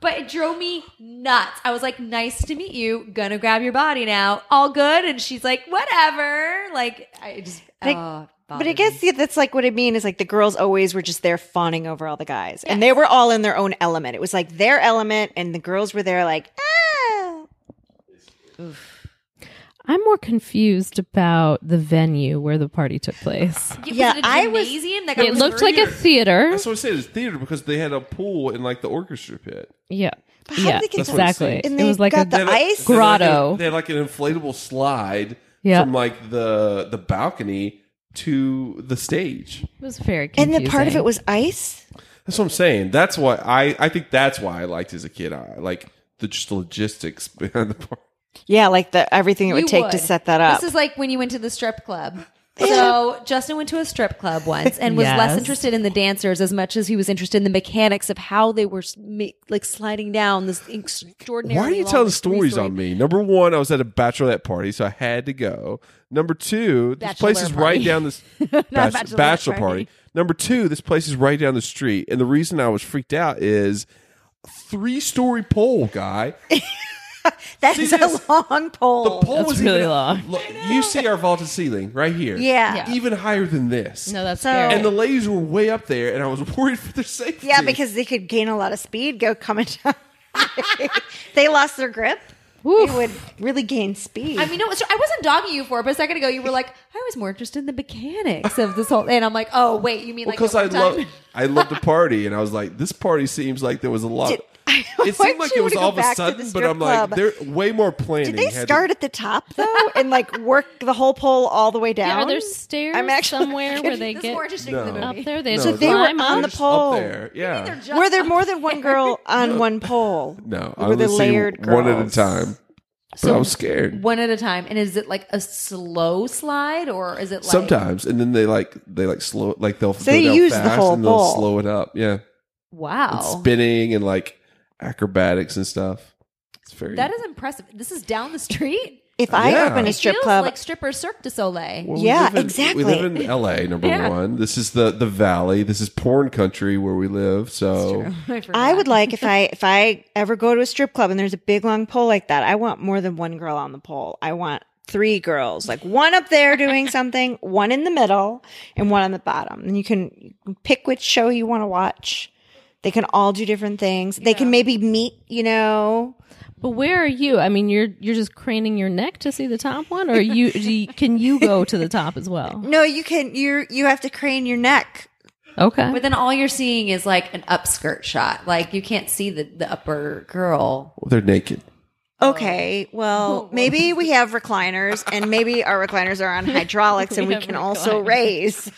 [SPEAKER 2] But it drove me nuts. I was like, "Nice to meet you. Gonna grab your body now. All good." And she's like, "Whatever." Like, I just.
[SPEAKER 5] Like,
[SPEAKER 2] oh,
[SPEAKER 5] But I
[SPEAKER 2] bothered me.
[SPEAKER 5] guess yeah, that's like what I mean is like the girls always were just there fawning over all the guys, and they were all in their own element. It was like their element, and the girls were there like, ah.
[SPEAKER 4] I'm more confused about the venue where the party took place.
[SPEAKER 2] Was
[SPEAKER 5] Yeah,
[SPEAKER 2] it a
[SPEAKER 5] I was-
[SPEAKER 2] gymnasium that got
[SPEAKER 4] It looked like a
[SPEAKER 2] converted?
[SPEAKER 4] theater.
[SPEAKER 3] That's what I said. It's theater because they had a pool in like the orchestra pit.
[SPEAKER 4] Yeah.
[SPEAKER 5] But how
[SPEAKER 4] Yeah,
[SPEAKER 5] did they get
[SPEAKER 3] That's what it
[SPEAKER 4] exactly.
[SPEAKER 5] seems. And
[SPEAKER 4] It was
[SPEAKER 5] they
[SPEAKER 4] like
[SPEAKER 5] got
[SPEAKER 4] a
[SPEAKER 5] the-
[SPEAKER 3] They had a-
[SPEAKER 5] ice?
[SPEAKER 3] they had like a-
[SPEAKER 4] Grotto.
[SPEAKER 3] They had like an inflatable slide
[SPEAKER 4] Yeah.
[SPEAKER 3] from like the the balcony to the stage.
[SPEAKER 4] it was very
[SPEAKER 5] And
[SPEAKER 4] confusing.
[SPEAKER 5] the part of it was ice.
[SPEAKER 3] That's what I'm saying. That's why I I think that's why I liked as a kid. I like the just the logistics behind the park.
[SPEAKER 5] Yeah, like the everything it would
[SPEAKER 2] You
[SPEAKER 5] take to
[SPEAKER 2] would.
[SPEAKER 5] set that up.
[SPEAKER 2] This is like when you went to the strip club. So Justin went to a strip club once and was less
[SPEAKER 4] Yes.
[SPEAKER 2] interested in the dancers as much as he was interested in the mechanics of how they were s- ma- like sliding down this extraordinary.
[SPEAKER 3] Why are you
[SPEAKER 2] long
[SPEAKER 3] telling stories
[SPEAKER 2] three-story-
[SPEAKER 3] on me? Number one, I was at a bachelorette party, so I had to go. Number two, this
[SPEAKER 2] Bachelor
[SPEAKER 3] place is right
[SPEAKER 2] party.
[SPEAKER 3] down this
[SPEAKER 2] Not
[SPEAKER 3] bach-
[SPEAKER 2] bachelorette
[SPEAKER 3] bachelor party.
[SPEAKER 2] party.
[SPEAKER 3] Number two, this place is right down the street, and the reason I was freaked out is three story pole guy.
[SPEAKER 5] That
[SPEAKER 3] See
[SPEAKER 5] is
[SPEAKER 3] this?
[SPEAKER 5] a long
[SPEAKER 3] The
[SPEAKER 5] pole.
[SPEAKER 3] pole
[SPEAKER 4] That's
[SPEAKER 3] was
[SPEAKER 4] really
[SPEAKER 3] even-
[SPEAKER 4] long.
[SPEAKER 3] Look, you see our vaulted ceiling right here.
[SPEAKER 5] Yeah. Yeah.
[SPEAKER 3] even higher than this.
[SPEAKER 4] No, that's
[SPEAKER 5] So-
[SPEAKER 4] scary.
[SPEAKER 3] and the ladies were way up there, and I was worried for their safety.
[SPEAKER 5] yeah, because they could gain a lot of speed go coming down. they lost their grip. They would really gain speed.
[SPEAKER 2] I mean, no, so I wasn't dogging you for it, but a second ago you were like, I was more interested in the mechanics of this whole. And I'm like, oh wait, you mean like
[SPEAKER 3] because
[SPEAKER 2] the
[SPEAKER 3] I
[SPEAKER 2] one time-
[SPEAKER 3] love I love to party, and I was like, this party seems like there was a lot.
[SPEAKER 5] Did- I
[SPEAKER 3] it seemed
[SPEAKER 5] want
[SPEAKER 3] like
[SPEAKER 5] you
[SPEAKER 3] it was
[SPEAKER 5] to go
[SPEAKER 3] all of a
[SPEAKER 5] back to the
[SPEAKER 3] sudden, but
[SPEAKER 5] strip
[SPEAKER 3] I'm like,
[SPEAKER 5] club.
[SPEAKER 3] there way more planning.
[SPEAKER 5] Did they
[SPEAKER 3] had to-
[SPEAKER 5] start at the top though and like work the whole pole all the way down?
[SPEAKER 4] yeah, are there stairs
[SPEAKER 5] I'm actually
[SPEAKER 4] somewhere where they
[SPEAKER 2] This is
[SPEAKER 4] get
[SPEAKER 2] more interesting than the
[SPEAKER 3] No.
[SPEAKER 4] up
[SPEAKER 2] movie.
[SPEAKER 4] there? They
[SPEAKER 3] No,
[SPEAKER 4] just
[SPEAKER 3] So they were
[SPEAKER 4] climb
[SPEAKER 5] on
[SPEAKER 4] up?
[SPEAKER 5] the pole.
[SPEAKER 3] up there? Yeah.
[SPEAKER 2] Just-
[SPEAKER 5] Were there more than one girl on one pole?
[SPEAKER 3] No,
[SPEAKER 5] Or were
[SPEAKER 3] I
[SPEAKER 5] there
[SPEAKER 3] was layered
[SPEAKER 5] layered
[SPEAKER 3] one at a
[SPEAKER 5] girls?
[SPEAKER 3] time. But I was scared
[SPEAKER 2] one at a time. And is it like a slow slide or is it like
[SPEAKER 3] sometimes, and then they like they like slow like they'll
[SPEAKER 5] they
[SPEAKER 3] go down
[SPEAKER 5] used the
[SPEAKER 3] fast
[SPEAKER 5] whole Oh.
[SPEAKER 3] and they'll
[SPEAKER 5] bowl.
[SPEAKER 3] slow it up. Yeah,
[SPEAKER 2] Wow.
[SPEAKER 3] and spinning and like acrobatics and stuff. It's very
[SPEAKER 2] That is impressive. This is down the street.
[SPEAKER 5] If I
[SPEAKER 3] Yeah.
[SPEAKER 5] open a
[SPEAKER 2] It
[SPEAKER 5] strip
[SPEAKER 2] feels
[SPEAKER 5] club,
[SPEAKER 2] like stripper Cirque du Soleil.
[SPEAKER 3] Well, we
[SPEAKER 5] Yeah,
[SPEAKER 3] live in-
[SPEAKER 5] exactly.
[SPEAKER 3] We live in LA, number
[SPEAKER 2] Yeah.
[SPEAKER 3] one. This is the the valley. This is porn country where we live. So
[SPEAKER 5] I would like if I if I ever go to a strip club and there's a big long pole like that, I want more than one girl on the pole. I want three girls, like one up there doing something, one in the middle, and one on the bottom. And you can you can pick which show you want to watch. They can all do different things. They can maybe meet, you know.
[SPEAKER 4] But where are you? I mean, you're you're just craning your neck to see the top one, or you, do you can you go to the top as well?
[SPEAKER 5] No, you can you you have to crane your neck.
[SPEAKER 4] Okay.
[SPEAKER 2] But then all you're seeing is like an upskirt shot. Like you can't see the, the upper girl.
[SPEAKER 3] they're naked.
[SPEAKER 5] Okay, well, maybe we have recliners and maybe our recliners are on hydraulics and we can also raise.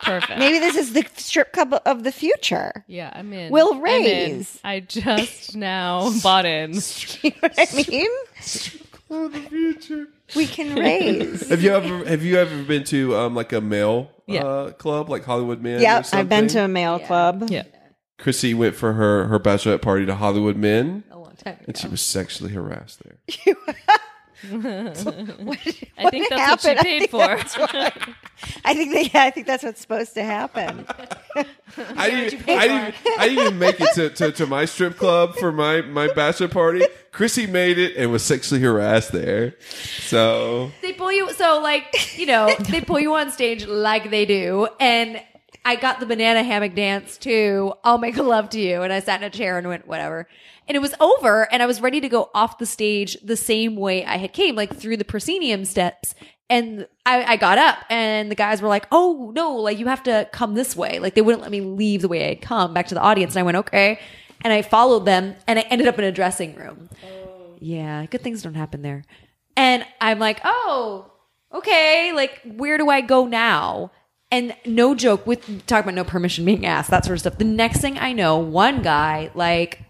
[SPEAKER 4] Perfect.
[SPEAKER 5] Maybe this is the strip club of the future.
[SPEAKER 4] Yeah, I'm in.
[SPEAKER 5] Will
[SPEAKER 4] I'm in.
[SPEAKER 5] raise.
[SPEAKER 4] I just now bought in.
[SPEAKER 5] I mean, we can raise.
[SPEAKER 3] Have you ever have you ever been to um like a male
[SPEAKER 5] Yeah.
[SPEAKER 3] uh, club like Hollywood Men? or
[SPEAKER 5] yep, I've been to
[SPEAKER 3] something?
[SPEAKER 5] a male club.
[SPEAKER 4] Yeah.
[SPEAKER 3] Chrissy went for her her bachelorette party to Hollywood Men,
[SPEAKER 2] A long time
[SPEAKER 3] and she was sexually harassed there.
[SPEAKER 4] I think that's what she paid for.
[SPEAKER 5] I think they, I think that's what's supposed to happen.
[SPEAKER 3] I didn't, even- I, didn't, even- I didn't even make it to, to, to my strip club for my, my bachelor party. Chrissy made it and was sexually harassed there. So
[SPEAKER 2] They pull you so like, you know, they pull you on stage like they do. And I got the banana hammock dance too. I'll make love to you. And I sat in a chair and went, whatever. And it was over and I was ready to go off the stage the same way I had came, like through the proscenium steps. And I, I got up and the guys were like, Oh no, like you have to come this way. Like they wouldn't let me leave the way I had come back to the audience. And I went, okay. And I followed them and I ended up in a dressing room. Yeah, good things don't happen there. And I'm like, oh, okay, like where do I go now? And no joke, with talk about no permission being asked, that sort of stuff. The next thing I know, one guy like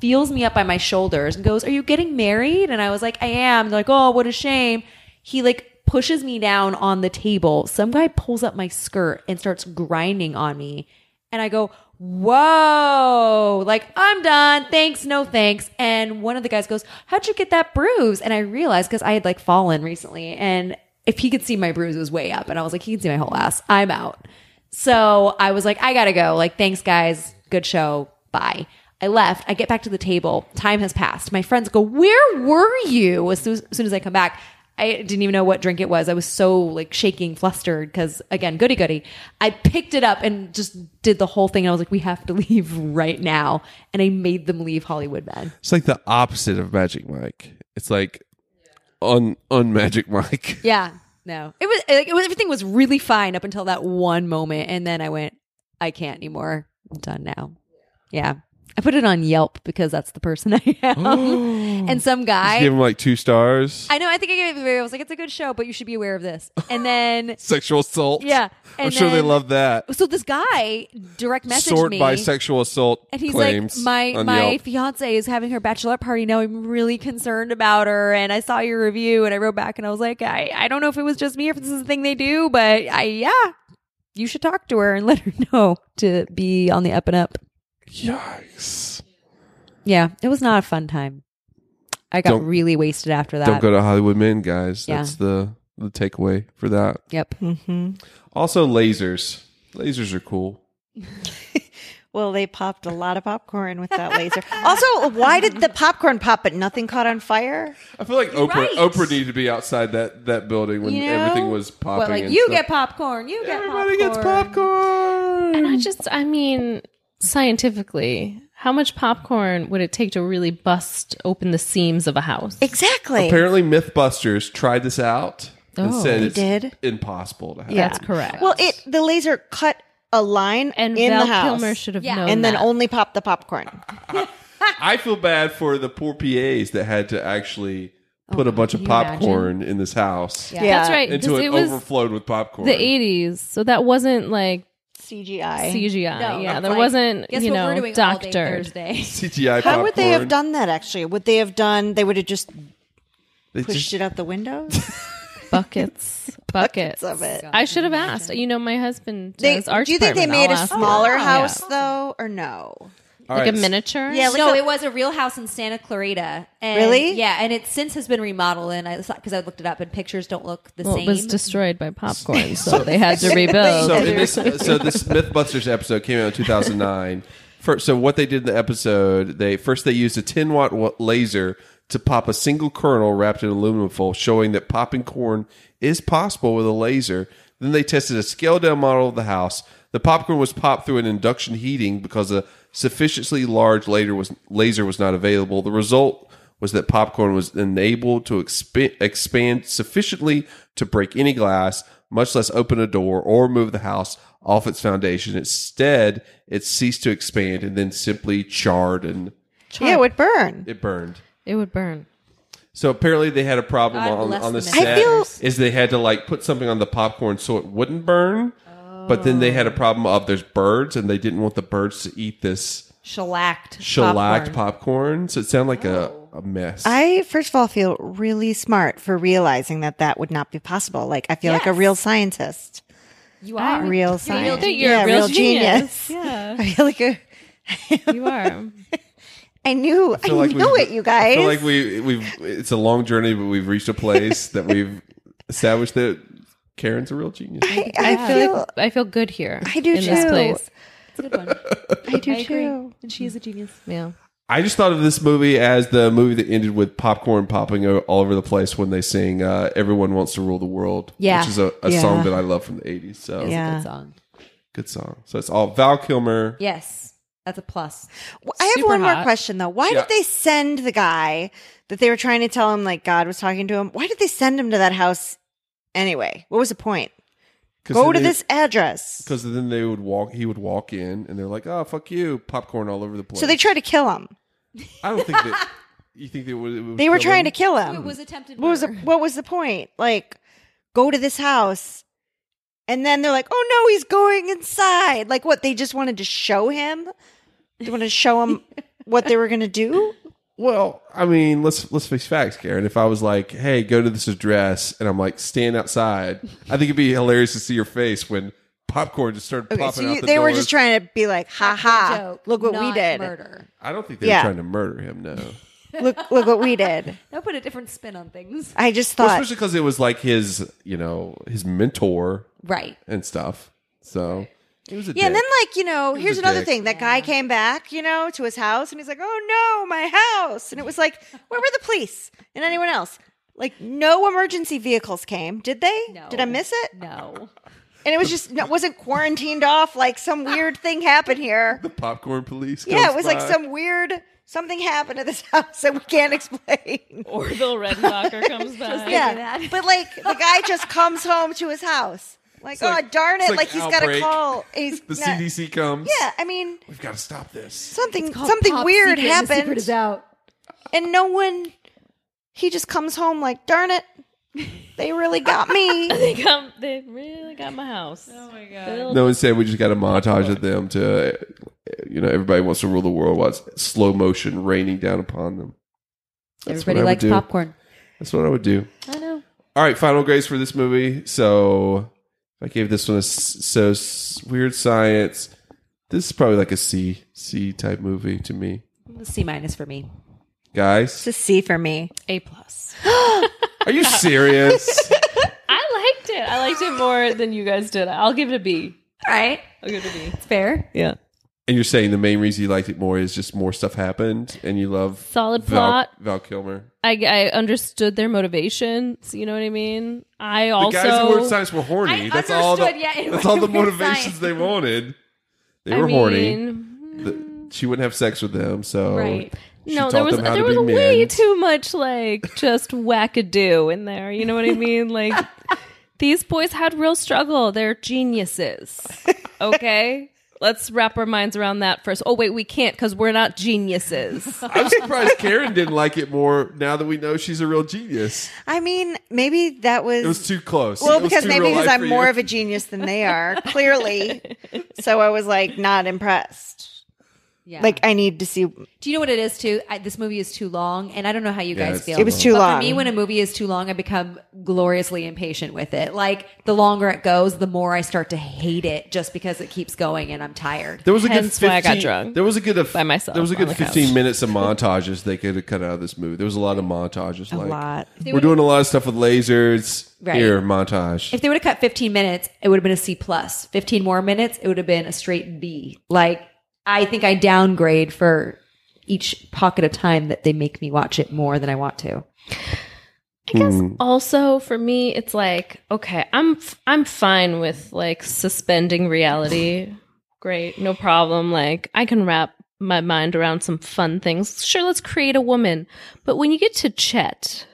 [SPEAKER 2] feels me up by my shoulders and goes, Are you getting married? And I was like, I am. They're like, oh, what a shame. He like pushes me down on the table. Some guy pulls up my skirt and starts grinding on me. And I go, whoa, like I'm done. Thanks, no thanks. And one of the guys goes, how'd you get that bruise? And I realized because I had like fallen recently and if he could see my bruise, it was way up. And I was like, he can see my whole ass. I'm out. So I was like, I gotta go. Like, thanks guys. Good show. Bye. I left. I get back to the table. Time has passed. My friends go, where were you? As soon as, soon as I come back, I didn't even know what drink it was. I was so like shaking, flustered because again, goody goody. I picked it up and just did the whole thing. I was like, we have to leave right now. And I made them leave Hollywood Bed.
[SPEAKER 3] it's like the opposite of Magic Mike. It's like un unmagic Mike.
[SPEAKER 2] Yeah. No, it was like it was, everything was really fine up until that one moment. And then I went, I can't anymore. I'm done now. Yeah. I put it on Yelp because that's the person I am. and some guy.
[SPEAKER 3] Give him like two stars.
[SPEAKER 2] I know. I think I gave it. a review. I was like, "It's a good show, but you should be aware of this." And then,
[SPEAKER 3] Sexual assault.
[SPEAKER 2] yeah,
[SPEAKER 3] I'm
[SPEAKER 2] and
[SPEAKER 3] sure they
[SPEAKER 2] then-
[SPEAKER 3] love that.
[SPEAKER 2] So this guy direct messaged
[SPEAKER 3] Sort
[SPEAKER 2] me,
[SPEAKER 3] by sexual assault
[SPEAKER 2] and he's like,
[SPEAKER 3] claims.
[SPEAKER 2] "My
[SPEAKER 3] on
[SPEAKER 2] my
[SPEAKER 3] Yelp.
[SPEAKER 2] fiance is having her bachelorette party now. I'm really concerned about her, and I saw your review, and I wrote back, and I was like, I I don't know if it was just me, or if this is a thing they do, but I yeah, you should talk to her and let her know to be on the up and up.
[SPEAKER 3] Yikes.
[SPEAKER 2] Yeah, it was not a fun time. I got
[SPEAKER 3] Don't-
[SPEAKER 2] really wasted after that.
[SPEAKER 3] Don't go to Hollywood Men, guys.
[SPEAKER 2] Yeah.
[SPEAKER 3] That's the the takeaway for that.
[SPEAKER 2] Yep.
[SPEAKER 4] Mm-hmm.
[SPEAKER 3] Also, lasers. Lasers are cool.
[SPEAKER 5] Well, they popped a lot of popcorn with that laser. Also, why did the popcorn pop but nothing caught on fire?
[SPEAKER 3] I feel like Oprah
[SPEAKER 2] right.
[SPEAKER 3] Oprah needed to be outside that that building when
[SPEAKER 2] You know?
[SPEAKER 3] everything was popping.
[SPEAKER 2] But like
[SPEAKER 3] and
[SPEAKER 2] you
[SPEAKER 3] stuff.
[SPEAKER 2] get popcorn, you get
[SPEAKER 3] Everybody
[SPEAKER 2] popcorn.
[SPEAKER 3] gets popcorn.
[SPEAKER 4] And I just, I mean, scientifically, how much popcorn would it take to really bust open the seams of a house?
[SPEAKER 5] Exactly.
[SPEAKER 3] Apparently, MythBusters tried this out and
[SPEAKER 4] Oh.
[SPEAKER 3] said
[SPEAKER 4] They
[SPEAKER 3] it's
[SPEAKER 5] did?
[SPEAKER 3] impossible to have.
[SPEAKER 4] That's correct.
[SPEAKER 5] Well, it the laser cut a line
[SPEAKER 4] and
[SPEAKER 5] in
[SPEAKER 4] Val
[SPEAKER 5] the house.
[SPEAKER 4] Kilmer should have
[SPEAKER 2] Yeah.
[SPEAKER 4] known.
[SPEAKER 5] and then
[SPEAKER 4] that.
[SPEAKER 5] only popped the popcorn.
[SPEAKER 3] I feel bad for the poor PAs that had to actually put a bunch of
[SPEAKER 2] you imagine?
[SPEAKER 3] popcorn in this house
[SPEAKER 5] Yeah.
[SPEAKER 4] that's right.
[SPEAKER 3] until
[SPEAKER 4] 'cause
[SPEAKER 3] it,
[SPEAKER 4] it was
[SPEAKER 3] overflowed with popcorn.
[SPEAKER 4] the
[SPEAKER 8] e
[SPEAKER 4] '80s, so that wasn't like
[SPEAKER 5] CGI.
[SPEAKER 4] CGI.
[SPEAKER 2] No,
[SPEAKER 4] yeah,
[SPEAKER 2] it's
[SPEAKER 4] there
[SPEAKER 2] like,
[SPEAKER 4] wasn't
[SPEAKER 2] Guess
[SPEAKER 4] you
[SPEAKER 2] what
[SPEAKER 4] know
[SPEAKER 2] we're doing all day
[SPEAKER 4] doctored.
[SPEAKER 2] Thursday.
[SPEAKER 3] CGI popcorn.
[SPEAKER 5] How would they have done that? Actually, would they have done? They would have just
[SPEAKER 3] They
[SPEAKER 5] pushed
[SPEAKER 3] just-
[SPEAKER 5] it out the windows.
[SPEAKER 4] buckets, buckets,
[SPEAKER 5] of it.
[SPEAKER 4] I should have asked. You know, my husband
[SPEAKER 5] They,
[SPEAKER 4] does art
[SPEAKER 5] do you think they
[SPEAKER 4] department.
[SPEAKER 5] made
[SPEAKER 4] I'll
[SPEAKER 5] a
[SPEAKER 4] ask him.
[SPEAKER 5] smaller
[SPEAKER 4] Yeah.
[SPEAKER 5] house though, or no?
[SPEAKER 3] All
[SPEAKER 4] like
[SPEAKER 3] right.
[SPEAKER 4] a miniature.
[SPEAKER 2] Yeah, no, it was a real house in Santa Clarita. And,
[SPEAKER 4] Really?
[SPEAKER 2] Yeah, and it since has been remodeled, and I because I looked it up, and pictures don't look the
[SPEAKER 4] Well,
[SPEAKER 2] same.
[SPEAKER 4] it was destroyed by popcorn, so they had to rebuild.
[SPEAKER 3] So, in this, uh, so this MythBusters episode came out in 2009. First, so what they did in the episode, they first they used a 10 watt wa- laser to pop a single kernel wrapped in aluminum foil, showing that popping corn is possible with a laser. Then they tested a scaled down model of the house. The popcorn was popped through an induction heating because a sufficiently large laser was laser was not available. The result was that popcorn was enabled to exp- expand sufficiently to break any glass, much less open a door or move the house off its foundation. Instead, it ceased to expand and then simply charred and
[SPEAKER 5] Yeah, it would burn.
[SPEAKER 3] it burned.
[SPEAKER 4] It would burn.
[SPEAKER 3] So apparently they had a problem
[SPEAKER 5] God
[SPEAKER 3] on,
[SPEAKER 5] bless
[SPEAKER 3] on the
[SPEAKER 5] the
[SPEAKER 3] set
[SPEAKER 5] makers.
[SPEAKER 3] is they had to like put something on the popcorn so it wouldn't burn. But then they had a problem of there's birds and they didn't want the birds to eat this
[SPEAKER 2] shellacked,
[SPEAKER 3] shellacked popcorn. So it sounded like a, a mess.
[SPEAKER 5] I first of all feel really smart for realizing that that would not be possible. Like I feel like a real scientist.
[SPEAKER 2] You are You're a
[SPEAKER 5] real
[SPEAKER 2] real
[SPEAKER 5] scientist.
[SPEAKER 2] genius.
[SPEAKER 5] yeah, real genius.
[SPEAKER 4] Yeah.
[SPEAKER 5] I feel like a.
[SPEAKER 4] you are.
[SPEAKER 5] I knew. I,
[SPEAKER 3] feel like
[SPEAKER 5] knew
[SPEAKER 3] we've-
[SPEAKER 5] it, you guys.
[SPEAKER 3] I feel like we we've it's a long journey, but we've reached a place that we've established that Karen's a real genius.
[SPEAKER 5] I
[SPEAKER 4] feel
[SPEAKER 5] feel-
[SPEAKER 4] I feel good here.
[SPEAKER 5] I do
[SPEAKER 4] in this
[SPEAKER 5] too.
[SPEAKER 4] place.
[SPEAKER 5] I do
[SPEAKER 2] I agree.
[SPEAKER 5] too.
[SPEAKER 2] And she is a genius.
[SPEAKER 4] Yeah.
[SPEAKER 3] I just thought of this movie as the movie that ended with popcorn popping o- all over the place when they sing uh, "Everyone Wants to Rule the World,"
[SPEAKER 2] Yeah.
[SPEAKER 3] which is a, a
[SPEAKER 2] Yeah.
[SPEAKER 3] song that I love from the '80s. So
[SPEAKER 2] It's a
[SPEAKER 5] Yeah.
[SPEAKER 2] good song.
[SPEAKER 3] good song. So it's all Val Kilmer.
[SPEAKER 2] Yes, that's a plus.
[SPEAKER 5] Well, I have
[SPEAKER 2] Super
[SPEAKER 5] one
[SPEAKER 2] hot.
[SPEAKER 5] more question though. Why
[SPEAKER 3] Yeah.
[SPEAKER 5] did they send the guy that they were trying to tell him like God was talking to him? Why did they send him to that house anyway? What was the point?
[SPEAKER 3] 'Cause
[SPEAKER 5] Go
[SPEAKER 3] then
[SPEAKER 5] to
[SPEAKER 3] they-
[SPEAKER 5] this address.
[SPEAKER 3] because then they would walk. He would walk in, and they're like, "Oh, fuck you!" Popcorn all over the place.
[SPEAKER 5] So they tried to kill him.
[SPEAKER 3] I don't think that. You think they would? it would
[SPEAKER 5] They were
[SPEAKER 3] kill
[SPEAKER 5] trying
[SPEAKER 3] them?
[SPEAKER 5] to kill him.
[SPEAKER 2] It was attempted.
[SPEAKER 5] what was the,
[SPEAKER 2] murder.
[SPEAKER 5] what was the point? Like, go to this house, and then they're like, "Oh no, he's going inside." Like, what? They just wanted to show him. They wanted to show him what they were going to do.
[SPEAKER 3] Well, I mean, let's let's face facts, Karen. If I was like, "Hey, go to this address," and I'm like, "Stand outside," I think it'd be hilarious to see your face when popcorn just started
[SPEAKER 5] Okay,
[SPEAKER 3] popping
[SPEAKER 5] so
[SPEAKER 3] out
[SPEAKER 5] you,
[SPEAKER 3] the
[SPEAKER 5] they were
[SPEAKER 3] doors.
[SPEAKER 5] just trying to be like, "Ha ha!
[SPEAKER 2] Joke,
[SPEAKER 5] Look what we
[SPEAKER 2] not
[SPEAKER 5] did!
[SPEAKER 2] Murder.
[SPEAKER 3] I don't think they
[SPEAKER 5] Yeah.
[SPEAKER 3] were trying to murder him. No,
[SPEAKER 5] Look look what we did!"
[SPEAKER 2] That put a different spin on things.
[SPEAKER 5] I just
[SPEAKER 3] well,
[SPEAKER 5] thought
[SPEAKER 3] especially because it was like his, you know, his mentor
[SPEAKER 2] Right.
[SPEAKER 3] and stuff. So it was a
[SPEAKER 5] Yeah, and
[SPEAKER 3] dick.
[SPEAKER 5] then like you know,
[SPEAKER 3] was
[SPEAKER 5] here's
[SPEAKER 3] a
[SPEAKER 5] another
[SPEAKER 3] dick.
[SPEAKER 5] thing. That guy came back, you know, to his house, and he's like, "Oh no, my house!" And it was like, where were the police and anyone else? Like, no emergency vehicles came, did they?
[SPEAKER 2] No.
[SPEAKER 5] Did I miss it?
[SPEAKER 2] No.
[SPEAKER 5] And it was just it wasn't quarantined off. Like some weird thing happened here.
[SPEAKER 3] the popcorn police.
[SPEAKER 5] Yeah,
[SPEAKER 3] comes
[SPEAKER 5] it was like
[SPEAKER 3] by.
[SPEAKER 5] some weird something happened to this house that we can't explain.
[SPEAKER 4] Orville Redenbacher comes back.
[SPEAKER 5] yeah, but like the guy just comes home to his house. Like, oh
[SPEAKER 3] like-
[SPEAKER 5] darn
[SPEAKER 3] it's
[SPEAKER 5] it!
[SPEAKER 3] like
[SPEAKER 5] Like,
[SPEAKER 3] an
[SPEAKER 5] he's got a
[SPEAKER 3] outbreak.
[SPEAKER 5] call. He's
[SPEAKER 3] The
[SPEAKER 5] not-
[SPEAKER 3] CDC comes.
[SPEAKER 5] Yeah, I mean.
[SPEAKER 3] we've got to stop this.
[SPEAKER 5] Something
[SPEAKER 2] Called
[SPEAKER 5] something
[SPEAKER 2] Top Secret
[SPEAKER 5] weird
[SPEAKER 2] and the
[SPEAKER 5] happened.
[SPEAKER 2] Secret is out.
[SPEAKER 5] and no one he just comes home like darn it they really got me
[SPEAKER 4] They come. They really got my house. Oh my god.
[SPEAKER 3] No, instead we just got a montage of them to, you know, everybody wants to rule the world while it's slow motion raining down upon them. That's
[SPEAKER 2] Everybody
[SPEAKER 3] what I would
[SPEAKER 2] likes
[SPEAKER 3] do.
[SPEAKER 2] popcorn.
[SPEAKER 3] That's what I would do.
[SPEAKER 4] I know.
[SPEAKER 3] All right, final grades for this movie. So if I gave this one a s- so s- weird science. This is probably like a C C type movie to me,
[SPEAKER 2] C minus for me.
[SPEAKER 3] guys.
[SPEAKER 5] it's a c for me
[SPEAKER 4] A plus.
[SPEAKER 3] Are you serious?
[SPEAKER 4] I liked it. I liked it more than you guys did. I'll give it a B.
[SPEAKER 2] All right.
[SPEAKER 4] I'll give it a B.
[SPEAKER 2] It's fair.
[SPEAKER 4] Yeah.
[SPEAKER 3] and you're saying the main reason you liked it more is just more stuff happened, and you love
[SPEAKER 4] Solid
[SPEAKER 3] Val-
[SPEAKER 4] plot.
[SPEAKER 3] Val Kilmer.
[SPEAKER 4] I, I understood their motivations. You know what I mean. I
[SPEAKER 3] The
[SPEAKER 4] also
[SPEAKER 3] guys who were science were horny.
[SPEAKER 2] I
[SPEAKER 3] that's all. The,
[SPEAKER 2] understood, yeah, it
[SPEAKER 3] that's
[SPEAKER 2] was
[SPEAKER 3] all the
[SPEAKER 2] weird
[SPEAKER 3] motivations
[SPEAKER 2] science.
[SPEAKER 3] they wanted. They
[SPEAKER 4] I
[SPEAKER 3] were horny.
[SPEAKER 4] mean,
[SPEAKER 3] The- she wouldn't have sex with them, so
[SPEAKER 2] Right.
[SPEAKER 3] she
[SPEAKER 4] no,
[SPEAKER 3] taught
[SPEAKER 4] there was
[SPEAKER 3] them how
[SPEAKER 4] there
[SPEAKER 3] to
[SPEAKER 4] was
[SPEAKER 3] be
[SPEAKER 4] way
[SPEAKER 3] men.
[SPEAKER 4] too much like just wackadoo in there. You know what I mean? Like these boys had real struggle. They're geniuses. Okay, let's wrap our minds around that first. Oh wait, we can't because we're not geniuses.
[SPEAKER 3] I'm surprised Karen didn't like it more now that we know she's a real genius.
[SPEAKER 5] i mean maybe that was,
[SPEAKER 3] It was too close.
[SPEAKER 5] well
[SPEAKER 3] It was
[SPEAKER 5] because
[SPEAKER 3] too
[SPEAKER 5] maybe
[SPEAKER 3] real
[SPEAKER 5] because
[SPEAKER 3] life
[SPEAKER 5] i'm
[SPEAKER 3] for
[SPEAKER 5] more
[SPEAKER 3] you.
[SPEAKER 5] of a genius than they are clearly so i was like not impressed
[SPEAKER 2] Yeah.
[SPEAKER 5] Like I need to see.
[SPEAKER 2] Do you know what it is too? I, this movie is too long, and I don't know how you
[SPEAKER 5] Yeah,
[SPEAKER 2] guys
[SPEAKER 5] it's
[SPEAKER 2] feel.
[SPEAKER 5] too It was long. too
[SPEAKER 2] But
[SPEAKER 5] long.
[SPEAKER 2] for me. When a movie is too long, I become gloriously impatient with it. Like the longer it goes, the more I start to hate it, just because it keeps going and I'm tired.
[SPEAKER 3] There was a good 15, There was a good by myself. There was a
[SPEAKER 2] on
[SPEAKER 3] good
[SPEAKER 2] the
[SPEAKER 3] fifteen
[SPEAKER 2] couch.
[SPEAKER 3] minutes of montages they could have cut out of this movie. There was a lot of montages. A like,
[SPEAKER 2] lot.
[SPEAKER 3] We're doing a lot of stuff with lasers.
[SPEAKER 2] Right.
[SPEAKER 3] Here montage.
[SPEAKER 2] If they would have cut 15 minutes, it would have been a C plus. 15 more minutes, it would have been a straight B. Like I think I downgrade for each pocket of time that they make me watch it more than I want to.
[SPEAKER 4] I guess
[SPEAKER 3] Hmm.
[SPEAKER 4] also for me it's like okay i'm f- i'm fine with like suspending reality great no problem like i can wrap my mind around some fun things sure let's create a woman but when you get to chet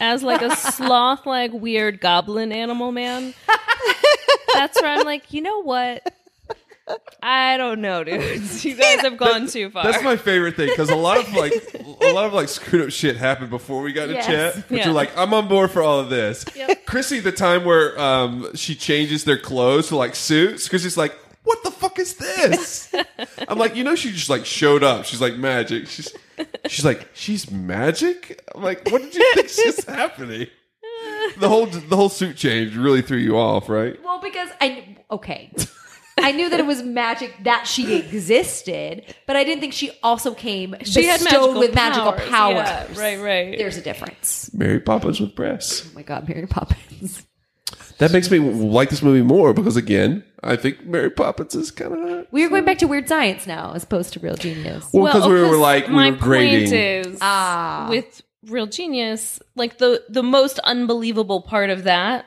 [SPEAKER 4] as like a sloth like weird goblin animal man that's where i'm like you know what i
[SPEAKER 8] Oh,
[SPEAKER 4] don't know dudes you guys have gone too far
[SPEAKER 3] That's my favorite thing because a lot of like a lot of like screwed up shit happened before we got to
[SPEAKER 4] Yes.
[SPEAKER 3] chat. But
[SPEAKER 4] Yeah.
[SPEAKER 3] you're like, I'm on board for all of this. Chrissy, the time where um, she changes their clothes to like suits, Chrissy's like, "What the fuck is this?" I'm like, you know, she just like showed up. She's like magic. She's she's like she's magic. I'm like, what did you think's just happening? The whole the whole suit change really threw you off, right?
[SPEAKER 2] Well, because I okay. I knew that it was magic that she existed, but I didn't think she also came
[SPEAKER 4] she had
[SPEAKER 2] bestowed
[SPEAKER 4] magical
[SPEAKER 2] with magical
[SPEAKER 4] powers.
[SPEAKER 2] powers.
[SPEAKER 4] Yeah, right right
[SPEAKER 2] There's a difference.
[SPEAKER 3] Mary Poppins with breasts.
[SPEAKER 2] Oh my god, Mary Poppins.
[SPEAKER 3] That makes me like this movie more because again, I think Mary Poppins is kind of
[SPEAKER 2] We are going back to weird science now, as opposed to real genius.
[SPEAKER 3] Well, Well, 'cause we were, 'cause like, we
[SPEAKER 4] my
[SPEAKER 3] were grading.
[SPEAKER 4] point is
[SPEAKER 2] Ah.
[SPEAKER 4] with real genius like the the most unbelievable part of that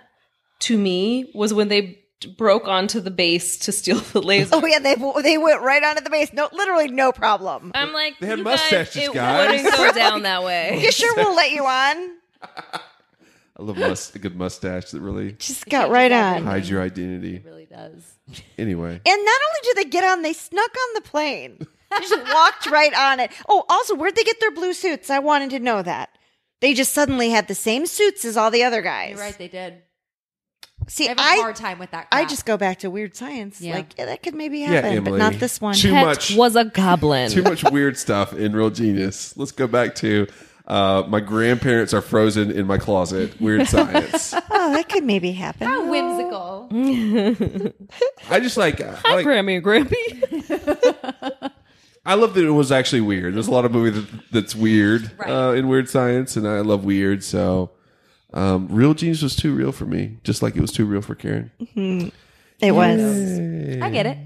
[SPEAKER 4] to me was when they broke onto the base to steal the laser
[SPEAKER 5] Oh yeah, they they went right onto the base. No, literally no problem.
[SPEAKER 4] i'm like
[SPEAKER 3] They had
[SPEAKER 4] you
[SPEAKER 3] mustaches,
[SPEAKER 4] guys, it
[SPEAKER 3] guys.
[SPEAKER 4] wouldn't go down that way
[SPEAKER 5] you sure we'll let you on?
[SPEAKER 3] I love must- a good mustache that really
[SPEAKER 5] Just got right on.
[SPEAKER 3] hides your identity. It really
[SPEAKER 2] does.
[SPEAKER 3] Anyway,
[SPEAKER 5] And not only did they get on, they snuck on the plane. They just walked right on it. Oh, also, where'd they get their blue suits? I wanted to know that. They just suddenly had the same suits as all the other guys.
[SPEAKER 2] You're right, they did.
[SPEAKER 5] See,
[SPEAKER 2] I have a
[SPEAKER 5] I-
[SPEAKER 2] hard time with that.
[SPEAKER 5] I
[SPEAKER 2] Crap.
[SPEAKER 5] just go back to weird science.
[SPEAKER 2] Yeah.
[SPEAKER 5] Like yeah, that could maybe
[SPEAKER 3] Yeah,
[SPEAKER 5] happen, but
[SPEAKER 3] Emily.
[SPEAKER 5] not this one.
[SPEAKER 3] Too Pet much-
[SPEAKER 4] was a goblin
[SPEAKER 3] too much weird stuff in Real Genius. Let's go back to uh, my grandparents are frozen in my closet. Weird science.
[SPEAKER 5] oh, that could maybe happen.
[SPEAKER 2] How whimsical.
[SPEAKER 3] I just like. uh, I, like-
[SPEAKER 4] Grammy and Grampy.
[SPEAKER 3] I love that it was actually weird. There's a lot of movie that, that's weird uh, in Weird Science, and I love weird. So, um, Real Genius was too real for me, just like it was too real for Karen.
[SPEAKER 5] Mhm. It was.
[SPEAKER 2] I get it.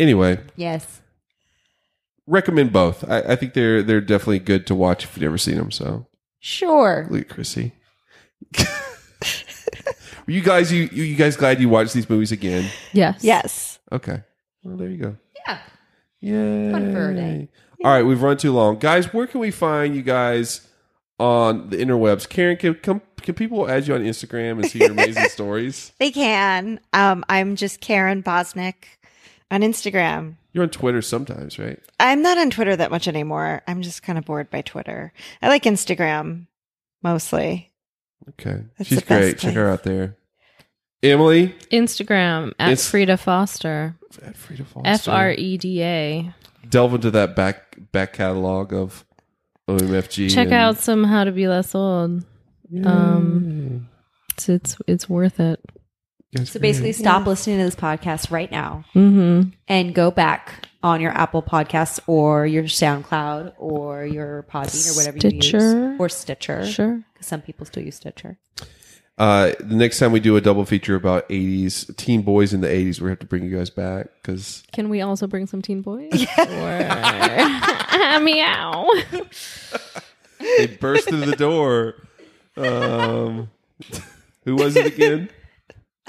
[SPEAKER 3] Anyway,
[SPEAKER 2] Yes.
[SPEAKER 3] recommend both. I, I think they're they're definitely good to watch if you've never seen them. So
[SPEAKER 2] Sure.
[SPEAKER 3] look at Chrissy. Were you guys you you you guys glad you watched these movies again?
[SPEAKER 4] Yes.
[SPEAKER 5] Yes.
[SPEAKER 3] Okay. Well, there you go.
[SPEAKER 2] Yeah.
[SPEAKER 3] Yay.
[SPEAKER 2] Fun for a day.
[SPEAKER 3] All right, we've run too long, guys. Where can we find you guys on the interwebs? Karen, can can, can people add you on Instagram and see your amazing stories?
[SPEAKER 5] They can. Um, I'm just Karen Bosnick on Instagram.
[SPEAKER 3] You're on Twitter sometimes, right?
[SPEAKER 5] I'm not on Twitter that much anymore. I'm just kind of bored by Twitter. I like Instagram mostly.
[SPEAKER 3] Okay,
[SPEAKER 5] That's
[SPEAKER 3] she's
[SPEAKER 5] the best
[SPEAKER 3] great. Check her out there. Emily,
[SPEAKER 4] instagram at
[SPEAKER 3] It's-
[SPEAKER 4] frida foster E
[SPEAKER 3] at Frida Foster.
[SPEAKER 4] f-r-e-d-a
[SPEAKER 3] delve into that back back catalog of OMFG.
[SPEAKER 4] check
[SPEAKER 3] and-
[SPEAKER 4] out some how to be less old um it's it's, it's worth it
[SPEAKER 2] So basically, stop listening to this podcast right now
[SPEAKER 4] mm-hmm
[SPEAKER 2] and go back on your Apple Podcasts or your SoundCloud or your Podbean or whatever you
[SPEAKER 4] Stitcher.
[SPEAKER 2] use, or Stitcher.
[SPEAKER 4] Sure.
[SPEAKER 2] because some people still use Stitcher.
[SPEAKER 3] Uh, the next time we do a double feature about '80s teen boys in the '80s, we have to bring you guys back because
[SPEAKER 4] Can we also bring some teen boys? or meow.
[SPEAKER 3] they burst through the door. Um, who was it again?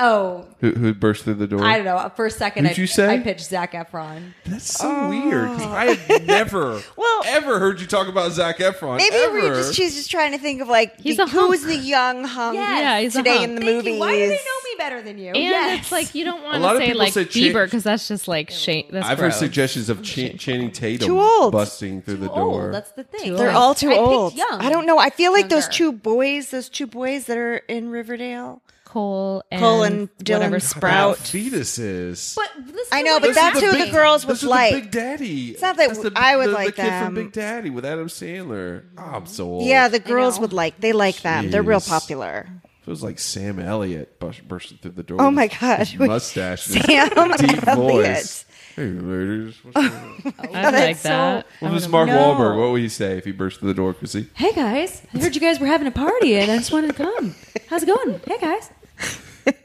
[SPEAKER 2] Oh,
[SPEAKER 3] Who, who burst through the door?
[SPEAKER 2] I don't know. For a second,
[SPEAKER 3] Who'd
[SPEAKER 2] I,
[SPEAKER 3] you say?
[SPEAKER 2] I pitched Zach Efron.
[SPEAKER 3] That's so
[SPEAKER 5] Oh.
[SPEAKER 3] weird. 'cause I have never, ever heard you talk about Zach Efron.
[SPEAKER 5] Maybe
[SPEAKER 3] ever.
[SPEAKER 5] we're just she's just trying to think of like
[SPEAKER 4] He's
[SPEAKER 5] the,
[SPEAKER 4] a
[SPEAKER 5] who was
[SPEAKER 4] hunk.
[SPEAKER 5] the young hunk
[SPEAKER 2] Yes. Yeah, he's
[SPEAKER 4] a
[SPEAKER 5] today
[SPEAKER 4] hunk.
[SPEAKER 5] in the
[SPEAKER 2] Thank
[SPEAKER 5] movies.
[SPEAKER 2] you. Why do they know me better than you?
[SPEAKER 4] And it's like you don't want
[SPEAKER 3] lot
[SPEAKER 4] to
[SPEAKER 3] of
[SPEAKER 4] say
[SPEAKER 3] people
[SPEAKER 4] like
[SPEAKER 3] say change-
[SPEAKER 4] Bieber because that's just like shame. That's
[SPEAKER 3] I've heard
[SPEAKER 4] gross.
[SPEAKER 3] suggestions of Ch- Channing Tatum
[SPEAKER 5] Too old.
[SPEAKER 3] busting through the door.
[SPEAKER 2] Oh, that's the thing.
[SPEAKER 5] They're all too
[SPEAKER 2] I picked
[SPEAKER 5] old.
[SPEAKER 2] Young.
[SPEAKER 5] I don't know. I feel like those
[SPEAKER 2] Younger.
[SPEAKER 5] two boys, those two boys that are in Riverdale.
[SPEAKER 8] Cole and
[SPEAKER 5] Cole and Dylan
[SPEAKER 8] whatever
[SPEAKER 5] Sprout.
[SPEAKER 3] fetuses.
[SPEAKER 5] But
[SPEAKER 2] Uh,
[SPEAKER 5] I know, but that's who the girls would
[SPEAKER 3] this is
[SPEAKER 5] like.
[SPEAKER 3] The big Daddy.
[SPEAKER 5] It's not that
[SPEAKER 3] That's the,
[SPEAKER 5] I would
[SPEAKER 3] the,
[SPEAKER 5] like
[SPEAKER 3] the kid from
[SPEAKER 5] them.
[SPEAKER 3] Big Daddy with Adam Sandler. Oh, I'm so old.
[SPEAKER 5] Yeah, the girls would like. They like them. They're real
[SPEAKER 3] Jeez.
[SPEAKER 5] popular.
[SPEAKER 3] It was like Sam Elliott burst, bursting through the door.
[SPEAKER 5] Oh
[SPEAKER 3] with
[SPEAKER 5] my
[SPEAKER 3] his
[SPEAKER 5] God.
[SPEAKER 3] mustache, and his
[SPEAKER 5] Sam
[SPEAKER 3] deep
[SPEAKER 5] Elliott.
[SPEAKER 3] voice. Hey, ladies, what's
[SPEAKER 5] Oh my
[SPEAKER 8] I
[SPEAKER 5] God,
[SPEAKER 8] like
[SPEAKER 5] that's
[SPEAKER 8] that.
[SPEAKER 5] so-
[SPEAKER 3] Well, this is Mark
[SPEAKER 2] No.
[SPEAKER 3] Wahlberg. What would you say if he burst through the door, Chrissy?
[SPEAKER 2] Hey guys, I heard you guys were having a party and I just wanted to come. How's it going? Hey guys.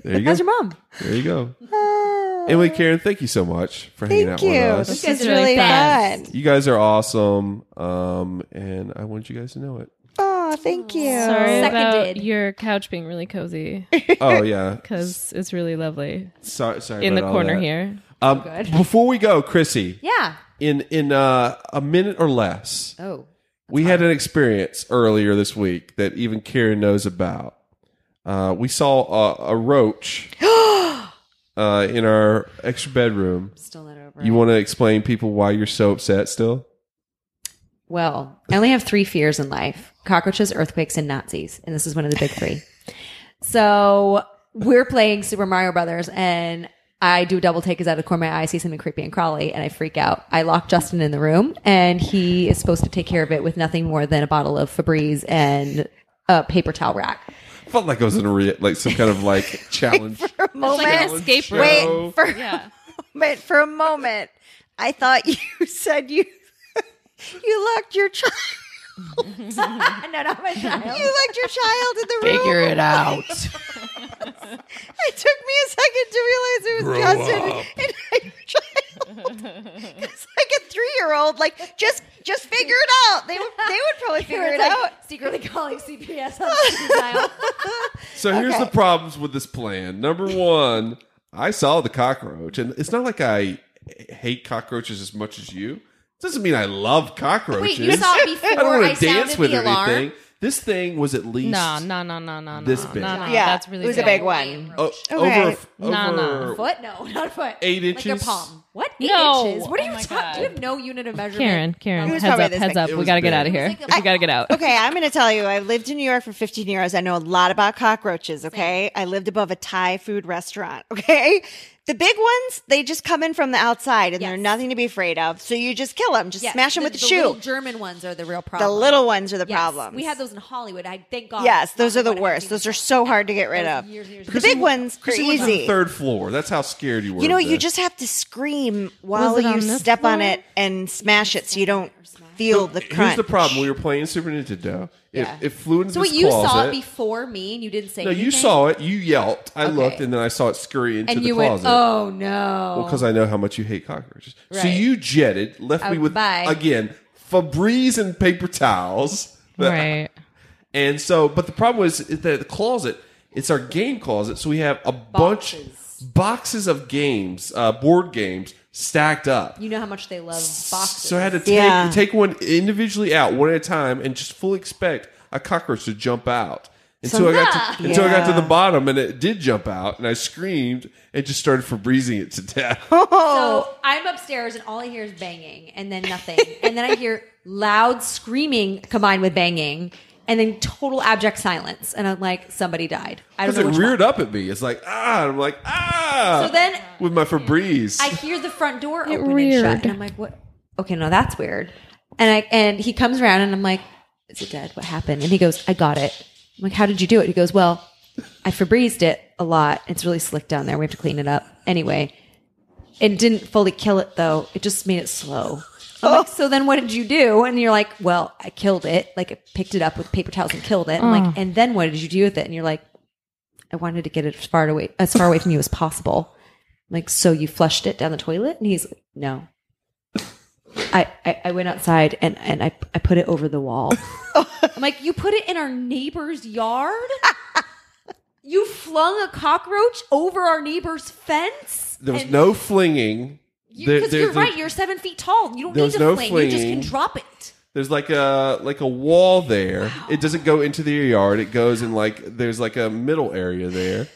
[SPEAKER 3] There you go.
[SPEAKER 2] How's your mom?
[SPEAKER 3] There you go. Anyway, Karen, thank you so much for hanging out
[SPEAKER 5] Thank you.
[SPEAKER 3] with us.
[SPEAKER 5] This
[SPEAKER 2] guys
[SPEAKER 5] is
[SPEAKER 2] are really
[SPEAKER 5] really
[SPEAKER 2] fast.
[SPEAKER 5] fun.
[SPEAKER 3] You guys are awesome, um, and I want you guys to know it.
[SPEAKER 5] Oh, thank you.
[SPEAKER 8] Sorry about
[SPEAKER 2] Seconded.
[SPEAKER 8] your couch being really cozy
[SPEAKER 3] Oh yeah,
[SPEAKER 8] because it's really lovely.
[SPEAKER 3] sorry, sorry.
[SPEAKER 8] In the
[SPEAKER 3] about all
[SPEAKER 8] corner
[SPEAKER 3] that.
[SPEAKER 8] here.
[SPEAKER 3] Um, before we go, Chrissy,
[SPEAKER 2] Yeah.
[SPEAKER 3] in in uh, a minute or less,
[SPEAKER 2] Oh.
[SPEAKER 3] we had an experience earlier this week that even Karen knows about. Uh, we saw a, a roach uh, in our extra bedroom.
[SPEAKER 2] Still not over.
[SPEAKER 3] You want to explain people why you're so upset still?
[SPEAKER 2] Well, I only have three fears in life cockroaches, earthquakes, and Nazis. And this is one of the big three. so we're playing Super Mario Brothers, and I do a double take because out of the corner of my eye, I see something creepy and crawly, and I freak out. I lock Justin in the room, and he is supposed to take care of it with nothing more than a bottle of Febreze and a paper towel rack.
[SPEAKER 3] felt like I was in a re- like some kind of like challenge.
[SPEAKER 5] moment.
[SPEAKER 8] Like an escape room.
[SPEAKER 5] Wait for
[SPEAKER 8] Yeah.
[SPEAKER 5] But for a moment, I thought you said you you locked your child.
[SPEAKER 2] no, not my child.
[SPEAKER 5] You locked your child in the room.
[SPEAKER 13] Figure it out.
[SPEAKER 5] It took me a second to realize it
[SPEAKER 13] Grow
[SPEAKER 5] was Justin
[SPEAKER 13] up.
[SPEAKER 5] and I child. It's like a three-year-old. Like just just figure it out. They would they would probably figure it
[SPEAKER 2] Like,
[SPEAKER 5] out.
[SPEAKER 2] Secretly calling CPS on the child.
[SPEAKER 3] So here's
[SPEAKER 5] Okay.
[SPEAKER 3] the problems with this plan. Number one, I saw the cockroach, and it's not like I hate cockroaches as much as you. doesn't mean I love cockroaches.
[SPEAKER 2] Wait, you saw it before
[SPEAKER 3] I don't
[SPEAKER 2] I
[SPEAKER 3] want to dance
[SPEAKER 2] sounded
[SPEAKER 3] with
[SPEAKER 2] the
[SPEAKER 3] it or
[SPEAKER 2] alarm?
[SPEAKER 3] anything. This thing was at least uh,
[SPEAKER 8] No, no, no, no, no,
[SPEAKER 3] This
[SPEAKER 8] no,
[SPEAKER 3] big.
[SPEAKER 8] no, no.
[SPEAKER 5] Yeah,
[SPEAKER 8] oh, that's really
[SPEAKER 5] it was a big one.
[SPEAKER 3] o-
[SPEAKER 5] Okay.
[SPEAKER 3] over, f-
[SPEAKER 8] No, no.
[SPEAKER 3] over
[SPEAKER 2] Foot? No, not a foot.
[SPEAKER 3] eight
[SPEAKER 2] Like your
[SPEAKER 3] inches.
[SPEAKER 2] palm. What? Eight
[SPEAKER 8] No.
[SPEAKER 2] inches? What are
[SPEAKER 8] Oh
[SPEAKER 2] you
[SPEAKER 8] my
[SPEAKER 2] talking? Do you
[SPEAKER 8] God.
[SPEAKER 2] have no unit of measurement?
[SPEAKER 8] Karen, Karen,
[SPEAKER 5] It was
[SPEAKER 8] heads
[SPEAKER 5] probably
[SPEAKER 8] up,
[SPEAKER 5] this
[SPEAKER 8] heads
[SPEAKER 5] big.
[SPEAKER 8] up.
[SPEAKER 3] It
[SPEAKER 8] We
[SPEAKER 3] was
[SPEAKER 8] got to get
[SPEAKER 3] big.
[SPEAKER 8] out of
[SPEAKER 2] It
[SPEAKER 8] here.
[SPEAKER 2] was like a-
[SPEAKER 8] we got to get out.
[SPEAKER 5] Okay, I'm going to tell you. I lived in New York for 15 years. I know a lot about cockroaches. Okay, I lived above a Thai food restaurant. Okay, the big ones they just come in from the outside and they're
[SPEAKER 2] Yes.
[SPEAKER 5] nothing to be afraid of. So you just kill them, just
[SPEAKER 2] Yeah,
[SPEAKER 5] smash them with the,
[SPEAKER 2] little
[SPEAKER 5] shoe.
[SPEAKER 2] German ones are the real problem.
[SPEAKER 5] The little ones are the
[SPEAKER 2] Yes,
[SPEAKER 5] problem.
[SPEAKER 2] We had those in Hollywood. I thank God.
[SPEAKER 5] Yes, those are the
[SPEAKER 2] Hollywood had
[SPEAKER 5] worst.
[SPEAKER 2] these.
[SPEAKER 5] Those are so hard to get rid
[SPEAKER 2] That
[SPEAKER 5] of.
[SPEAKER 2] was years and years
[SPEAKER 5] The big ones are
[SPEAKER 3] Chrissy lived on the
[SPEAKER 5] easy.
[SPEAKER 3] third floor. That's how scared you were.
[SPEAKER 5] You know,
[SPEAKER 3] of
[SPEAKER 5] you
[SPEAKER 3] this.
[SPEAKER 5] just have to scream while
[SPEAKER 8] it on
[SPEAKER 5] you
[SPEAKER 8] this
[SPEAKER 5] step on
[SPEAKER 8] floor?
[SPEAKER 5] it and smash it, so you don't feel the crunch.
[SPEAKER 3] Here's the problem. We were playing Super Nintendo.
[SPEAKER 2] Yeah.
[SPEAKER 3] It, it flew into
[SPEAKER 2] So
[SPEAKER 3] this
[SPEAKER 2] wait, you
[SPEAKER 3] closet.
[SPEAKER 2] saw it before me and you didn't say
[SPEAKER 3] No,
[SPEAKER 2] anything?
[SPEAKER 3] you saw it. You yelped. I
[SPEAKER 2] Okay.
[SPEAKER 3] looked, and then I saw it scurry into
[SPEAKER 2] And
[SPEAKER 3] the
[SPEAKER 2] you went,
[SPEAKER 3] closet.
[SPEAKER 2] oh no.
[SPEAKER 3] Well, because I know how much you hate cockroaches. So
[SPEAKER 2] Right.
[SPEAKER 3] you jetted, left me
[SPEAKER 2] Oh,
[SPEAKER 3] with
[SPEAKER 2] bye.
[SPEAKER 3] again Febreze and paper towels.
[SPEAKER 8] Right.
[SPEAKER 3] And so, but the problem was is that the closet. It's our game closet, so we have a bunch boxes of games, uh, board games stacked up.
[SPEAKER 2] you know how much they love boxes.
[SPEAKER 3] So I had to take,
[SPEAKER 5] Yeah.
[SPEAKER 3] take one individually out, one at a time, and just fully expect a cockroach to jump out. Until I got to, until I got to
[SPEAKER 5] Yeah.
[SPEAKER 3] the bottom, and it did jump out, and I screamed and just started Febrezing it to death.
[SPEAKER 5] Oh.
[SPEAKER 2] So I'm upstairs and all I hear is banging and then nothing. and then I hear loud screaming combined with banging and then total abject silence. And I'm like, somebody died. I don't
[SPEAKER 3] Because
[SPEAKER 2] know.
[SPEAKER 3] it
[SPEAKER 2] Which
[SPEAKER 3] reared
[SPEAKER 2] one.
[SPEAKER 3] up at me. It's like ah, and I'm like ah.
[SPEAKER 2] So then-
[SPEAKER 3] with my Febreze,
[SPEAKER 2] I hear the front door
[SPEAKER 8] It
[SPEAKER 2] open and
[SPEAKER 8] reared.
[SPEAKER 2] shut. And I'm like, what? Okay, no, that's weird. And I and he comes around and I'm like, is it dead? What happened? And he goes, I got it. I'm like, how did you do it? He goes, well, I Febrezed it a lot. It's really slick down there. We have to clean it up. Anyway, it didn't fully kill it though. It just made it slow. I'm like, so then what did you do? And you're like, well, I killed it. Like, I picked it up with paper towels and killed it. And
[SPEAKER 8] Uh.
[SPEAKER 2] like, and then what did you do with it? And you're like, I wanted to get it as far away as far away from you as possible. I'm like, so you flushed it down the toilet? And he's like, no. I, I, I went outside and, and I, I put it over the wall. I'm like, you put it in our neighbor's yard? you flung a cockroach over our neighbor's fence?
[SPEAKER 3] there was
[SPEAKER 2] And-
[SPEAKER 3] no flinging. There-
[SPEAKER 2] because
[SPEAKER 3] there-
[SPEAKER 2] you're
[SPEAKER 3] there-
[SPEAKER 2] right, you're seven feet tall. You don't
[SPEAKER 3] there
[SPEAKER 2] need
[SPEAKER 3] was
[SPEAKER 2] to
[SPEAKER 3] no
[SPEAKER 2] fling. You just can
[SPEAKER 3] flinging.
[SPEAKER 2] drop it.
[SPEAKER 3] There's like a like a wall there. It doesn't go into the yard. It goes in like there's like a middle area there.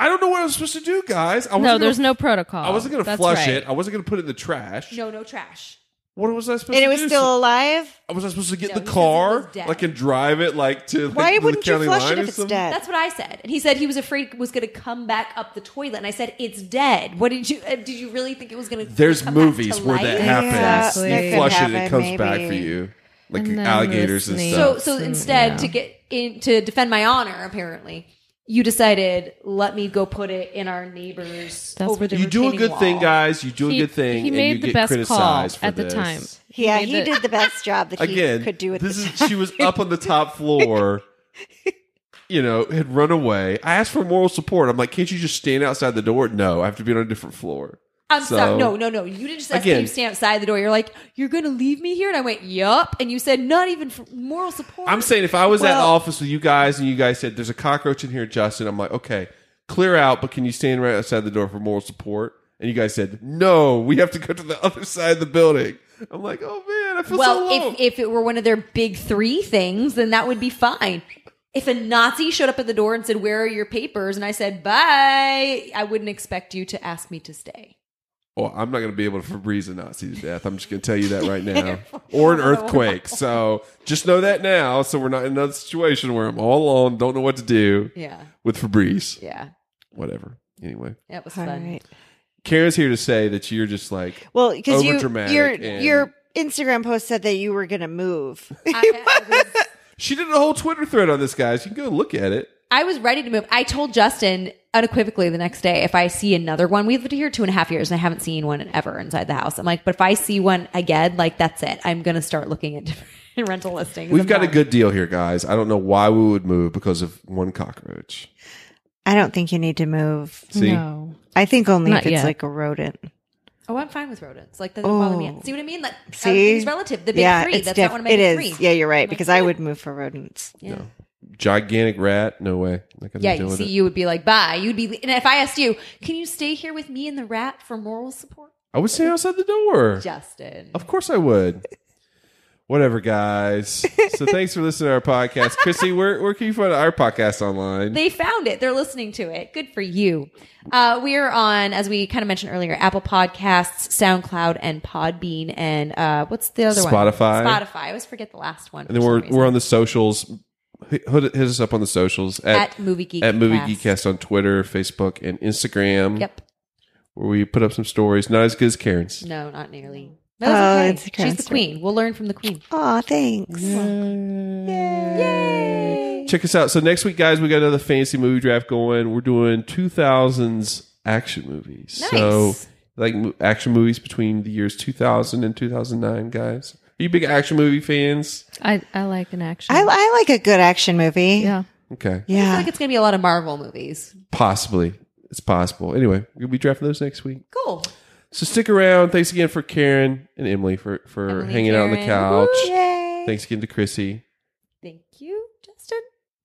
[SPEAKER 3] I don't know what I was supposed to do, guys. I wasn't
[SPEAKER 8] No,
[SPEAKER 3] gonna-
[SPEAKER 8] there's no protocol.
[SPEAKER 3] I wasn't gonna
[SPEAKER 8] That's
[SPEAKER 3] flush
[SPEAKER 8] right.
[SPEAKER 3] it. I wasn't gonna put it in the trash.
[SPEAKER 2] No, no trash.
[SPEAKER 3] What was I supposed to
[SPEAKER 5] and it was
[SPEAKER 3] do?
[SPEAKER 5] still alive.
[SPEAKER 3] was I supposed to get
[SPEAKER 2] No,
[SPEAKER 3] in
[SPEAKER 2] he
[SPEAKER 3] the
[SPEAKER 2] says it was
[SPEAKER 3] car,
[SPEAKER 2] dead.
[SPEAKER 3] like, and drive it like to like,
[SPEAKER 5] Why
[SPEAKER 3] to
[SPEAKER 5] wouldn't
[SPEAKER 3] the
[SPEAKER 5] you
[SPEAKER 3] county
[SPEAKER 5] flush
[SPEAKER 3] line
[SPEAKER 5] it
[SPEAKER 3] or
[SPEAKER 5] if it's
[SPEAKER 3] something?
[SPEAKER 5] dead?
[SPEAKER 2] That's what I said, and he said he was afraid it was going to come back up the toilet. And I said, "It's dead. What did you? Uh, did you really think it was going to?"
[SPEAKER 3] There's
[SPEAKER 2] come back to
[SPEAKER 3] movies where that
[SPEAKER 2] life?
[SPEAKER 3] happens.
[SPEAKER 5] Exactly. That
[SPEAKER 3] You
[SPEAKER 5] could
[SPEAKER 3] flush it,
[SPEAKER 5] happen,
[SPEAKER 3] it comes back for
[SPEAKER 5] maybe.
[SPEAKER 3] you, like
[SPEAKER 8] And then
[SPEAKER 3] alligators and
[SPEAKER 8] listening.
[SPEAKER 3] stuff.
[SPEAKER 2] So, so
[SPEAKER 8] Mm,
[SPEAKER 2] instead,
[SPEAKER 8] yeah.
[SPEAKER 2] to get in to defend my honor, apparently, you decided let me go put it in our neighbor's.
[SPEAKER 8] That's
[SPEAKER 2] over
[SPEAKER 8] what
[SPEAKER 2] the
[SPEAKER 3] you do a
[SPEAKER 2] retaining
[SPEAKER 3] good thing,
[SPEAKER 2] wall.
[SPEAKER 3] guys. You do a
[SPEAKER 8] He-
[SPEAKER 3] good thing,
[SPEAKER 8] he made
[SPEAKER 3] and you
[SPEAKER 8] the
[SPEAKER 3] get
[SPEAKER 8] best
[SPEAKER 3] criticized
[SPEAKER 8] call
[SPEAKER 3] for
[SPEAKER 8] at the
[SPEAKER 3] this.
[SPEAKER 8] time.
[SPEAKER 5] Yeah,
[SPEAKER 8] made
[SPEAKER 5] he
[SPEAKER 8] it-
[SPEAKER 5] did the best job that
[SPEAKER 3] Again,
[SPEAKER 5] he could do at
[SPEAKER 3] this
[SPEAKER 5] the
[SPEAKER 3] is she was up on the top floor. You know, had run away. I asked for moral support. I'm like, can't you just stand outside the door? No, I have to be on a different floor.
[SPEAKER 2] I'm
[SPEAKER 3] So-
[SPEAKER 2] sorry. No, no, no. You didn't just ask me
[SPEAKER 3] Again.
[SPEAKER 2] to stand outside the door. You're like, you're going to leave me here? And I went, yup. And you said, not even for moral support.
[SPEAKER 3] I'm saying if I was at the
[SPEAKER 5] Well-
[SPEAKER 3] office with you guys and you guys said there's a cockroach in here, Justin, I'm like, okay, clear out, but can you stand right outside the door for moral support? And you guys said, no, we have to go to the other side of the building. I'm like, oh man, I feel
[SPEAKER 2] well,
[SPEAKER 3] so alone.
[SPEAKER 2] if, if it were one of their big three things, then that would be fine. If a Nazi showed up at the door and said, where are your papers? And I said, bye, I wouldn't expect you to ask me to stay.
[SPEAKER 3] well, I'm not going to be able to Febreze a Nazi to death. I'm just going to tell you that right now. or an earthquake. So just know that now. So we're not in another situation where I'm all alone, don't know what to do
[SPEAKER 2] Yeah.
[SPEAKER 3] with Febreze.
[SPEAKER 2] Yeah.
[SPEAKER 3] Whatever. Anyway,
[SPEAKER 2] That was
[SPEAKER 5] All
[SPEAKER 2] fun.
[SPEAKER 5] right.
[SPEAKER 3] Karen's here to say that you're just like,
[SPEAKER 5] Well, because you
[SPEAKER 3] Overdramatic
[SPEAKER 5] your
[SPEAKER 3] and-
[SPEAKER 5] your Instagram post said that you were gonna move.
[SPEAKER 2] I, I was,
[SPEAKER 3] She did a whole Twitter thread on this, guys. You can go look at it.
[SPEAKER 2] I was ready to move. I told Justin unequivocally the next day if I see another one, we've lived here two and a half years and I haven't seen one ever inside the house. I'm like, but if I see one again, like that's it. I'm going to start looking at different rental listings.
[SPEAKER 3] We've
[SPEAKER 2] I'm
[SPEAKER 3] got a
[SPEAKER 2] done.
[SPEAKER 3] good deal here, guys. I don't know why we would move because of one cockroach.
[SPEAKER 5] I don't think you need to move.
[SPEAKER 3] See?
[SPEAKER 8] No.
[SPEAKER 5] I think only
[SPEAKER 8] Not
[SPEAKER 5] if it's
[SPEAKER 8] yet.
[SPEAKER 5] like a rodent.
[SPEAKER 2] Oh, I'm fine with rodents. Like, doesn't bother me.
[SPEAKER 5] Oh.
[SPEAKER 2] See what I mean? Like,
[SPEAKER 5] See,
[SPEAKER 2] it's relative. The big three. That's not one of my
[SPEAKER 5] it
[SPEAKER 2] big
[SPEAKER 5] is.
[SPEAKER 2] three.
[SPEAKER 5] Yeah, you're right.
[SPEAKER 2] Like,
[SPEAKER 5] Because I would move for rodents.
[SPEAKER 2] Yeah.
[SPEAKER 3] Gigantic rat? No way. Not gonna
[SPEAKER 2] Yeah,
[SPEAKER 3] deal
[SPEAKER 2] you
[SPEAKER 3] with
[SPEAKER 2] see,
[SPEAKER 3] it.
[SPEAKER 2] you would be like, bye. You'd be, and if I asked you, can you stay here with me and the rat for moral support?
[SPEAKER 3] I would stay outside the door.
[SPEAKER 2] Justin.
[SPEAKER 5] Oh.
[SPEAKER 3] Of course I would. Whatever, guys. So thanks for listening to our podcast. Chrissy, where, where can you find our podcast online?
[SPEAKER 2] They found it. They're listening to it. Good for you. Uh, we are on, as we kind of mentioned earlier, Apple Podcasts, SoundCloud, and Podbean, and uh, what's the other
[SPEAKER 3] Spotify.
[SPEAKER 2] one? Spotify. I always forget the last one.
[SPEAKER 3] and then we're, we're on the socials. Hit, hit us up on the socials at,
[SPEAKER 2] at Movie Geek.
[SPEAKER 3] at Movie
[SPEAKER 2] Cast.
[SPEAKER 3] Geekcast on Twitter, Facebook, and Instagram.
[SPEAKER 2] Yep.
[SPEAKER 3] Where we put up some stories. Not as good as Karen's.
[SPEAKER 2] No, not nearly.
[SPEAKER 5] Oh,
[SPEAKER 2] That's okay.
[SPEAKER 5] it's
[SPEAKER 2] She's
[SPEAKER 5] a
[SPEAKER 2] the
[SPEAKER 5] transfer.
[SPEAKER 2] queen. We'll learn from the queen.
[SPEAKER 5] Oh, thanks.
[SPEAKER 3] Check us out. So next week, guys, we got another fantasy movie draft going. We're doing 2000s action movies. So
[SPEAKER 2] Nice.
[SPEAKER 3] like mo- action movies between the years 2000 and 2009, guys. Are you big action movie fans?
[SPEAKER 8] I, I like an action.
[SPEAKER 5] I, I like a good action movie.
[SPEAKER 8] yeah.
[SPEAKER 3] Okay,
[SPEAKER 2] I feel
[SPEAKER 5] Yeah.
[SPEAKER 2] like it's going to be a lot of Marvel movies.
[SPEAKER 3] possibly. It's possible. Anyway, we'll be drafting those next week.
[SPEAKER 2] Cool.
[SPEAKER 3] So stick around. Thanks again for Karen and Emily for for
[SPEAKER 2] Emily and
[SPEAKER 3] hanging out on the
[SPEAKER 2] Karen.
[SPEAKER 3] couch.
[SPEAKER 2] Woo.
[SPEAKER 5] Yay.
[SPEAKER 3] Thanks again to Chrissy.
[SPEAKER 2] Thank you, Justin.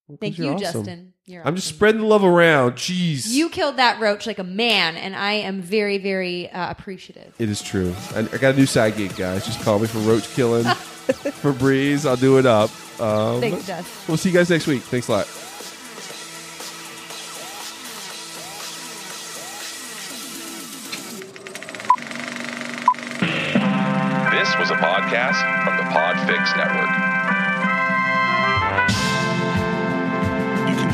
[SPEAKER 3] Because
[SPEAKER 2] Thank you,
[SPEAKER 3] you're awesome.
[SPEAKER 2] Justin. You're
[SPEAKER 3] I'm just
[SPEAKER 2] awesome.
[SPEAKER 3] spreading the love around. Jeez.
[SPEAKER 2] You killed that roach like a man, and I am very, very uh, appreciative.
[SPEAKER 3] It is true. I, I got a new side gig, guys. Just call me for roach killing, for breeze. I'll do it up. Um,
[SPEAKER 2] Thanks, Jess.
[SPEAKER 3] We'll see you guys next week. Thanks a lot.
[SPEAKER 10] This was a podcast from the Podfix Network. You can